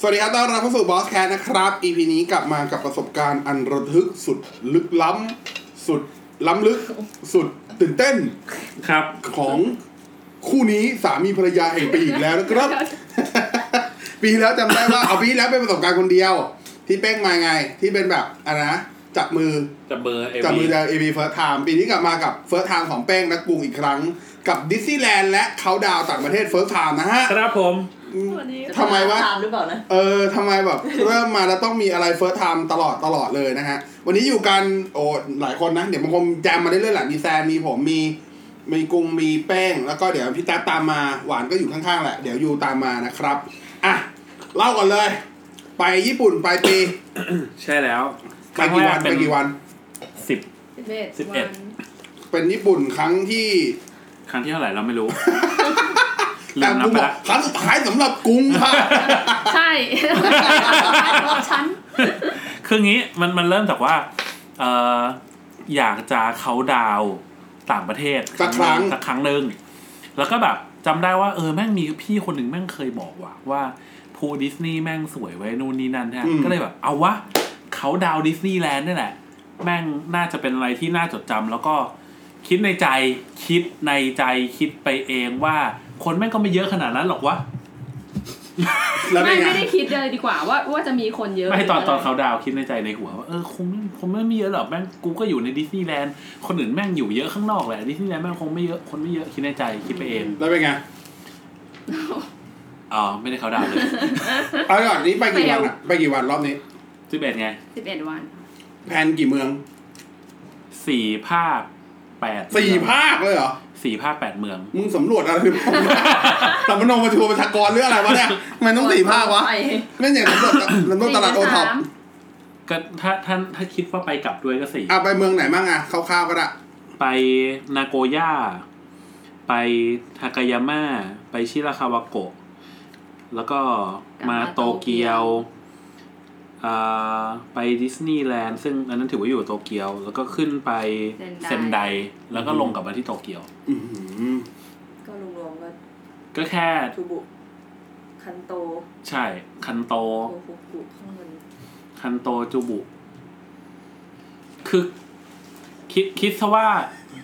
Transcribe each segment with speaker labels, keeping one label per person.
Speaker 1: สวัสดีครับต้อนรับเข้าสู่บอสแคสนะครับ EP นี้กลับมากับประสบการณ์อันระทึกสุดลึกล้ำ สุดล้ำลึก สุดตื่นเต้น
Speaker 2: ครับ
Speaker 1: ของคู่นี้สามีภรรยาแห่งปีอีกแล้วนะครับ ปีที่แล้วจำได้ว่า เอาปีที่แล้วเป็นประสบการณ์คนเดียว ที่เป้งมาไงที่เป็นแบบอะไรนะจับมือ
Speaker 2: จับเบอร์เอ
Speaker 1: จับมื
Speaker 2: บี
Speaker 1: อจากเอบีเฟิร์สไทม์ปีนี้กลับมากับเฟิร์สไทม์ของแป้งนักกรุงอีกครั้ง กับดิสนีย์แลนด์และเขาดาวต่างประเทศเฟิร์สไทม์นะฮะ
Speaker 2: ครับผม
Speaker 3: สวัสดี
Speaker 1: ทำไมวะ
Speaker 3: ถามหรือเปล่านะ
Speaker 1: เออทำไมแบบ เริ่มมาแล้วต้องมีอะไรเฟิร์สไทม์ตลอดตลอดเลยนะฮะ วันนี้อยู่กันโอ้หลายคนนะ เดี๋ยวบางคนแจมมาได้เรื่อยๆแหละมีแซมมีผมมี มีกรุงมีแป้ง แล้วก็เดี๋ยวพี่แต๊บตามมาหวานก็อยู่ข้างๆแหละ เดี๋ยวยูตามมานะครับอ่ะเล่าก่อนเลย ไปญี่ปุ่นปลายปี
Speaker 2: ใช่แล้ว
Speaker 1: ไปกี่วัน
Speaker 2: ครั้งแร
Speaker 1: ไปกี่วัน
Speaker 2: สิบ
Speaker 3: สิบเอ็ด
Speaker 2: สิบเอ็ด
Speaker 1: เป็นญี่ปุ่นครั้งที่
Speaker 2: ครั้งที่เท่าไหร่เราไม่ รู้ ลื
Speaker 1: แต่
Speaker 2: มนั
Speaker 1: กู
Speaker 2: บไป
Speaker 1: บอก
Speaker 2: ละ
Speaker 1: ครั้งสุดท้ายสำหรับกุ้ง ค่ะ
Speaker 4: ใช่รอบชั้น
Speaker 2: คืองี้มันมันเริ่มจากว่าเอออยากจะเขาดาวน์ต่างประเทศ
Speaker 1: สักครั้ง
Speaker 2: สักครั้งหนึ่งแล้วก็แบบจำได้ว่าเออแม่งมีพี่คนหนึ่งแม่งเคยบอกว่าว่าภูดิสนีย์แม่งสวยไว้ยนู่นนี่นั่นฮะ
Speaker 1: อืม
Speaker 2: ก็เลยแบบเอาวะเขาดาวน์ดิสนีย์แลนด์นี่แหละ แม่งน่าจะเป็นอะไรที่น่าจดจำแล้วก็คิดในใจคิดในใจคิดไปเองว่า คนแม่งก็ไม่เยอะขนาดนั้นหรอกวะ
Speaker 1: แล้วเป็
Speaker 4: ไม่
Speaker 1: นไง
Speaker 4: ไม่ได้คิดเลยดีกว่า ว่าว่าจะมีคนเยอะ
Speaker 2: ไม่ตอนตอน
Speaker 4: หรืะร
Speaker 2: เขาดาวน์คิดในใจในหัวว่าเออคงไม่คงไม่มีเยอะหรอกแม่งกูก็อยู่ในดิสนีย์แลนด์คนอื่นแม่งอยู่เยอะข้างนอกแหละดิสนีย์แลนด์แม่งคงไม่เยอะคนไม่เยอะคิดในใจคิดไปเอง
Speaker 1: แล้วเป็นไง
Speaker 2: อ๋อไม่ได้เขาดาวน์เลย
Speaker 1: เอาก่อนนี้ไปกี่วันอะไปกี่วันรอบนี้
Speaker 2: สิบเอ็ดไง
Speaker 4: สิบเอ็ดวัน
Speaker 1: แพนกี่เมือง
Speaker 2: สี่ภาคแปด
Speaker 1: สี่ภาคเลยเหรอ
Speaker 2: สี่ภาคแปดเมือง
Speaker 1: มึงสำรว จอะไรหรือเปล่า สำมโนมาทัวร์ประชากรหรืออะไรวะเนี่ยทำไมันต้องสี่ภาควะ
Speaker 3: ไป
Speaker 1: ไม่อย่างสำรวจสำรวจตลาดโอท็อป
Speaker 2: ก็ถ้าท่านถ้าคิดว่าไปกลับด้วยก็สี่
Speaker 1: อ่ะไปเมืองไหนบ้างอ่ะคร่าวๆก็ได้
Speaker 2: ไปนาโกย่า ไปทากายาม่า ไปชิราคาวาโกะ แล้วก็มาโตเกียวอ่าไปดิสนีย์แลนด์ซึ่งอันนั้นถือว่าอยู่โตเกียว แล้วก็ขึ้นไป
Speaker 4: เซ็
Speaker 2: เซน
Speaker 4: น
Speaker 2: ได
Speaker 4: ได
Speaker 2: แล้วก็ลงกลับมาที่โตเกียว
Speaker 1: อื้อหือ
Speaker 3: ก็รวมๆก็
Speaker 2: ก็แค่
Speaker 3: ทูบุ คันโต
Speaker 2: ใช่คันโต
Speaker 3: โกฟุกุข้างบน
Speaker 2: คันโตจูบุ คือคิดคิดซะว่า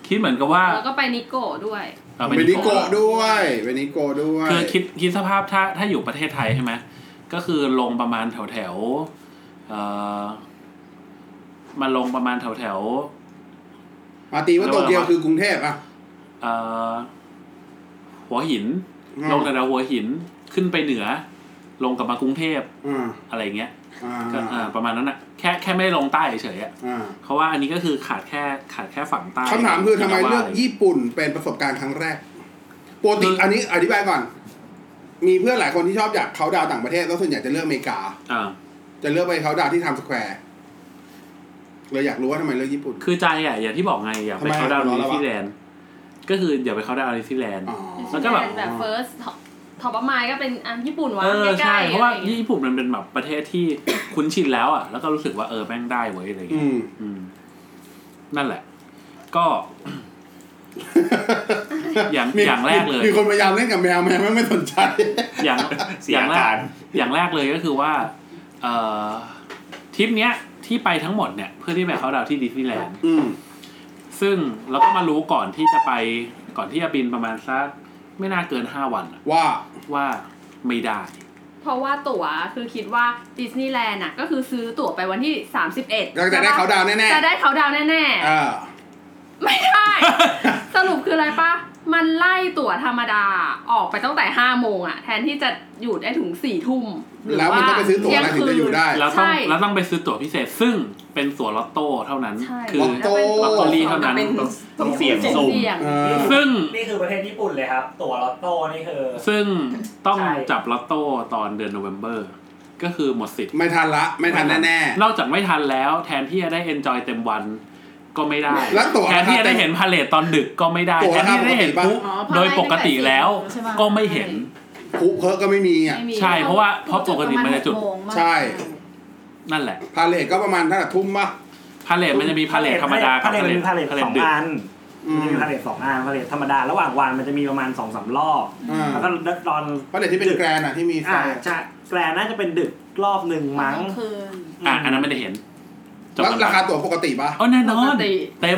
Speaker 2: คิดเหมือนกับว่า
Speaker 4: แล้วก็ไปนิโกะด้วย
Speaker 2: เอา
Speaker 1: เวนิโกะ
Speaker 2: ะ
Speaker 1: ด้วยเวนิโกะด้วย
Speaker 2: คือคิดคิดสภาพถ้าถ้าอยู่ประเทศไทยใช่ไหมก็คือลงประมาณแถวแถวๆเอ่อมาลงประมาณแถวแถว
Speaker 1: มาตีว่าโตเกียวคือกรุงเทพอ่ะ
Speaker 2: ๆเอ่อหัวหิน
Speaker 1: อืม
Speaker 2: ลงแถวๆหัวหินขึ้นไปเหนือ ลงกลับมากรุงเทพ
Speaker 1: อ่า
Speaker 2: อะไรเงี้ย
Speaker 1: อ่า
Speaker 2: ก็เอ่อประมาณนั้นอะแค่แค่ไม่ได้ลงใต้เฉยๆอะ
Speaker 1: อ่า
Speaker 2: เพราะว่าอันนี้ก็คือขาดแค่ขาดแค่ฝั่งใต้
Speaker 1: คำถามคือทำไมเลือก
Speaker 2: ะร
Speaker 1: ญี่ปุ่นเป็นประสบการณ์ครั้งแรกปกติอันนี้อธิบายก่อน มีเพื่อนหลายคนที่ชอบอยากเขาดาวต่างประเทศแล้วส่วนใหญ่จะเลือกอเมริกา
Speaker 2: อ่า
Speaker 1: จะเลือกไปเขาดาวที่ไทม์สแควร์เลยอยากรู้ว่าทำไมเลือกญี่ปุ่น
Speaker 2: คือใจอะอย่างที่บอกไงอยากไป
Speaker 1: ทำไม
Speaker 2: เขาดาวน์
Speaker 1: หัวเราะแล้ว
Speaker 2: นิว
Speaker 1: วะ
Speaker 2: ซีแลนด์ก็คืออยากไปเขาดาวน์นิวซีแลนด์
Speaker 1: อ๋อ
Speaker 2: แล้วก็แบบ
Speaker 4: แบบ first ท็อปมายก็เป็นอ่ะญี่ปุ่นวะ
Speaker 2: เออ
Speaker 4: ใกล้
Speaker 2: ใช่
Speaker 4: ๆ
Speaker 2: เพราะว่า
Speaker 4: อไอย่งงี้ย
Speaker 2: ญี่ปุ่นมันเป็นแบบประเทศที่ คุ้นชินแล้วอ่ะ แล้วก็รู้สึกว่าเออแม่งได้เว้ยอะไรอย่าง
Speaker 1: อื
Speaker 2: เงี้ย
Speaker 1: ม
Speaker 2: อืม นั่นแหละ ก็ อย่าง
Speaker 1: มี
Speaker 2: อย่างแรกเลย
Speaker 1: มีคนพยายามเล่นกับแมวแมวไม่ไม่สนใจ
Speaker 2: อย่าง
Speaker 1: เสี
Speaker 2: อย ย่างแร
Speaker 1: อากาก ร
Speaker 2: อย่างแรกเลยก็คือว่า เอ่อทริปเนี้ยที่ไปทั้งหมดเนี่ย เพื่อที่ไปเขาดาวน์ที่ดิสนีย์แลนด์
Speaker 1: อืม
Speaker 2: ซึ่งเราก็มารู้ก่อนที่จะไปก่อนที่จะบินประมาณสักไม่น่าเกินห้าวันอะ
Speaker 1: ว่า
Speaker 2: ว่าไม่ได้
Speaker 4: เพราะว่าตั๋วคือคิดว่าดิสนีย์แลนด์อ่ะก็คือซื้อตั๋วไปวันที่ 31
Speaker 1: ก็จะได้เขาดาวน์แน่ๆ
Speaker 4: จะได้เขาดาวน์แน่
Speaker 1: อ่า
Speaker 4: ๆ ไม่ได้ สรุปคืออะไรปะมันไล่ตั๋วธรรมดาออกไปตั้งแต่ห้าโมงอ่ะ แทนที่จะอยู่ได้ถึงสี่ทุ่มหรื
Speaker 1: แล้วมันต้องไปซื้อตั๋วอะไร
Speaker 4: เที่
Speaker 1: ถึง
Speaker 4: คืน
Speaker 1: จะอยู่ได้
Speaker 2: แล้วต้อง
Speaker 4: ใช่
Speaker 2: แล้วต้องไปซื้อตั๋วพิเศษซึ่งเป็นตั๋วลอตโต้เท่านั้น
Speaker 4: ใช่
Speaker 2: คือ
Speaker 1: ลอตโต้
Speaker 2: ลอตเตอรี่เท่านั้น
Speaker 3: เป็น
Speaker 5: ต้องเสี่ยง
Speaker 3: เป็น
Speaker 5: สูง
Speaker 4: เสี่ยง
Speaker 1: เออ
Speaker 2: ซึ่ง
Speaker 5: นี่คือประเทศญี่ปุ่นเลยครับ ตั๋วลอตโต้นี่คือ
Speaker 2: ซึ่งต้อง
Speaker 5: ใช่
Speaker 2: จับลอตโต้ตอนเดือนโนเวม ber ก็คือหมดสิทธิ์
Speaker 1: ไม่ทันละ ไม่ทันแน่
Speaker 2: นอกจากไม่ทันแล้ว แทนที่จะได้เอนจอยเต็มวันก็ไม่ได้
Speaker 1: ๆ แล้วตั๋ว
Speaker 2: แทนที่จะได้เห็นพาเลตตอนดึกก็ไม่ได้
Speaker 1: ตั๋ว
Speaker 2: แท
Speaker 1: รานคาปก
Speaker 2: ที่จะได้
Speaker 1: ติ
Speaker 2: เห็น
Speaker 1: ป่ะ
Speaker 2: ปุ๊บโดยปกติแล้ว
Speaker 6: ใช่ปะ
Speaker 2: ก็ไม่เห็น
Speaker 1: คุเพิร์กก็ไม่มีอ่ะ
Speaker 4: ไม่มี
Speaker 2: ใช่ เพราะว่าเพราะปกติมันจะจุด
Speaker 6: ประาณหกโงมาก
Speaker 1: ใช่
Speaker 2: นั่นแหละ
Speaker 1: พาเลทก็ประมาณเท่าไหร่ทุ่มป่ะ
Speaker 2: พาเลตมันจะมีพาเลตธรรมดากับ
Speaker 5: พาเลท
Speaker 2: พาเล
Speaker 5: เป็นพา
Speaker 2: ต
Speaker 5: เลทสอ
Speaker 2: พาเลต
Speaker 5: ง
Speaker 2: ดึก
Speaker 5: อัน
Speaker 1: อืม
Speaker 5: มันจะมีพาเลทสองอันพาเลทธรรมดา ระหว่างวันมันจะมีประมาณสองสามรอบ
Speaker 1: อ่า
Speaker 5: แล้วก็ตอน
Speaker 1: เพราะเดี๋ยวที่เป็นแกรนอะที่มีไฟ
Speaker 5: อ่า
Speaker 1: อะ
Speaker 5: จะแกลน่าจะเป็นดึกรอบหนึ่งมั้ง
Speaker 3: กลาคืน
Speaker 2: อ่ะอันนั้นไม่ได้เห็นจบ
Speaker 1: แล้ว
Speaker 2: กัน
Speaker 1: ราคาตั๋วปกติปะ
Speaker 2: อ๋อแน่นอน
Speaker 4: ปกติ
Speaker 2: เต็ม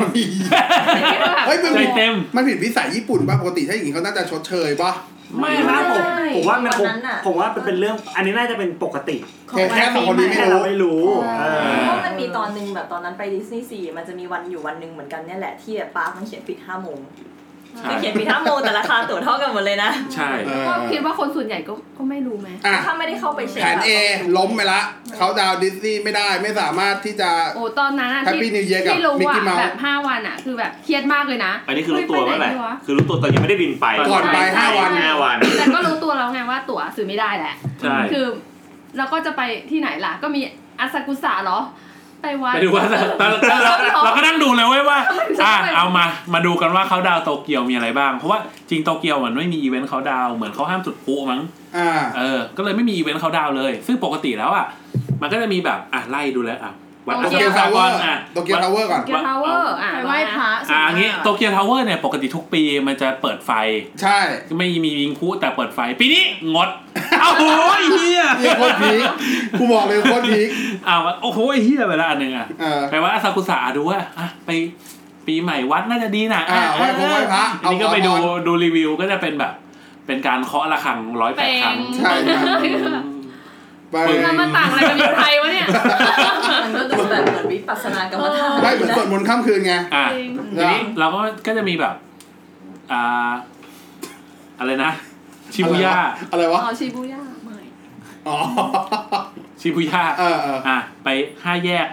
Speaker 1: เฮ้ยมัน
Speaker 2: ใจเต็ม
Speaker 1: มันผิดวิสัยญี่ปุ่นป่ะปกติถ้าอย่างนี้เขาน่าจะชดเชยป่ะ
Speaker 2: ไม่
Speaker 5: ไม่นะ
Speaker 2: นะ
Speaker 5: ผมผมว่ามันคง
Speaker 3: วัะ
Speaker 5: ผมว่ามันเป็นเรื่องอันนี้น่าจะเป็นปกติ
Speaker 3: ของวั
Speaker 1: แค่สองคนนี้
Speaker 3: ปี
Speaker 1: ไม่
Speaker 5: แค่
Speaker 1: รู้
Speaker 3: ให
Speaker 5: เราไม่รู้
Speaker 3: เอ
Speaker 5: เอ
Speaker 3: อ
Speaker 5: อ
Speaker 3: เพราะมันมีตอนหนึ่งแบบตอนนั้นไปดิสนีย์ซีมันจะมีวันอยู่วันหนึ่งเหมือนกันเนี่ยแหละที่แบบปาร์คมันเขียนปิดห้าโมง
Speaker 2: ใช่
Speaker 3: มันเขียนปิดห้าโมงแต่ราคาตั๋วเท่ากันหมดเลยนะ
Speaker 2: ใช่
Speaker 1: เออ
Speaker 4: ก็คิดว่าคนส่วนใหญ่ก็ก็ไม่รู้ไหม
Speaker 1: อ่ะ
Speaker 3: ถ้าไม่ได้เข้าไปเช็ค
Speaker 1: แผน A ล้มไปละเขาดาวน์ดิสนีย์ไม่ได้ไม่สามารถที่จะ
Speaker 4: โอ้ตอนนั้นอะ
Speaker 1: Happy New Year กับ
Speaker 4: ที่รู้
Speaker 1: Mickey
Speaker 4: อะ
Speaker 1: Mouse
Speaker 4: แบบห้าวันอะคือแบบเครียดมากเลยนะ
Speaker 6: อันนี้คือรู้ตัว
Speaker 4: เฮ้
Speaker 6: เมื่อไห
Speaker 4: ยไป
Speaker 6: ร่
Speaker 4: นวะ
Speaker 6: คือรู้ตัวตอนยังไม่ได้บินไป
Speaker 1: ก่อนไป
Speaker 6: ใช่
Speaker 1: ห้าวัน
Speaker 6: ห้าวัน
Speaker 4: แต่ก็รู้ตัวแล้วไงว่าตั๋วซื้อไม่ได้แหละ
Speaker 2: ใช่
Speaker 4: คือแล้วก็จะไปที่ไหนล่ะ ก็มีอาซากุสะเหรอ ไปวัด
Speaker 2: ไปดูว่าแต่แต่แต่เราเราก็นั่งดูเลยเว้ยว่า อ่ะเอามา มาดูกันว่าเขาดาวน์โตเกียวมีอะไรบ้าง เพราะว่าจริงโตเกียวมันไม่มีอีเวนต์เขาดาวน์เหมือนเขาห้ามจุดพลุมั้ง
Speaker 1: อ่า
Speaker 2: เออ ก็เลยไม่มีอีเวนต์เขาดาวน์เลย ซึ่งปกติแล้วอ่ะ มันก็จะมีแบบ อ่ะ ไล่ดูแล้วอ่ะ วัด
Speaker 1: โต
Speaker 4: โตเกี
Speaker 1: เกีย
Speaker 4: ยว ว
Speaker 1: ทาวเวอร์
Speaker 2: อ่ะ
Speaker 1: โตเกียวทาวเวอร์ก่อน
Speaker 4: เกียวทาวเวอร์อะ
Speaker 7: ไปไหว้พระ
Speaker 2: อ่ะอย่างงี้โตเกียวทาวเวอร์เนี่ยปกติทุกปีมันจะเปิดไฟ
Speaker 1: ใช่
Speaker 2: ไม่มียิงคู่แต่เปิดไฟ ปีนี้ง ด เอ้าโหไอ้เฮีย
Speaker 1: เนี่ยโคตรพีคกูบอกเลยโคตรพีค
Speaker 2: อ้าวโอ้โหไอ้เฮียไปละอันหนึ่งอ่ะ
Speaker 1: เออ
Speaker 2: ไปว่าอาซากุสะดูว่าอ่ะไปปีใหม่วัดน่าจะดีนะ
Speaker 1: อ่าไหว้พระไหว้พระ
Speaker 2: อันนี้ก็
Speaker 1: เอา
Speaker 2: ไปดู
Speaker 1: เอา
Speaker 2: ดูรีวิวก็จะเป็นแบบ เป็นการเคาะระฆังร้อยแป
Speaker 4: เป็
Speaker 2: ดครั้
Speaker 4: ง
Speaker 2: ง
Speaker 1: ใช่ครับ ไป
Speaker 4: แล้วมันต่างอะไรกับอยู่ไทยวะเนี่ย
Speaker 3: มันก็ดูแบบเหมือนวิปัสสนากรรมฐาน
Speaker 1: ไม่เหมือนสวดมนต์ข้ามคืนไง
Speaker 2: อ่ะ
Speaker 4: จริง
Speaker 2: ทีนี้เราก็ก็จะมีแบบ อ่า อะไรนะ ชิบูย่า
Speaker 1: อะไรวะ
Speaker 4: อ๋อชิบูย่าไม่
Speaker 1: อ๋อ
Speaker 2: ชิบูย่า
Speaker 1: เออเออ
Speaker 2: อ่ะ ไปห้าแยก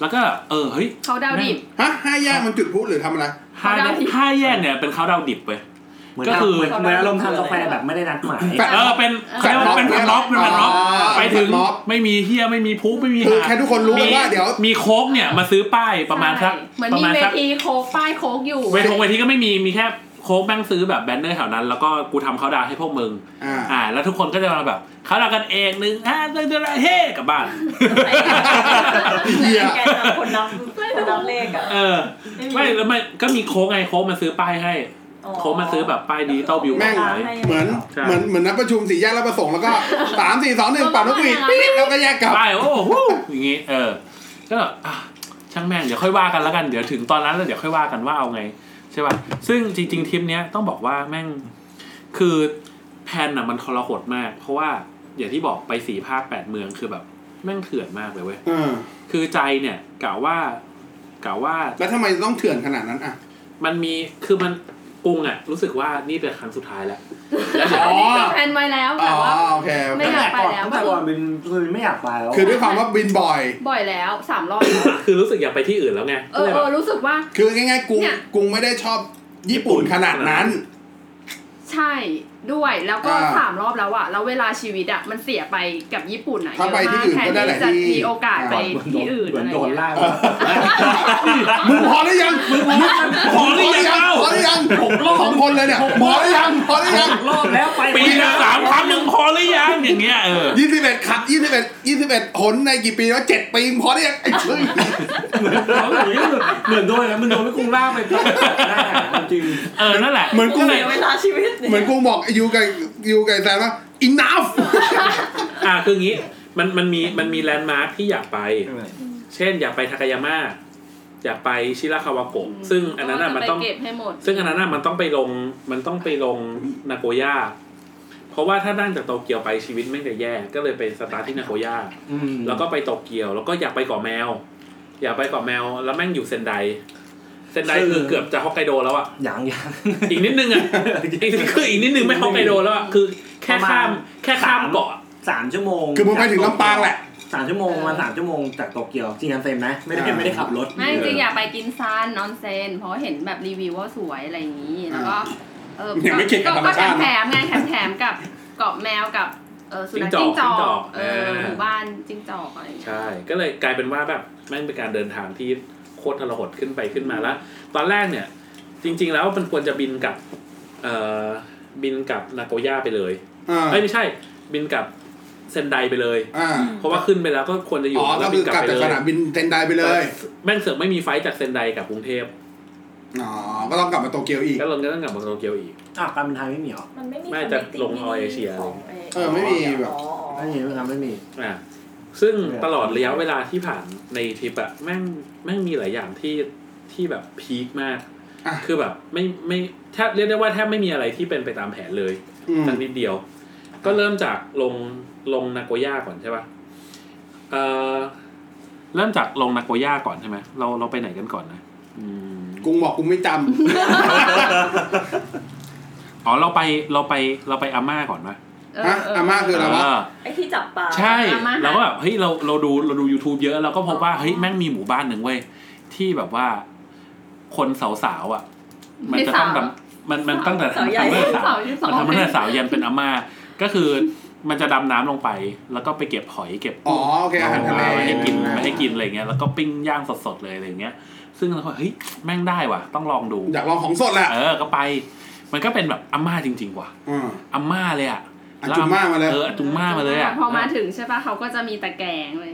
Speaker 2: แล้วก็ เออ เฮ้ย
Speaker 4: เขาดาวดิบ
Speaker 1: ฮะห้าแยกมันจุดพลุหรือทำอะไร
Speaker 2: ห้าแย
Speaker 4: เขาดาก วดิบ
Speaker 2: ห้าแยกเนี่ยเป็นเขาดาวดิบเว้ย
Speaker 5: เหมือน
Speaker 2: ก็คือ
Speaker 5: เหมืนเหมือนอารมณ์ทำกาแฟแบบไม่ได้นัดหมาย
Speaker 2: เออ เป็นเขาเรียกว่าเป็นพันล็อกเป็นพันล็อก
Speaker 1: อ๋อ
Speaker 2: ไปถึง
Speaker 1: พันล็อก
Speaker 2: ไม่มีเฮียไม่มีพุไม่มี
Speaker 1: คือ
Speaker 2: หา
Speaker 1: แค่ทุกคนรู้กันว่าเดี๋ยว
Speaker 2: มีโค้กเนี่ย มาซื้อป้ายประมาณสัก
Speaker 4: ใช่เหมือน
Speaker 2: ประ
Speaker 4: มี
Speaker 2: มาณ
Speaker 4: เว
Speaker 2: สัก
Speaker 4: ทีโคกป้ายโคกอยู่
Speaker 2: เวทงเวทีก็ไม่มี มีแค่โค้กแม่งซื้อแบบแบนเนอร์แถวนั้น แล้วก็กูทำเขาดาวให้พวกมึง
Speaker 1: อ่า
Speaker 2: อ่า แล้วทุกคนก็จะมาแบบเขาดาวกันเองหนึ่งห้าเดือนเฮ้กลับบ้าน
Speaker 1: เหี้ย
Speaker 3: แกนำคนนับคนนับเลขอ่ะ
Speaker 2: เออ ไม่แล้วมันก็มีโค้กไงโค้กมาซื้อป้ายให้ โค้กมาซื้อแบบป้ายดิจิตอลบิว
Speaker 1: แม่ง
Speaker 2: ขาย
Speaker 1: เหมือน
Speaker 2: ใช่
Speaker 1: เหมือนเหมือนนัดประชุมสี่แยกแล้วประสงค์แล้วก็สามสี่สองหนึ่งปัดนกหวีดปี๊ดแล้วก็แยกกลับ
Speaker 2: ป้ายโอ้โหอย่างงี้ เออ ก็อ่ะช่างแม่งเดี๋ยวค่อยว่ากันแล้วกันเดี๋ยวถึงตอนนั้นแล้วเดี๋ยวค่อยว่ากันว่าเอาไงใช่ป่ะซึ่งจริงๆทริปเนี้ยต้องบอกว่าแม่งคือแพลนน่ะมันทรหดมาก เพราะว่าอย่างที่บอกไปสี่ภาคแปดเมืองคือแบบแม่งเถื่อนมากเลยเว้ย
Speaker 1: เออ
Speaker 2: คือใจเนี่ยกล่าวว่ากล่าวว่า
Speaker 1: แล้วทำไมต้องเถื่อนขนาดนั้นอ่ะ
Speaker 2: มันมีคือมันกรุงอ่ะ รู้สึกว่านี่เป็นครั้งสุดท้ายแล้ว แล้วเดี๋ยว
Speaker 1: อ๋อ
Speaker 4: แพลนไว้แล้ว
Speaker 1: อ๋
Speaker 4: แต่
Speaker 1: อ
Speaker 4: ว่า
Speaker 1: โอเคโอ
Speaker 4: ไม่
Speaker 1: เค
Speaker 4: อยากไปแล้ว
Speaker 5: ตั้งแต่ก่อนเป็นคือไม่อยากไปแล้ว
Speaker 1: คือด้วยความว่าบินบ่อย
Speaker 4: บ่อยแล้วสามรอบแล้วอะ
Speaker 2: คือรู้สึกอยากไปที่อื่นแล้วไง
Speaker 4: เอ
Speaker 2: ก็
Speaker 4: อ
Speaker 2: เลย
Speaker 4: เอ
Speaker 2: แบบ
Speaker 4: อรู้สึกว่า
Speaker 1: คือง่ายๆกรุง
Speaker 4: เนี่ย
Speaker 1: กรุงไม่ได้ชอบญี่ปุ่นขนาดนั้น
Speaker 4: ใช่ด้วยแล้วก็
Speaker 1: อ่า
Speaker 4: สามรอบแล้วอะแล้วเวลาชีวิตอะมันเสียไปกับญี่ปุ่นอะ
Speaker 1: ถ้าไปที่อื่นก็ได้แหละ
Speaker 4: แทน
Speaker 1: ที่
Speaker 4: ที่จะมีโอกาสไปที่อื่น
Speaker 5: เหมื
Speaker 4: อะ
Speaker 5: อน
Speaker 4: ไร
Speaker 5: โดน
Speaker 4: เงี้ย
Speaker 5: ล่าก
Speaker 1: มึงพอหรือยังมึงพอ
Speaker 2: ขอนี่
Speaker 1: หรือ
Speaker 2: ยั
Speaker 1: ยัง ง
Speaker 2: เอา
Speaker 1: พอหรือยังสองคนเลยเนี่ยพอหรือยังพอหรือยัง
Speaker 5: รอบแล้วไป
Speaker 2: ปีละสามครั้งหนึ่งพอหรือยังอย่างเงี้ยเออ
Speaker 1: ยี่สิบเอ็ดขับยี่สิบเอ็ดยี่สิบเอ็ดหนในกี่ปีแล้วเจ็ดปีมึงพอหรือยังไอ้เชื่อ
Speaker 5: เหมือนเหมือนโดนแล้วมันโดนไม่คงล่ากไปก่อนหน้าจริง
Speaker 2: เออนั่นแหละ
Speaker 1: เหมือนกู
Speaker 2: ก็เล
Speaker 3: เสี
Speaker 2: ย
Speaker 3: ยเวลาชีวิต
Speaker 1: เหมือนกูบอกไอ้ยูกับยูกับไอ้แซนว่า enough
Speaker 2: อ่าคืองี้มันมันมีมันมีแลนด์มาร์คที่อยากไป เช่น อยากไปทากายาม่าอยากไปชิราคาวาโกะซึ่งอันนั้นอะมันต้อง
Speaker 4: ไปเก็บให้หมด
Speaker 2: ซึ่งอันนั้นน่ะมันต้องไปลงมันต้องไปลงนาโกย่า เพราะว่าถ้านั่งจากโตเกียวไปชีวิตไม่งจะแย่ ก็เลยไปสตาร์ทที่นาโกย่า แล้วก็ไปโตเกียว แล้วก็อยากไปเกาะแมว อยากไปเกาะแมว แล้วแม่งอยู่เซนได เซนได
Speaker 5: คือ
Speaker 2: คือเกือบจะฮอกไกโดแล้วอ่ะ
Speaker 5: อย่างอย่าง
Speaker 2: อีกนิดนึงอ่ะ อีกนิดคืออีกนิดนึงไม่ฮอกไกโดแล้วอ่ะ คือแค่ข้ามแค่ข้ามเกาะ
Speaker 5: สามชั่วโมง
Speaker 1: คือมึงไปถึงลำปางแหละ
Speaker 5: สามชั่วโมงมาสามชั่วโมงจากโตเกียวจริงกันเต็มนะ ไม่ได้ไม่ได้ขับรถ
Speaker 4: ไม่จริงอยากไปกินซานนอนเซน เพราะเห็นแบบรีวิวว่าสวยอะไรอย่างนี้ แล้วก็เออ
Speaker 1: เนี่ยไม่เกี่ยวกับธรรมชาตินะ
Speaker 4: แถมๆไงแถมๆกับเกาะแมวกับเออสุนัข
Speaker 2: จิ้
Speaker 4: จิ้
Speaker 2: ง
Speaker 4: ง
Speaker 2: จ
Speaker 4: จ
Speaker 2: อ
Speaker 4: อก กเออ
Speaker 2: เออ
Speaker 4: หมู่บ้านจิ้งจอกอะไรอย่างเงี้ย
Speaker 2: ใช่ ก็เลยกลายเป็นว่าแบบแม่งเป็นการเดินทางที่โคตรทรหดขึ้นไปขึ้นมาแล้ว ตอนแรกเนี่ย จริง ๆ แล้วมันควรจะบินกลับเอ่อบินกลับนาโกย่าไปเลย
Speaker 1: อ่า
Speaker 2: เอ้ยไม่ใช่ บินกลับเซนไดไปเลย
Speaker 1: อ่า
Speaker 2: เพราะว่าขึ้นไปแล้วก็ควรจะอยู่
Speaker 1: อ๋อก็
Speaker 2: แล้ว
Speaker 1: คื
Speaker 2: บิ
Speaker 1: อน
Speaker 2: ก
Speaker 1: กลั
Speaker 2: ลับบ ไป
Speaker 1: จากส
Speaker 2: เลย
Speaker 1: นามบินเซนไดไปเลย
Speaker 2: แม่งเสือกไม่มีไฟท์จากเซนไดกลับกรุงเทพ
Speaker 1: อ๋อ ก็ต้องกลับมาโตเกียวอีก
Speaker 6: ก็ลงก็ต้องกลับมาโตเกียวอีก
Speaker 5: อ่ะการบินไทยไม่มีเหรอ
Speaker 3: มันไม่มี
Speaker 6: ไม่จะ
Speaker 3: connecting
Speaker 6: ลง All Asia
Speaker 3: ของ
Speaker 1: เออไม่มีแบบ
Speaker 3: อ๋ออ๋
Speaker 5: ไม่
Speaker 3: อ
Speaker 5: มีไหมครับไม่มี
Speaker 6: อ่ะซึ่ง
Speaker 5: เนี่ย
Speaker 6: ตลอดระยะเวลาที่ผ่านในทริปอะแม่งแม่งมีหลายอย่างที่ที่แบบพีคมาก
Speaker 1: อ่ะ
Speaker 6: คือแบบไม่ไม่แทบเรียกได้ว่าแทบไม่มีอะไรที่เป็นไปตามแผนเลย
Speaker 1: อืม
Speaker 6: สักนิดเดียว ก็เริ่มจากลงลงนาโกย่าก่อนใช่ปะ่ะเอ่อ
Speaker 2: เริ่มจากลงนาโกย่าก่อนใช่ไหมเราเราไปไหนกันก่อนนะอืม
Speaker 1: กุงบอกกุงไม่จ
Speaker 2: อ๋อเราไปเราไปเราไปอาม่าก่อนนะ
Speaker 4: เ
Speaker 1: ำฮะอาม่าคืออะไรวะ
Speaker 2: เออ
Speaker 3: ไอ้ที่จับปลา
Speaker 2: ใช่
Speaker 4: อาม่า
Speaker 2: เราก็แบบเฮ้ยเราเราดูเราดู YouTube เยอะเราก็พบว่าเฮ้ยแม่งมีหมู่บ้านหนึ่งเว้ยที่แบบว่าคนสาวสาวๆอ่ะ มันจะต้องแบบมันมันตั้งแต่
Speaker 3: สาวใหญ่
Speaker 2: ทำเมื่อสาว
Speaker 4: สาวยี่สิบสอง
Speaker 2: มันทำเมื่อสาวยันเป็นอาม่าก็คือมันจะดำน้ำลงไป แล้วก็ไปเก็บหอยเก็บ
Speaker 1: อ๋อ
Speaker 2: กุ้ง
Speaker 1: โอเคอาหารทะเล
Speaker 2: มาไว้ให้กินมาให้กินอะไรเงี้ยแล้วก็ปิ้งย่างสดๆเลยอะไรเงี้ย ซึ่งเราก็เฮ้ยแม่งได้ว่ะ ต้องลองดู
Speaker 1: อยากลองของสดแหละ
Speaker 2: เออก็ไป มันก็เป็นแบบอาม่าจริง ๆ ว่ะ
Speaker 1: อืม
Speaker 2: อาม่าเลยอ่ะ
Speaker 1: อาจุมม่ามาเลย
Speaker 2: เอออาจุมม่ามาเลยอ่ะ
Speaker 4: พอมาถึงใช่ปะเขาก็จะมีตะแกรงเลย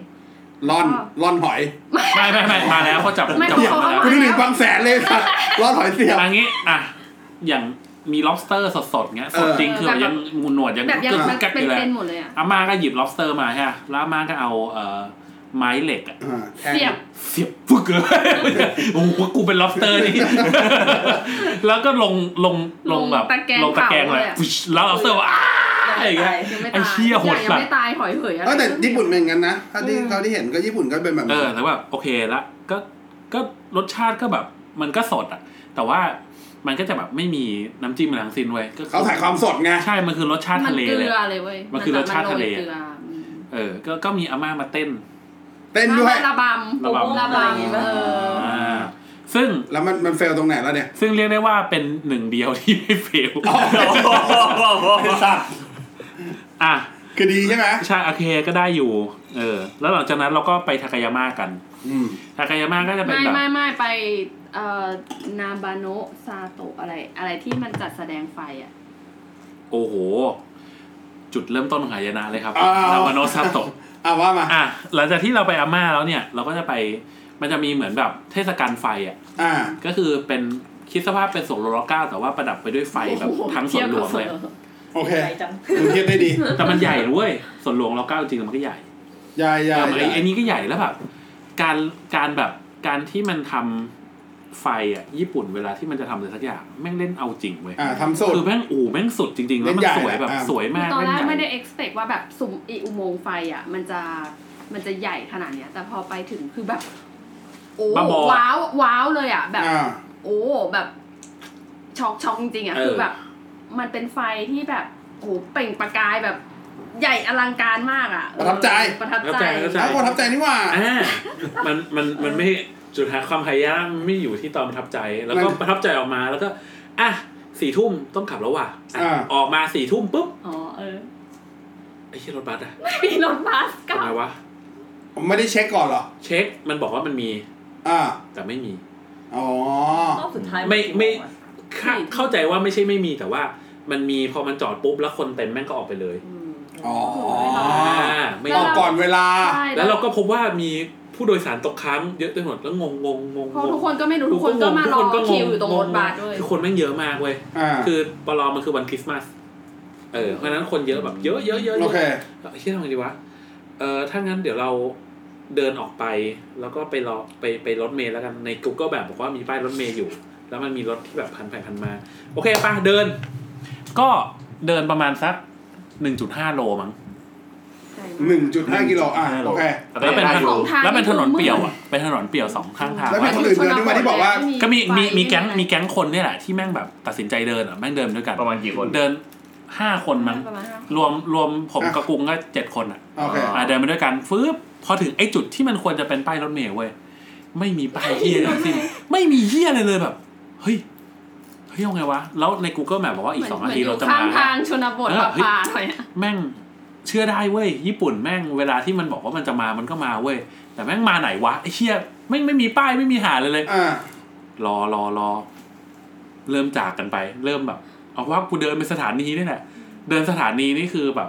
Speaker 1: ร่อนร่อนหอย
Speaker 2: ไม่ไม่ไม่มาแล้วเขาจับ
Speaker 4: ไม่
Speaker 2: จับ
Speaker 4: เขา
Speaker 2: มาแล้ว
Speaker 4: เขา
Speaker 1: กูนึกถึงบางแสนเลยครับร่อนหอยเสียบ
Speaker 2: อันนี้อ่ะอย่างมี lobster สดๆเงี้ย
Speaker 1: เอ
Speaker 2: ส
Speaker 1: อ
Speaker 2: ดจริงคือยังหนวดยัง
Speaker 4: แบบยัง
Speaker 2: กึก
Speaker 4: มัน
Speaker 2: กักอ
Speaker 4: เป็น
Speaker 2: ยู่เลย
Speaker 4: เป็นหมดเลยอ่ะ
Speaker 2: อาม่าก็หยิบ lobster มาใช่ไหมแล้วอาม่าก็เอาเอ่อไม้เหล็กอะ
Speaker 1: อ่าแทง
Speaker 4: เสียบ
Speaker 2: เสียบฟึกเลยโอ้โหกูเป็น lobster นี่ แล้วก็ลงลงลงแบบ
Speaker 4: ตะแกรง
Speaker 2: ลงตะแกรง
Speaker 4: ผา
Speaker 2: เลย
Speaker 4: อะ
Speaker 2: ฟึชแล้ว lobster ว่าอ้า
Speaker 3: ลง
Speaker 2: ไอ้เงี้ย
Speaker 3: ป
Speaker 4: ยังไม่
Speaker 2: ไอ้
Speaker 4: ตาย
Speaker 2: เหี้ยโหด
Speaker 4: ยัง
Speaker 2: สัตว์
Speaker 4: ไม่ตายหอยเผยอะไร
Speaker 1: เออแต่ญี่ปุ่น
Speaker 4: เ
Speaker 1: เป็นอย่างนั้นนะถ้าที่
Speaker 4: อืม
Speaker 1: เขาที่เห็นก็ญี่ปุ่นก็เป็นแบบ
Speaker 2: เอ
Speaker 1: นั้น
Speaker 2: อแต่ว่าโอเคละก็ก็รสชาติก็แบบมันก็สดอ่ะ แต่ว่ามันก็จะแบบไม่มีน้ำจิ้มอะไรทั้งสิ้นเว้ยก็คือ
Speaker 1: เขาถ่ายความสดไง
Speaker 2: ใช่มันคือรสชาติ
Speaker 4: มัน
Speaker 2: ทะเล
Speaker 4: เก
Speaker 2: เล
Speaker 4: ลื
Speaker 2: ย
Speaker 4: อเลยเว้ย
Speaker 2: มันคือรสชาติทะเล
Speaker 4: มันโยเกลืออืม
Speaker 2: เออ ก็ ก็มีอาม่ามาเต้น
Speaker 1: เต้นด้วย
Speaker 4: ระบำ
Speaker 2: ระบำ
Speaker 4: ระบ
Speaker 3: อะไรอย่างงี้
Speaker 4: ำ
Speaker 3: ปะ
Speaker 4: เออ
Speaker 2: อ่า ซึ่ง
Speaker 1: แล้วมันมันเฟลตรงไหนแล้วเนี่ย
Speaker 2: ซึ่งเรียกได้ว่าเป็นหนึ่งเดียวที่ไม่ เฟล
Speaker 5: สัตว์
Speaker 2: อ่ะ
Speaker 1: คือดีใช่ไหม
Speaker 2: ใช่ โอเค ก็ได้อยู่ เออ แล้วหลังจากนั้นเราก็ไปทากายาม่ากัน
Speaker 1: อืม
Speaker 2: ทากายาม่าก็จะเป็น
Speaker 4: ไม่
Speaker 2: แบบ
Speaker 4: ไม่ไม่ไปเอ่อนาบาโนะซาโตะอะไร อะไรที่มันจัดแสดงไฟอ่ะ
Speaker 2: โอ้โห จุดเริ่มต้นของหายนะเลยครับ
Speaker 1: อ้าว
Speaker 2: นาวาโนซาโตะ
Speaker 1: อ่ะว่ามา
Speaker 2: อ่ะ หลังจากที่เราไปอาม่าแล้วเนี่ย เราก็จะไป มันจะมีเหมือนแบบเทศกาลไฟอ่ะ
Speaker 1: อ่า
Speaker 2: ก็คือเป็นคิดสภาพเป็นสวนโรลก้า แต่ว่าประดับไปด้วยไฟแบบทั้งสวนหลวงเลย
Speaker 1: โอเค
Speaker 3: ใหญ่จัง
Speaker 1: คุณเทียบได้ดี
Speaker 2: แต่มันใหญ่นะเว้ยสวนหลวงเราก้าวจริงๆมันก็ใหญ่
Speaker 1: ยายยาย
Speaker 2: แต่ไอ้ไอ้นี้ก็ใหญ่แล้วแบบการการแบบการที่มันทำไฟอ่ะญี่ปุ่นเวลาที่มันจะทำอะไรสักอย่างแม่งเล่นเอาจริงเว้ย
Speaker 1: อ่าทำสุด
Speaker 2: คือแม่งอู่แม่งสุดจริงๆ แล้วมั
Speaker 1: เล่นใหญ่
Speaker 2: นสวยแบบ
Speaker 1: อ่ะ
Speaker 2: สวยมาก
Speaker 4: ตอน
Speaker 2: เล่น
Speaker 4: แรก
Speaker 2: ให
Speaker 4: ไม่
Speaker 2: ญ่
Speaker 4: ได้ expect ว่าแบบสุ่มอีอุโมงค์ไฟอ่ะ มันจะมันจะใหญ่ขนาดเนี้ย แต่พอไปถึงคือแบบ โอ้
Speaker 2: บ้าบอ
Speaker 4: ว้าวว้าวเลยอ่ะ แบบ
Speaker 1: อ่า
Speaker 4: โอ้แบบช็อกช็อกจริงๆอ่ะ
Speaker 2: เออ
Speaker 4: คือแบบ มันเป็นไฟที่แบบโหเปล่งประกายแบบ ใหญ่อลังการมากอ่ะ
Speaker 1: ประทับใจ
Speaker 4: ประทับ
Speaker 6: ประทับ
Speaker 4: ใจ
Speaker 6: ใจประทับใจ
Speaker 1: แล้วคนทับใจนี่หว่า
Speaker 2: อ่า
Speaker 6: มันมันมันไม่จุดหาความพยายามมันไม่อยู่ที่ตอนประทับใจ แล้วก็
Speaker 1: มัน
Speaker 6: ประทับใจออกมาแล้วก็อ่ะสี่ทุ่มต้องขับแล้วว่ะอ่ะ
Speaker 1: อ่า
Speaker 6: ออกมาสี่ทุ่มปุ๊บ
Speaker 4: อ๋อเออ
Speaker 6: ไอ้เชี่ยรถบัสอะ
Speaker 4: มีรถบัสกลับ
Speaker 6: ทำไมวะ
Speaker 1: ผมไม่ได้เช็คก่อนเหรอ
Speaker 6: เช็คมันบอกว่ามันมี
Speaker 1: อ่า
Speaker 6: แต่ไม่มี
Speaker 1: อ๋อ
Speaker 3: รอบสุดท้าย
Speaker 6: ไม่ไม่
Speaker 3: นกี่โงอะ
Speaker 6: เข้าเข้าใจว่าไม่ใช่ไม่มีแต่ว่ามันมีพอมันจอดปุ๊บแล้วคนเต็มแม่งก็ออกไปเลย
Speaker 4: อืม
Speaker 1: อ๋อ
Speaker 6: อ่าไม่
Speaker 4: แล้
Speaker 1: อ
Speaker 4: ว
Speaker 1: อก
Speaker 4: เรา
Speaker 1: ก่อนเวลา
Speaker 4: ใช่
Speaker 6: แล้วเราก็พบว่ามีผู้โดยสารตกค้างเยอะไปหมดแล้วงงงงงง
Speaker 4: เพราะทุกคนก็ไม่รู้ทุกคนก็มารอคิวอยู่ตรงรถบัสด้วย
Speaker 6: คือคนแม่งเยอะมากเว้ย
Speaker 1: อ่า
Speaker 6: คือปลอมันคือวันคริสต์มาส เออ เพราะฉะนั้นคนเยอะแบบเยอะเยอะเยอะ
Speaker 1: โอเค
Speaker 6: เฮ้ยทำไงดีวะ เออถ้างั้นเดี๋ยวเราเดินออกไป แล้วก็ไปรอไปไปรถเมล์แล้วกัน ใน Google แบบบอกว่ามีป้ายรถเมล์อยู่ แล้วมันมีรถที่แบบพันไปพันมา โอเคป่ะเดิน
Speaker 2: ก็เดินประมาณสักหนึ่งจุดห้าโลมั้ง
Speaker 1: หนึ่งจุดห้ากิโลอ่าโอเค
Speaker 2: แล้วเป็นถนน
Speaker 4: สองทาง
Speaker 2: แล้วเป็นถนน
Speaker 4: นี่คือมืด
Speaker 2: เปี่ยวอ่ะเป็นถนนเปี่ยวสองข้างทาง
Speaker 1: แล้วมีคนอื่นเดินด้วยมาที่บอกว่า
Speaker 2: ก็มีมีมีแก๊งมีแก๊งคนเนี่ยแหละที่แม่งแบบตัดสินใจเดินอ่ะแม่งเดินด้วยกัน
Speaker 7: ประมาณกี่คน
Speaker 2: เดินห้าคนมั้ง
Speaker 4: ประมาณห้า
Speaker 2: รวมรวมผม
Speaker 1: อ่ะ
Speaker 2: กับกรุงก็เจ็ดคนอ่ะ
Speaker 1: โอเค
Speaker 2: อ่ะเดินไปด้วยกันฟืบพอถึงไอ้จุดที่มันควรจะเป็นป้ายรถเมล์เว้ยไม่มีป้ายเฮียทั้งสิ้นไม่มีเฮียอะไรเลยแบบเฮ้ยเฮ้ยยังไงวะ แล้วใน Google Map บอกว่าอีกสองนาทีเราจะ
Speaker 4: ข้า
Speaker 2: มา
Speaker 4: งทางชนบท
Speaker 2: เออ
Speaker 4: ป่า
Speaker 2: เฮ้ย
Speaker 4: ป่าหน่อยอะ
Speaker 2: แม่งเชื่อได้เว้ยญี่ปุ่นแม่งเวลาที่มันบอกว่ามันจะมามันก็มาเว้ยแต่แม่งมาไหนวะไอ้เชี่ยไม่งไม่มีป้ายไม่มีหาเลยเลย
Speaker 1: อ่า
Speaker 2: รอรอรอเริ่มจากกันไป เริ่มแบบ เอาว่ากูเดินไปสถานีนี่แหละเดินสถานีนี่คือแบบ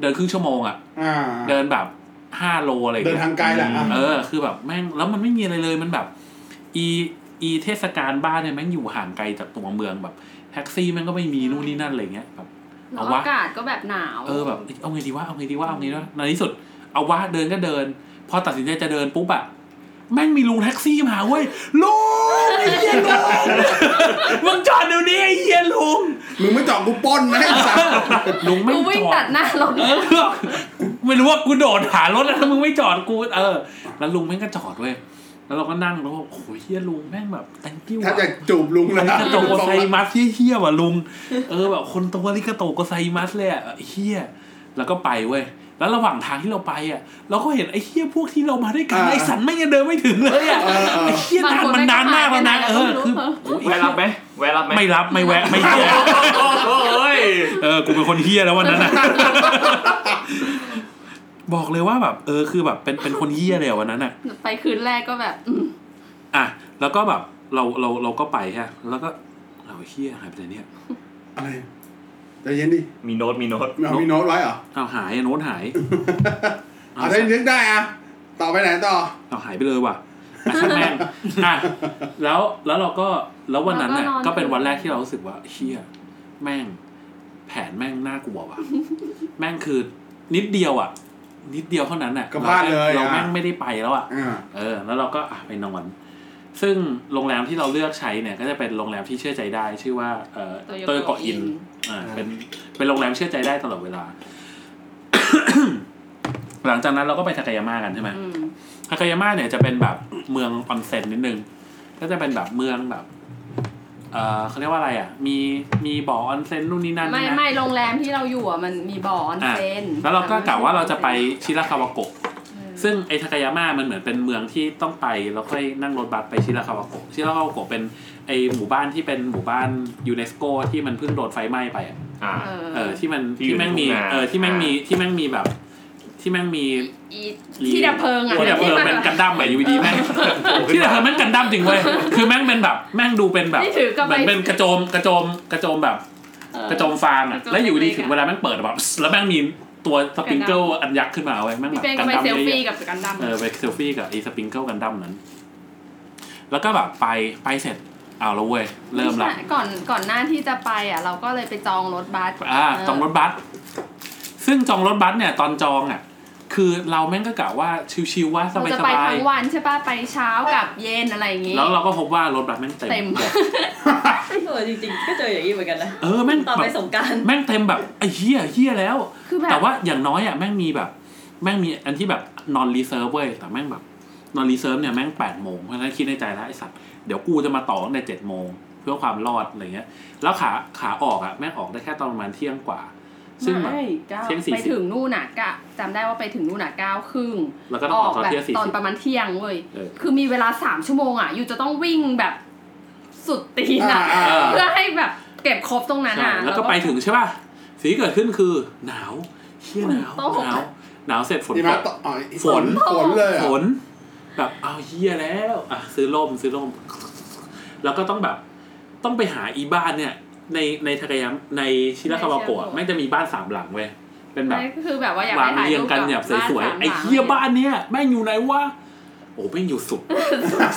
Speaker 2: เดินครึ่งชั่วโมงอะ
Speaker 1: อ่า
Speaker 2: เดินแบบห้าโลอะไรอย่
Speaker 1: เดิน
Speaker 2: เงี้ย
Speaker 1: ทางไกลแหละอ่ะ
Speaker 2: เออ คือแบบแม่งแล้วมันไม่มีอะไรเลยมันแบบ อี อีเทศกาลบ้านเนี่ยแม่งอยู่ห่างไกลจากตัวเมืองแบบ แท็กซี่แม่งก็ไม่มีนู่นนี่นั่นอะไรเงี้ยแบบ
Speaker 4: แล้ว
Speaker 2: เอาวะ
Speaker 4: อากาศก็แบบหนาว
Speaker 2: เออแบบเอาไงดีวะเอาไงดีวะเอาไงดีวะในที่สุด เอาวะเดินก็เดิน พอตัดสินใจจะเดินปุ๊บอะแม่งมีลุงแท็กซี่มาเว้ยลุงไอ้เหี้ยลุง มึงจอดเดี๋ยวนี้ไอ้เหี้ยลุง
Speaker 1: มึงไม่จอดกูปล้นนะไอ้สัส
Speaker 2: ลุงไม่
Speaker 4: กูวิ่ง
Speaker 2: จอ
Speaker 4: ตั
Speaker 2: ด
Speaker 4: ดหน้ารถ
Speaker 2: เอ อกูไม่รู้ว่ากูโดดหารถแล้วถ้ามึงไม่จอดกู เออ แล้วลุงแม่งก็จอดเว้ยแล้วเราก็นั่งแล้วก็โอ้ยเฮียลุงแม่งแบบ thank you
Speaker 1: ถ้า
Speaker 2: อะ
Speaker 1: จะจูบลุง
Speaker 2: อา
Speaker 1: แล้ว
Speaker 2: ริ
Speaker 1: นะ
Speaker 2: กาโตโกไซมัสเฮี้ยเฮี้ยว่ะลุง เออแบบคนตัวอาริกาโตโกไซมัสเลยอะเฮี้ยแล้วก็ไปเว้ยแล้วระหว่างทางที่เราไปอ่ะ เราก็เห็นไอ้เฮี้ยพวกที่เรามาด้วยกันไอ้สันไม่งยังเดินไม่ถึงเลยอ่ะ
Speaker 1: เออเออ
Speaker 2: ไอ้เฮี้ยนานมันนานมากแล้วนะเออคือโอ้ย
Speaker 7: แวะรับไหมแวะรับไหม
Speaker 2: ไม่รับไม่แวะไม่เฮี้ย
Speaker 7: โอ้โหเอ้ย
Speaker 2: เออกูเป็นคนเฮี้ยแล้ววันนั้นอะ บอกเลยว่าแบบเออคือแบบเป็นเป็นคนเยี่ยเลยอะวันนั้นอ่ะ
Speaker 4: ไปคืนแรกก็แบบอืม
Speaker 2: อ่ะแล้วก็แบบเราเราเราก็ไปฮะ แล้วก็เราเฮี้ยหายไปไหนเนี่ย
Speaker 1: อะไรใจเย็นดิ
Speaker 7: มีโน้ตมีโน้ต
Speaker 1: เอามีโน้ตไว้เหรอ
Speaker 2: เอาหายอะโน้ตหาย
Speaker 1: เอาได้นึกได้อะต่อไปไหนต่อ
Speaker 2: เอาหายไปเลย ว่ะอ่ะช่างแม่งอ่ะแล้วแล้วเราก็แล้ววันนั้นน่ะก็เป็นวันแรกที่เรารู้สึกว่าเฮี้ยแม่ง แผนแม่งน่ากลัวว่ ะแม่งคือนิดเดียวอ่ะ นิดเดียวเท่านั้นน่ะ
Speaker 1: กลับบ้านเลย
Speaker 2: เราแม่ง
Speaker 1: อ่ะ
Speaker 2: ไม่ได้ไปแล้วอ่ะ
Speaker 1: อ่า
Speaker 2: เออแล้วเราก็อ่ะไปนอน ซึ่งโรงแรมที่เราเลือกใช้เนี่ย ก็จะเป็นโรงแรมที่เชื่อใจได้ ชื่อว่าเอ่อโตโยโกอินอ่าเป็นเป็นโรงแรมเชื่อใจได้ตลอดเวลา หลังจากนั้นเราก็ไปทากายาม่ากันใช่ไหม
Speaker 4: อืม
Speaker 2: ทากายาม่าเนี่ยจะเป็นแบบเมืองออนเซ็นนิดนึง ก็จะเป็นแบบเมืองแบบ เออเขาเรียกว่าอะไรอ่ะ มีมีบ่อออนเซ็นนู่นนี่นั่น
Speaker 4: ไม่
Speaker 2: ใช่ห
Speaker 4: ไม่โรงแรมที่เราอยู่อ่ะมันมีบ่อออน
Speaker 2: อ่ะ
Speaker 4: เซน
Speaker 2: แล้วเราก็กะว่าเราจะไปชิราคาวาโกะ
Speaker 4: เออ
Speaker 2: ซึ่งไอทากายาม่ามันเหมือนเป็นเมืองที่ต้องไปแล้วค่อยนั่งรถบัสไปชิราคาวาโกะชิราคาวาโกะเป็นไอหมู่บ้านที่เป็นหมู่บ้านยูเนสโกที่มันเพิ่งโดนไฟไหม้ไปอะ
Speaker 7: อ่า
Speaker 4: เออ
Speaker 2: เออที่มัน
Speaker 7: ที่
Speaker 2: ที่แม่งมี
Speaker 7: อยู่ในทุ่งนา
Speaker 2: เออที่แม่งมีที่แม่งมีแบบ ที่แม่งมี
Speaker 4: อีที่ดับเพลิงอ่ะ
Speaker 2: ที่ดับเพลิง
Speaker 4: ที่
Speaker 2: เป็น
Speaker 4: มัน
Speaker 2: กันดั้มแบบยูดีแม่งที่ดับเพลิงแม่งกันดั้มจริงเว้ยคือแม่งเป็นแบบแม่งดูเป็นแบบ
Speaker 4: ที่ถือกลับ
Speaker 2: เห
Speaker 4: ไป
Speaker 2: มือนเป็นกระโจมกระโจมกระโจมแบบ
Speaker 4: เออ
Speaker 2: กระโจมฟางอ่ะ
Speaker 4: กระโจม
Speaker 2: แล้วอยู่ดี
Speaker 4: เล็ก
Speaker 2: ถึง
Speaker 4: อะ
Speaker 2: เวลาแม่งเปิดแบบแล้วแม่งมีตัวสปริงเกิลอันยักษ์ขึ้นมาเว้ยแม่งแบ
Speaker 4: พี่
Speaker 2: บ
Speaker 4: เป้ง
Speaker 2: กั
Speaker 4: ก็
Speaker 2: น
Speaker 4: ไป
Speaker 2: ดั้ม
Speaker 4: เซล
Speaker 2: เยอะๆ
Speaker 4: ฟี่กับกันดั้ม
Speaker 2: เออไปเซลฟี่กับไอ้สปริงเกิลกันดั้มนั้น แล้วก็แบบไปไปเสร็จเอาแล้วเว้ย เริ่มละ
Speaker 4: ไใช่ก่อนก่อนหน้าที่จะไปอ่ะ เราก็เลยไปจองรถบัส
Speaker 2: อ่า
Speaker 4: เ
Speaker 2: จองรถบัส ซึ่งจองรถบัสเนี่ย ตอนจองอ่ะ คือเราแม่งก็กะว่าชิวๆว่าส
Speaker 4: เราจะไป
Speaker 2: บาย
Speaker 4: ทั้งวันใช่ป่ะไปเช้ากับเย็นอะไรอย่างงี้
Speaker 2: ๆ แล้วเราก็พบว่ารถบัสแม่งเต็ม
Speaker 4: เต็ม
Speaker 2: แบบ
Speaker 3: เออจริงๆก็เจออย่างนี้เหมือนกันนะ
Speaker 2: เออแม่ง
Speaker 3: ตอน
Speaker 2: แบ
Speaker 3: ไป
Speaker 2: บ
Speaker 3: สงกราร
Speaker 2: แม่งเต็มแบบไอ้เหี้ยเหี้ยแล้ว
Speaker 4: คือแบบ
Speaker 2: แต่ว่าอย่างน้อยอ่ะแม่งมีแบบ แม่งมีอันที่แบบนอนรีเซิร์ฟเว้ยแต่แม่งแบบนอนรีเซิร์ฟเนี่ยแม่งแปดโมงเพราะฉะนั้นคิดในใจแล้วไอ้สัตว์เดี๋ยวกูจะมาต่อตั้งแต่เจ็ดโมงเพื่อความรอดอะไรเงี้ย แล้วขาขาออกอ่ะแม่งออกได้แค่ตอนประมาณเที่ยงกว่า ซึ่งแบบ
Speaker 4: ไม่เก้า
Speaker 2: เที่ยง40
Speaker 4: ไปถึงนู่นน่ะกะจำได้ว่าไปถึงนู่นน่ะเก้าครึ่ง
Speaker 2: แล้วก็ต้องออกตอน
Speaker 4: แบบ
Speaker 2: เที่ยงสี่
Speaker 4: ตอน
Speaker 2: สิบ
Speaker 4: ประมาณเที่ยงเว้ย
Speaker 2: เออ
Speaker 4: คือมีเวลาสามชั่วโมงอ่ะอยู่จะต้องวิ่งแบบสุดตีนอ่ะ
Speaker 1: อ่า
Speaker 4: เพื่อให้แบบเก็บครบตรงนั้น
Speaker 2: ใช่
Speaker 4: อ่ะ
Speaker 2: แล้วก็ไปถึงใช่ป่ะสิ่งที่เกิดขึ้นคือหนาวเฮี้ยหนาวหนาวหนาวเสร็จฝน
Speaker 1: หิ
Speaker 2: ต
Speaker 1: มะ
Speaker 2: ก
Speaker 1: ต่ออ๋อ
Speaker 2: ฝ
Speaker 1: ฝ
Speaker 2: น
Speaker 1: นฝนเลยเหรอ่ะ
Speaker 2: ฝนแบบเอาเฮียแล้วอ่ะซื้อร่มซื้อร่ม แล้วก็ต้องแบบต้องไปหาอีบ้านเนี่ย ในในทากายามในชิราคาวาโกะแม่งจะมีบ้านสามหลังเว้ยเป็นแบบ
Speaker 4: นั่นก็คือแบบว่าอยาก
Speaker 2: วาง
Speaker 4: ไปถ่าย
Speaker 2: เรียง
Speaker 4: รูป
Speaker 2: กั
Speaker 4: กัน บ
Speaker 2: แบบสวยๆ
Speaker 4: บ้านามหลัง
Speaker 2: ไอ้เฮียบ้านเนี่ยแม่งอยู่ไหนวะโอ้แม่งอยู่สุ ด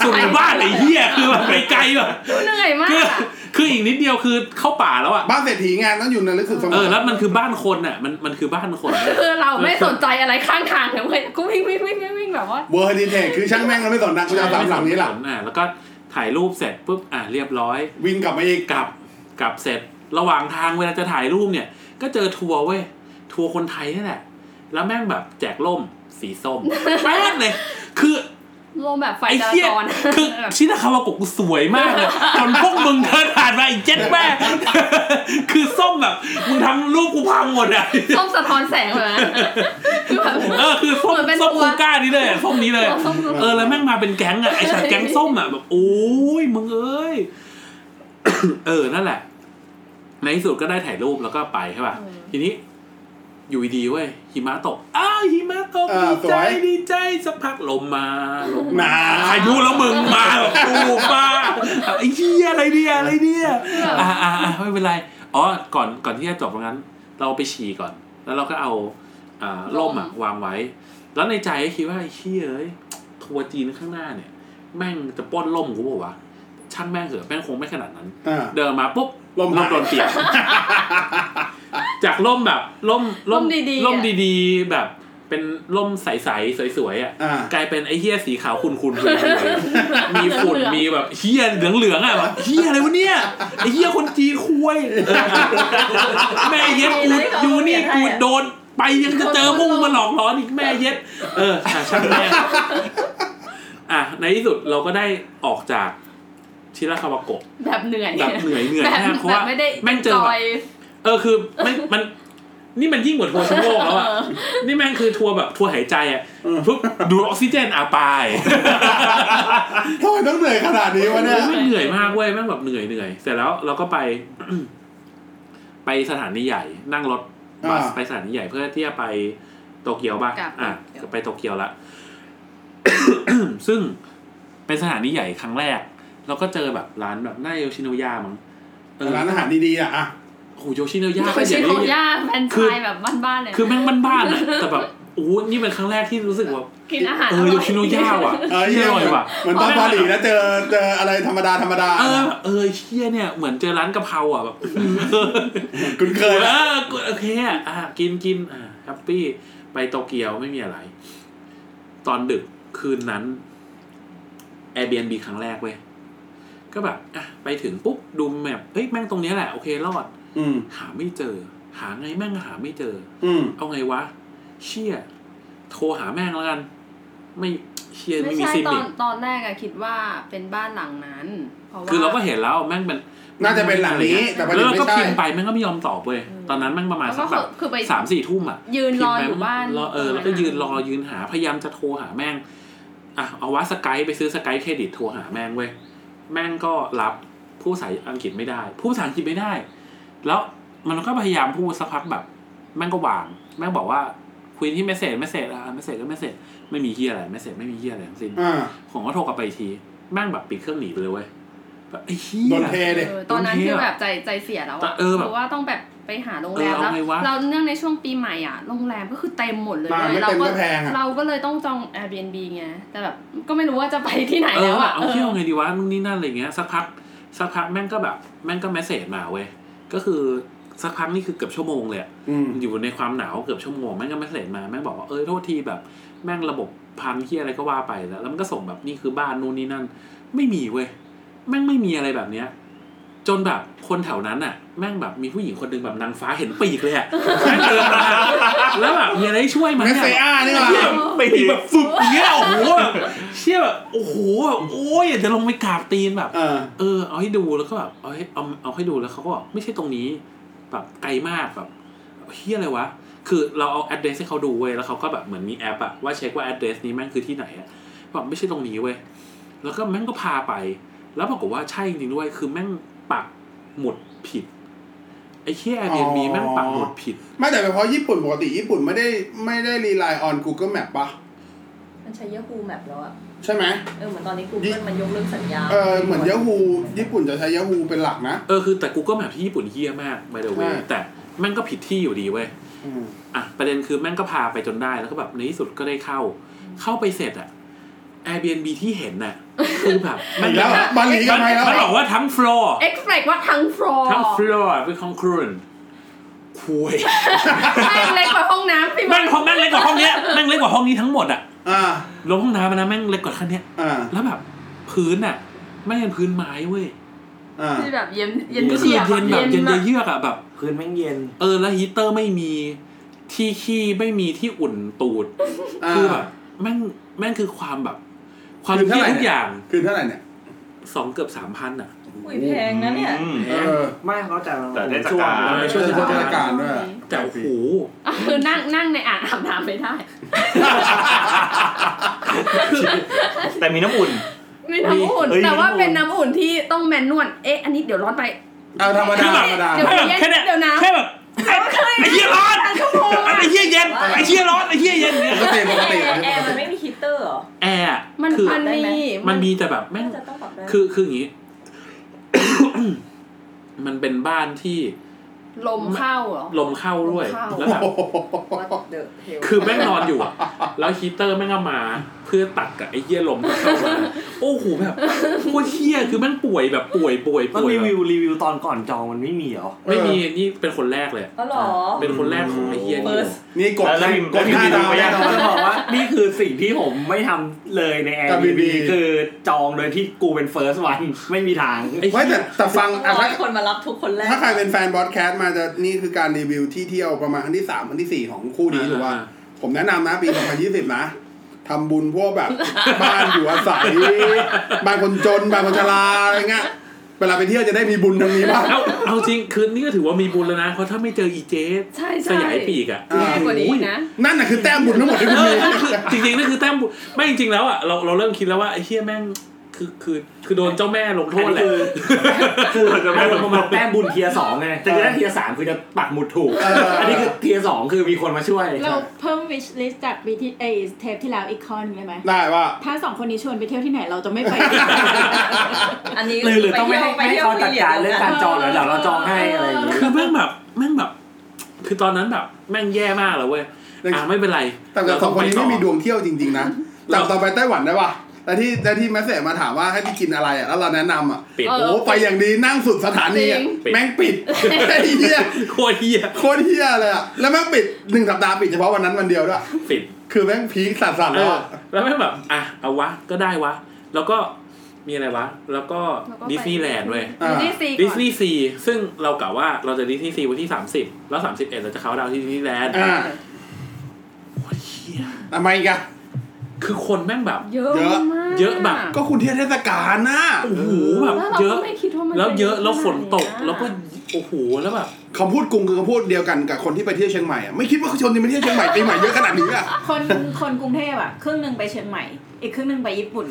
Speaker 2: สุดหมู่บ้านไอ้เฮียคือแบบไปไกลแบบ
Speaker 4: เหนื่อยมา
Speaker 2: คือก
Speaker 4: อะ
Speaker 2: คืออีกนิดเดียวคือเข้าป่าแล้วอ่ะ
Speaker 1: บ้านเศรษฐีไงานต้องอยู่ในลึกสุดเสม
Speaker 2: เอ
Speaker 1: อ
Speaker 2: อแล้วมันคือบ้านคนอ่ะมันมันคือบ้านคนเว้ย
Speaker 4: คือเราไม่สนใจอะไรข้างทางเลยเว้ยกูวิ่งวิ่งวิ่งวิ่งวิ่งแบบว่า
Speaker 1: เวอร์ดีเทคคือช่างแม่งเราไม่สนนะกูจะเอาสามหลังนี้หลัง
Speaker 2: อ่าแล้วก็ถ่ายรูปเสร็จปุ๊บอ่ะเรียบร้อย
Speaker 1: วิ่งกลับมาอีก
Speaker 2: กลับกลับเสร็จระหว่างทางเวลาจะถ่ายรูปเนี่ย ก็เจอทัวร์เว้ยทัวร์คนไทยนี่แหละ แล้วแม่งแบบแจกล่มสีส้ม แป๊ดเลยคือ
Speaker 4: ลมแบบไฟ
Speaker 2: ไอ้
Speaker 4: จรา
Speaker 2: เหี้ย
Speaker 4: จร
Speaker 2: คือชินาคาวาโกะกูสวยมากเลยจนพวกมึงเดินผ่านมาไอ้เจ็ดแม่ คือส้มแบบมึงทำรูปกูพังหมดอ่ะ
Speaker 4: ส้มสะท้อนแสงเลยนะคือแบบ
Speaker 2: เออคือส้ม
Speaker 4: เหมือนเป็น
Speaker 2: ส้ม
Speaker 4: ทัว
Speaker 2: คู
Speaker 4: ร์
Speaker 2: ก้านี่เลยอะส้มนี้เลย
Speaker 4: ส้มสะ
Speaker 2: เอ
Speaker 4: ท้อน
Speaker 2: อแล้วแม่งมาเป็นแก๊งอะไอสัตว์แก๊งส้มอะแบบโอ้ยมึงเอ้ย เออนั่นแหละ ในที่สุดก็ได้ถ่ายรูปแล้วก็ไปใช่ป่ะ ทีนี้ อยู่ดีๆเว้ยหิมะตก อ้าวหิมะตกดีใจดีใจสักพักลมมาลม
Speaker 1: หนา
Speaker 2: พายุแล้วมึงมาแบบกูมาแบบไอ้เหี้ยอะไรเนี่ยอะไรเนี่ยอ่าอ่าไม่เป็นไรอ๋อก่อนก่อนที่จะจบตรงนั้น เราไปฉี่ก่อน แล้วเราก็เอาอ่าล่มอ่ะวางไว้ แล้วในใจก็คิดว่าไอ้เหี้ยเอ้ยทัวร์จีนข้างหน้าเนี่ย แม่งจะปล้นล่มกูบอกว่าวะ ช่างแม่งเหอะแม่งคงไม่ขนาดนั้น
Speaker 1: อ่า
Speaker 2: เดินมาปุ๊บ
Speaker 1: ร่มหาย
Speaker 2: โดนเปียก จากร่มแบบร่ม
Speaker 4: ร่มดีๆอะ
Speaker 2: ร่มดีๆ แบบเป็นร่มใสๆสวยๆอ่ะ
Speaker 1: อ่าก
Speaker 2: ลายเป็นไอ้เหี้ยสีขาวคุณคุณมี ฝุ่นมีแบบเหี้ยเหลืองๆอ่ะแบบเหี้ยอะไรวะเนี่ยไอ้เหี้ยคนจีนคุย เออแม่เย็ดกูอยู่นี่กูโดนไปยังจะเจอพวกมึงมาหลอกหลอนอีกแม่เย็ด เอออ่ะช่างแม่งอ่ะในที่สุดเราก็ได้ออกจากชิราคาวาโกะ
Speaker 4: แบบเหนื่อย
Speaker 2: แบบเหนื่อยเหนื่อย
Speaker 4: แบบ
Speaker 2: มากเพราะ
Speaker 4: แบบ
Speaker 2: ว่า
Speaker 4: ไม่ได้
Speaker 2: แม่งเจอ
Speaker 4: จ
Speaker 2: แบ
Speaker 4: อบ ย
Speaker 2: เออคือแม่งมัน นี่มันยิ่งกว่าทัวร์ชั่วโมงแล้วอ่ะ
Speaker 4: เออ
Speaker 2: นี่แม่งคือทัวร์แบบทัวร์หายใจอ่ะปุ๊บดูดออกซิเจนอาปาย
Speaker 1: ทำไมต้องเหนื่อยขนาดนี้วะเนี่ย
Speaker 2: แม่งเหนื่อยมากเว้ยแม่งแบบเหนื่อยเหนื่อยเสร็จแล้วเราก็ไป ไปสถานีใหญ่นั่งรถบัส
Speaker 1: อ่า
Speaker 2: ไปสถานีใหญ่เพื่อที่จะไปโตเกียวบ้าง
Speaker 4: กลับ
Speaker 2: อ่ะ
Speaker 4: โตเกียว
Speaker 2: ไปโตเกียวละ ซึ่งเป็นสถานีใหญ่ครั้งแรก เราก็เจอแบบร้านแบบหน้าโยชิโนยามั้งเออ
Speaker 1: ร้านอาหารดีๆอ่ะอ่ะ
Speaker 2: โอ้โหโยชิโนย่า
Speaker 4: ค
Speaker 2: ก็
Speaker 4: น
Speaker 2: อ
Speaker 4: ช
Speaker 2: ย่า
Speaker 4: ื่อง โค
Speaker 2: นี้
Speaker 4: ย่าแฟรน
Speaker 2: คือ
Speaker 4: ไชายแบบบ้านๆเลย
Speaker 2: คือแม่งบ้านๆนะแต่แบบโอ้โหนี่เป็นครั้งแรกที่รู้สึกว่า
Speaker 4: กินอาหาร
Speaker 2: เออโยชิโนย่าว่ะ
Speaker 1: เออ
Speaker 2: เชี่
Speaker 1: เยี่
Speaker 2: ย
Speaker 1: ย
Speaker 2: อ
Speaker 1: ม
Speaker 2: ร่อยว่ะ
Speaker 1: เหมือนตอนพาหลีแล้วเจอเจออะไรธรรมดาธรรมดา
Speaker 2: เออเออเชี่ยเนี่ยเหมือนเจอร้านกะเพราอ่ะแบบ
Speaker 1: คุ้นเค
Speaker 2: เอย อ
Speaker 1: นะ
Speaker 2: โอเคอ่ะอ่ะกินกินอ่ะแฮปปี้ไปโตเกียวไม่มีอะไร ตอนดึกคืนนั้น Airbnb ครั้งแรกเว้ยก็แบบอ่ะไปถึงปุ๊บดูแมพเฮ้ยแม่งตรงเนี้ยแหละโอเครอด
Speaker 1: อืม
Speaker 2: หาไม่เจอ หาไงแม่งหาไม่เจอ
Speaker 1: อืม
Speaker 2: เอาไงวะ เชี่ย โทรหาแม่งแล้วกัน ไม่เชี่ย
Speaker 4: ไม่
Speaker 2: ไม่มี
Speaker 4: ใช่
Speaker 2: ซิม
Speaker 4: ตอ
Speaker 2: อี
Speaker 4: น
Speaker 2: ก
Speaker 4: ตอนแรกอะคิดว่าเป็นบ้านหลังนั้น เพราะว่า
Speaker 2: คือเราก็เห็นแล้วแม่งเป็น
Speaker 1: น่าจะเป็นหลังนี้ แต่ประ
Speaker 2: แล้
Speaker 1: เด็
Speaker 2: วน เรา
Speaker 1: ไม่
Speaker 2: ก็
Speaker 1: ใช่
Speaker 2: พิมพ์ไปแม่งก็ไม่ยอมตอบเว้ย ตอนนั้นแม่งประมาณ
Speaker 4: แล้ว
Speaker 2: สั
Speaker 4: ก็
Speaker 2: กแบบ
Speaker 4: คือไป
Speaker 2: สามสี่ทุ่มอ่ะ
Speaker 4: ยืนรออยู่บ้าน
Speaker 2: รอเออ แล้วก็ยืนรอยืนหา พยายามจะโทรหาแม่ง อ่ะ เอาวะสกายไปซื้อสกายเครดิตโทรหาแม่งเว้ย แม่งก็รับพูดภาษาอังกฤษไม่ได้ พูดภาษาอังกฤษไม่ได้ แล้วมันก็พยายามพูดสักพักแบบ แม่งก็วาง แม่งบอกว่าคุยที่เมสเซจเมสเซจอ่ะเมสเซจก็เมสเซจไม่มีเฮียอะไรเมสเซจไม่มีเฮียอะไรทั้งสิ้น
Speaker 1: อ่า
Speaker 2: ผมก็โทรกลับไปอีกที แม่งแบบปิดเครื่องหนีไปเลยเว้ยแบบไอ้เฮี
Speaker 1: โดน
Speaker 2: ย
Speaker 1: เทเด็ก
Speaker 4: เออตอนนั้นคือแบบใจใจเสียแล้วอะ
Speaker 2: เออแบบ
Speaker 4: เพราะว่าต้องแบบไปหาโรงแรม
Speaker 2: เออ
Speaker 4: แล้ว
Speaker 2: เอาไงวะ
Speaker 4: เราเนื่องในช่วงปีใหม่อ่ะโรงแรมก็คือเต็มหมดเลย
Speaker 1: บ้านไม่
Speaker 4: เรา
Speaker 1: เต็ม
Speaker 4: ก็
Speaker 1: ก็แพงอะ
Speaker 4: เราก็เลยต้องจอง Airbnb ไงแต่แบบก็ไม่รู้ว่าจะไปที่ไหน
Speaker 2: เอ
Speaker 4: แล้
Speaker 2: อ
Speaker 4: ว
Speaker 2: แบบ
Speaker 4: อะ
Speaker 2: เอา
Speaker 4: เออ
Speaker 2: เที่ยวไงดีวะนู่นนี่นั่นอะไรเงี้ยสักพักสักพักแม่งก็แบบแม่งก็เมสเซจมาเว้ยก็คือสักพักนี่คือเกือบชั่วโมงเลยอะ
Speaker 1: อืม
Speaker 2: อยู่ในความหนาวเกือบชั่วโมงแม่งก็เมสเซจมาแม่งบอกว่าเออโทษทีแบบ แม่งระบบพังเฮียอะไรก็ว่าไปแล้ว แล้วมันก็ส่งแบบนี่คือบ้านนู่นนี่นั่น ไม่มีเว้ยแม่งไม่มีอะไรแบบเนี้ย จนแบบคนแถวนั้นอ่ะ แม่งแบบมีผู้หญิงคนหนึ่งแบบนางฟ้าเห็นปีกเลยอ่ะ แม่งเดินมาแล้วแบบมีอะไรให้ช่วยไหม
Speaker 1: เมสเซ
Speaker 2: อะ
Speaker 1: อานี่ว่ะ
Speaker 2: ไปตีแบบฝึกอย่างเงี้ยโอ้โหแบบเชี่ยแบบโอ้โหโอ้ยอยากจะลงไปกราบตีนแบบ
Speaker 1: เออ
Speaker 2: เออ เอาให้ดูแล้วก็แบบเอาให้เอาเอาให้ดูแล้วเขาก็บอกไม่ใช่ตรงนี้ แบบไกลมากแบบเฮียอะไรวะ คือเราเอา address ให้เขาดูเว้ยแล้วเขาก็แบบเหมือนมีแอปอะว่าเช็คว่า address นี้แม่งคือที่ไหนอะแบบไม่ใช่ตรงนี้เว้ยแล้วก็แม่งก็พาไป แล้วปรากฏว่าใช่จริงด้วยคือแม่งปักหมุดผิดไอ้เฮีย Airbnb
Speaker 1: อ๋อ
Speaker 2: แม่งปักหมุดผิด
Speaker 1: ไม่แต่เป็นเพราะญี่ปุ่นปกติญี่ปุ่นไม่ได้ไม่ได้รีไลน์ออน Google Map ปะ
Speaker 3: มันใช้ Yahoo Map แล้วอะ
Speaker 1: ใช่ไหม
Speaker 3: เออเหมือนตอนนี้
Speaker 1: ยิ่
Speaker 3: Google
Speaker 1: ง
Speaker 3: มันยกเลิกสัญญา
Speaker 1: เออเหมือนย a ฮูญี่ปุ่นจะใช้ย a ฮูเป็นหลักนะ
Speaker 2: เออคือแต่ Google Map ที่ญี่ปุ่นเฮี้ยมาก by the way
Speaker 1: ใช่
Speaker 2: แต่แม่งก็ผิดที่อยู่ดีเว้ย
Speaker 1: อืม
Speaker 2: อ่ะ ประเด็นคือแม่งก็พาไปจนได้แล้วก็แบบในที่สุดก็ได้เข้า เข้าไปเสร็จอะ Airbnb ที่เห็นน่ะ คือแบบ
Speaker 1: มาอีกแล้ว
Speaker 4: มัน
Speaker 1: บาหลีกันไปแล้ว
Speaker 2: มันบอกว่าทั้ง floor
Speaker 4: expect ว่าทั้งฟลอร์
Speaker 2: ทั้ง floor เป็นของครูนคุย
Speaker 4: แม่งเล็กกว่าห้องน้ำพี่บอ
Speaker 2: แม่
Speaker 4: ล
Speaker 2: งห้องแม่งเล็กกว่าห้องเนี้ยแม่งเล็กกว่าห้องนี้ทั้งหมดอะ
Speaker 1: อ่า
Speaker 2: ลงห้องน้ำมานะแม่งเล็กกว่าคันเนี้ย
Speaker 1: อ่า
Speaker 2: แล้วแบบพื้นอะแม่งเป็นพื้นไม้เว้ย
Speaker 1: อ่า
Speaker 4: ที่แบบเย็นเย็น
Speaker 2: ก็คือ
Speaker 4: เฉียบ
Speaker 2: เย็นแบบเย็น
Speaker 4: อะ
Speaker 2: เยือกอะแบบ
Speaker 7: พื้นแม่งเย็น
Speaker 2: เออแล้วฮีตเตอร์ไม่มีที่ขี้ไม่มีที่อุ่นตูด
Speaker 1: อ่า
Speaker 2: คือแบบแม่งแม่งคือความแบบ ความ
Speaker 1: คือ
Speaker 2: เที่
Speaker 1: เท่าไหร่
Speaker 2: ทุกอย่าง
Speaker 1: คือเท่าไหร่เนี่ย
Speaker 2: สองเกือบสามพันอ่ะ
Speaker 3: อุ้ยแพงนะเนี่ย
Speaker 8: อืม
Speaker 1: เออ
Speaker 7: ไม่เขาแต่
Speaker 8: แต่เทศ
Speaker 7: ช่ว
Speaker 8: กาง ล
Speaker 1: ไม่
Speaker 2: ช่
Speaker 1: ช่
Speaker 2: ว
Speaker 1: วยย
Speaker 2: เท
Speaker 1: เท
Speaker 2: ศ
Speaker 1: ศ
Speaker 2: กา
Speaker 1: การ ลด้วย
Speaker 2: แต่โอ้โห
Speaker 4: คือนั่งนั่งในอ่างอาบน้ำไม่ได้
Speaker 8: แต่มีน้ำอุ่น
Speaker 4: มีน้ำอุ่น
Speaker 8: เฮ้ย
Speaker 4: แต่ว่า
Speaker 8: น้ำอุ่น
Speaker 4: เป็นน้ำอุ่นที่ต้องแมนนวล เอ๊ะ อันนี้เดี๋ยวร้อนไป
Speaker 1: เอาธรรมดาธรรมดา
Speaker 4: เดี๋ยว
Speaker 2: แค่แบบ
Speaker 4: เย็น
Speaker 2: แค่เนี้ย
Speaker 4: เดี๋ยวนะ
Speaker 2: แค่แบบไอ้เหี้ยร้อนไอ้เหี้ยเย็นไอ้เหี้ยร้อนไอ้เหี้ยเย็นเนี่ย
Speaker 1: ปกติปกติ
Speaker 3: แอร์มันไม่มีฮีตเตอร์เหรอ
Speaker 2: แอร์อะ
Speaker 4: มัน
Speaker 2: คือ
Speaker 4: มันมี
Speaker 2: มันมีแต่แบบแม่ง
Speaker 3: น่าจะต้องปรับได้
Speaker 2: คือคืออย่างงี้ มันเป็นบ้านที่
Speaker 4: ลมเข้าเหรอ
Speaker 2: ลมเข้าด้วย
Speaker 4: ลมเข้า
Speaker 2: แล้วแบบ
Speaker 3: What the hell
Speaker 2: คือแม่งนอนอยู่อะแล้วฮีตเตอร์แม่งก็มา พ พื่อตัดกับไอ้เหี้ยลมที่เข้ามาโอ้โหแบบโคตรเหี้ยคือมันป่วยแบบป่วยป่วย
Speaker 7: มัน
Speaker 2: ป่วยแบ
Speaker 7: รีวิ
Speaker 2: บ
Speaker 7: วรีวิวตอนก่อนจองมันไม่มีเหรอ
Speaker 2: ไม่มีนี่เป็นคนแรกเลย
Speaker 9: ก็หรอ
Speaker 2: เป็นคนแรกของไอ้เหี้ยนี่
Speaker 9: First
Speaker 1: นี่กด
Speaker 7: แล้วมี
Speaker 1: กดห้าดาว
Speaker 7: แล้
Speaker 1: แน่
Speaker 7: วนมี
Speaker 1: อน
Speaker 7: จะบอกว่า นี่คือสิ่งที่ผมไม่ทำเลยในแอร์
Speaker 1: Airbnb
Speaker 7: คือจองโดยที่กูเป็นเฟิร์สวัน ไม่มีทาง
Speaker 1: ไม่แต่แต่ฟัง
Speaker 9: ต้อง
Speaker 1: อ่ะ
Speaker 9: ร้อ
Speaker 1: ถ้าย
Speaker 9: คนมารับทุกคนแรก
Speaker 1: ถ้าใครเป็นแฟนบอสแคสต์มาจะนี่คือการรีวิวที่เที่ยวประมาณอันที่สามอันที่สี่ของคู่นี้หรือว่า
Speaker 2: อ่า
Speaker 1: ผมแนะนำ นะปี 2020 นะทำบุญพวกแบบ บ้านอยู่อาศัยบ้านคนจนบ้านคนชราอะไรเงี้ยเวลาไปเที่ยวจะได้มีบุญตรงนี้บ้าง
Speaker 2: เอาเอาจริงคืนนี้ก็ถือว่ามีบุญแล้วนะเพราะถ้าไม่เจออีเจส
Speaker 4: ใช่ใช่
Speaker 2: สยายปีกอะ
Speaker 1: อ่า
Speaker 4: แย่กว่านี้อีกนะ
Speaker 1: นั่นน่ะคือแต้มบุญทั้งหมดที่คุ
Speaker 2: เอ
Speaker 1: ณมี
Speaker 2: อนั่นคือจริงๆนั่นคือแต้มบุญไม่จริงๆแล้วอ่ะเราเราเริ่มคิดแล้วว่าไอ้เฮียแม่งคือคือคือโดนเจ้าแม่ลงโท
Speaker 7: อัน
Speaker 2: ษ
Speaker 7: นี้
Speaker 2: แหละ
Speaker 7: คือคือ
Speaker 2: มันจะไม่
Speaker 7: อารมณ์ประมาณแต้มบุญเทียร์สองไงแต่คือถ้าเทียร์สามคือจะปักหมุดถูก
Speaker 1: เอออั
Speaker 7: อันนี้คือเทียร์สองคือมีคนมาช่วย
Speaker 3: เราเพิ่ม wish list จากปีที่เอยเทปที่แล้วอีกข้อหนึงได้ไหม
Speaker 1: ได้ว่า
Speaker 3: ถ้าสองคนนี้ชวนไปเที่ยวที่ไหนเราจะไม่ไป
Speaker 9: อันนี้
Speaker 7: หรือหรือต้องไม่ให้
Speaker 9: ป
Speaker 7: ไม่ให้
Speaker 9: ที่ยว
Speaker 7: เขาจัดการเรื่องการจองหรือเดี๋ยวเราจองให้อะไรอย่างงี้
Speaker 2: คือแม่งแบบแม่งแบบ คือตอนนั้นแบบแม่งแย่มากเลยเว้ยอ่ะไม่เป็นไร
Speaker 1: แต่แต่สองคนนี้
Speaker 2: เรา
Speaker 1: ไม่
Speaker 2: ป
Speaker 1: มีด
Speaker 2: ต่
Speaker 1: วงเที่ยวจริง ๆ นะจำตอนไปไต้หวันได้ป่ะแต่ที่แต่ที่แมสเซจมาถามว่าให้ไปกินอะไรอ่ะแล้วเราแนะนำอ่ะ
Speaker 2: ปิด
Speaker 4: เอ
Speaker 1: โอ้ไปอย่างดีนั่งสุดสถานีอ่ะ
Speaker 2: ปิด
Speaker 1: แม่งปิดไอ้เหี้ย
Speaker 2: โคตรเฮีย
Speaker 1: โคตรเหี้ยเลยอ่ะแล้วแม่งปิดหนึ่งสัปดาห์ปิดเฉพาะวันนั้นวันเดียวด้วย
Speaker 2: ปิด
Speaker 1: คือแม่งพีคสัสๆ
Speaker 2: เอ
Speaker 1: แล้ว
Speaker 2: อ
Speaker 1: อ่ะ
Speaker 2: แล้วแม่งแบบอ่ะเอาวะก็ได้วะ แล้วก็มีอะไรวะ แล้วก็
Speaker 4: แล้วก็ไป
Speaker 2: ดิสนีย์แลนด์เว้ย
Speaker 4: ดิสนีย์ซี
Speaker 2: ดิ
Speaker 4: ก่
Speaker 2: ส
Speaker 4: อน
Speaker 2: นีย์ซีซึ่งเรากะว่าเราจะดิสนีย์ซีวันที่ 30 แล้ว 31 เราจะเข้าน์ดาวน์ที่ดิสนีย์แลนด์
Speaker 1: อ่า
Speaker 2: โอ้ยเหี้ย
Speaker 1: ทำไมอีกัน
Speaker 2: คือคนแม่งแบบ
Speaker 4: เยอะ
Speaker 1: เยอะ
Speaker 4: มาก
Speaker 2: เยอะแบบ
Speaker 1: ก็คุณเที่ยวเทศกาลนะ
Speaker 2: โอ้โหแบบ
Speaker 4: แล้วเรา
Speaker 2: เย
Speaker 4: ก็
Speaker 2: อะ
Speaker 4: ไม่คิดว่ามัน
Speaker 2: แล้วเยอะ
Speaker 4: จ
Speaker 2: แล้วฝนตก
Speaker 4: ขาด
Speaker 2: แล้วก็
Speaker 4: เ
Speaker 2: โอ้โหแล้วแบบ
Speaker 1: คำพูดกรุงคือคำพูดเดียวกันกับคนที่ไปเที่ยวเชียงใหม่อ่ะไม่คิดว่าชนจะไปเที่ยวเชียงใหม่ปีใหม่เยอะขนาดนี้อ่ะ
Speaker 3: คนคนกรุงเทพอ่ะ ครึ่งหนึ่งไปเชียงใหม่ อีกครึ่งหนึ่งไปญี่ปุ่น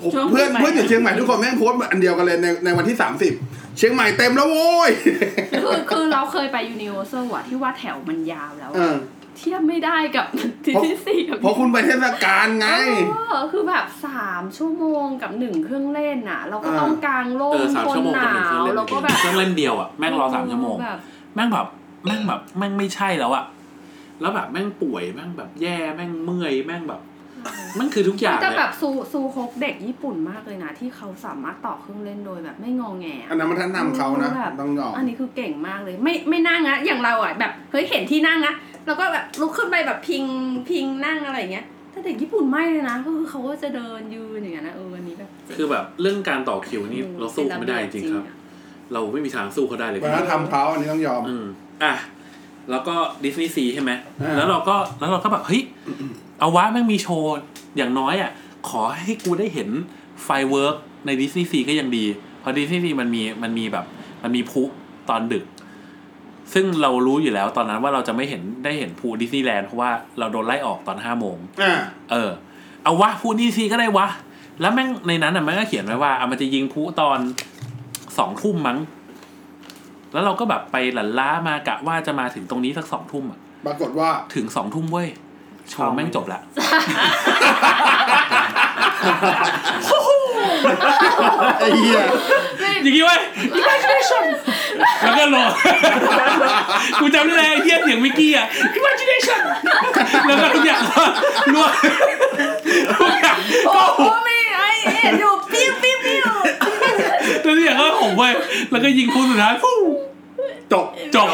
Speaker 1: ผม
Speaker 3: ช่วงปี
Speaker 1: เพื่อน
Speaker 3: ใหม่
Speaker 1: เพื่อนอยู่เชียงใหม่ทุกคนแม่งโพสต์อันเดียวกันเลยในในวันที่ 30 เชียงใหม่เต็มแล้วโว้ย
Speaker 4: ยอะคือคือเราเคยไปยูนิเวอร์แซลอะที่ว่าแถวมันยาวแล้ว
Speaker 1: เอ
Speaker 4: อะ
Speaker 1: อ
Speaker 4: เทียบไม่ได้กับ ดิสนีย์ซีกับ
Speaker 1: เพราะคุณไปเทศกาลไง
Speaker 4: เออคือแบบสามชั่วโมงกับหนึ่งเครื่องเล่นอ่ะ เราก็ต้องกางโล่
Speaker 2: เอง อสาม
Speaker 4: ทน
Speaker 2: ชั่วโมง
Speaker 4: ห
Speaker 2: กับ
Speaker 4: นา
Speaker 2: หนึ่งเครื่องเล่น
Speaker 4: วแล้วก็แบบ
Speaker 2: เครื่องเล่นเดียวอ่ะแม่งรอสามชั่วโมง
Speaker 4: แบบ
Speaker 2: แม่งแบบแม่งแบบแม่งไม่ใช่แล้วอ่ะแล้วแบบแม่งป่วยแม่งแบบแย่แม่งเมื่อยแม่งแบบแมันคือทุกอย่าง
Speaker 4: จะ
Speaker 2: เลย
Speaker 4: แบบซูซูฮกเด็กญี่ปุ่นมากเลยนะ ที่เขาสามารถต่อเครื่องเล่นโดยแบบไม่งอแงอะ
Speaker 1: อันนั้นมันท่านนำเขานะ
Speaker 4: แบบ
Speaker 1: ต้องยอม
Speaker 4: อันนี้คือเก่งมากเลย ไม่ไม่นั่งนะอย่างเราอ่ะแบบเฮ้ยเห็นที่นั่งนะแล้วก็แบบลุกขึ้นไปแบบพิงพิงนั่งอะไรอย่างเงี้ยแต่เด็กญี่ปุ่นไม่เลยนะก็คือเขาก็จะเดินยืนอย่างเงี้ยนะเอออันนี้แบบ
Speaker 2: คือแบบเรื่องการต่อคิวนี่เราสู้ไม่ได้จริงๆครับ
Speaker 4: อะ
Speaker 2: เราไม่มีทางสู้เขาได้เลย
Speaker 1: วัฒนธรรมเขาอันนี้ต้องยอม
Speaker 2: อืมอ่ะแล้วก็ดิสนีย์ซีใช่ไหม
Speaker 1: อ่า
Speaker 2: แล้วเราก็แล้วเราก็แบบเฮ้ยเอาวะแม่งมีโชว์อย่างน้อยอ่ะขอให้กูได้เห็นไฟเวิร์กในดิสนีย์ซีก็ยังดีเพราะดิสนีย์ซีมันมีมันมีแบบ มันมีพลุตอนดึก ซึ่งเรารู้อยู่แล้วตอนนั้นว่าเราจะไม่เห็นได้เห็นพลุดิสนีย์แลนด์เพราะว่าเราโดนไล่ออกตอนห้าโมง
Speaker 1: อ่า
Speaker 2: เออ เอาวะพูดนี่ซีก็ได้วะ แล้วแม่งในนั้นอ่ะแม่งก็เขียนไว้ว่าอ่ะมันจะยิงพลุตอนสองทุ่มมั้ง แล้วเราก็แบบไปหลันล้ามากะว่าจะมาถึงตรงนี้สักสองทุ่มอ่ะ
Speaker 1: ปรากฏว่า
Speaker 2: ถึงสองทุ่มเว้ยโชว์แม่งจบละ
Speaker 1: ไอ้เหี้ย
Speaker 2: อย่างงี้เว้ย imagination แล้วก็รอ กูจำได้เลยไอ้เฮี้ยเสียงวิกกี้อ่ะ imagination แล้วก็ทุกอย่างก็ล่วงทุกอย่าง
Speaker 4: โอ้โหไม่ไอ้เอ็ดอยู่ปิ้วปิ้วปิ้ว
Speaker 2: ทุกอย่างก็ผมเว้ยแล้วก็ยิงพลุสุดท้ายฟู่
Speaker 1: จบ
Speaker 2: จบ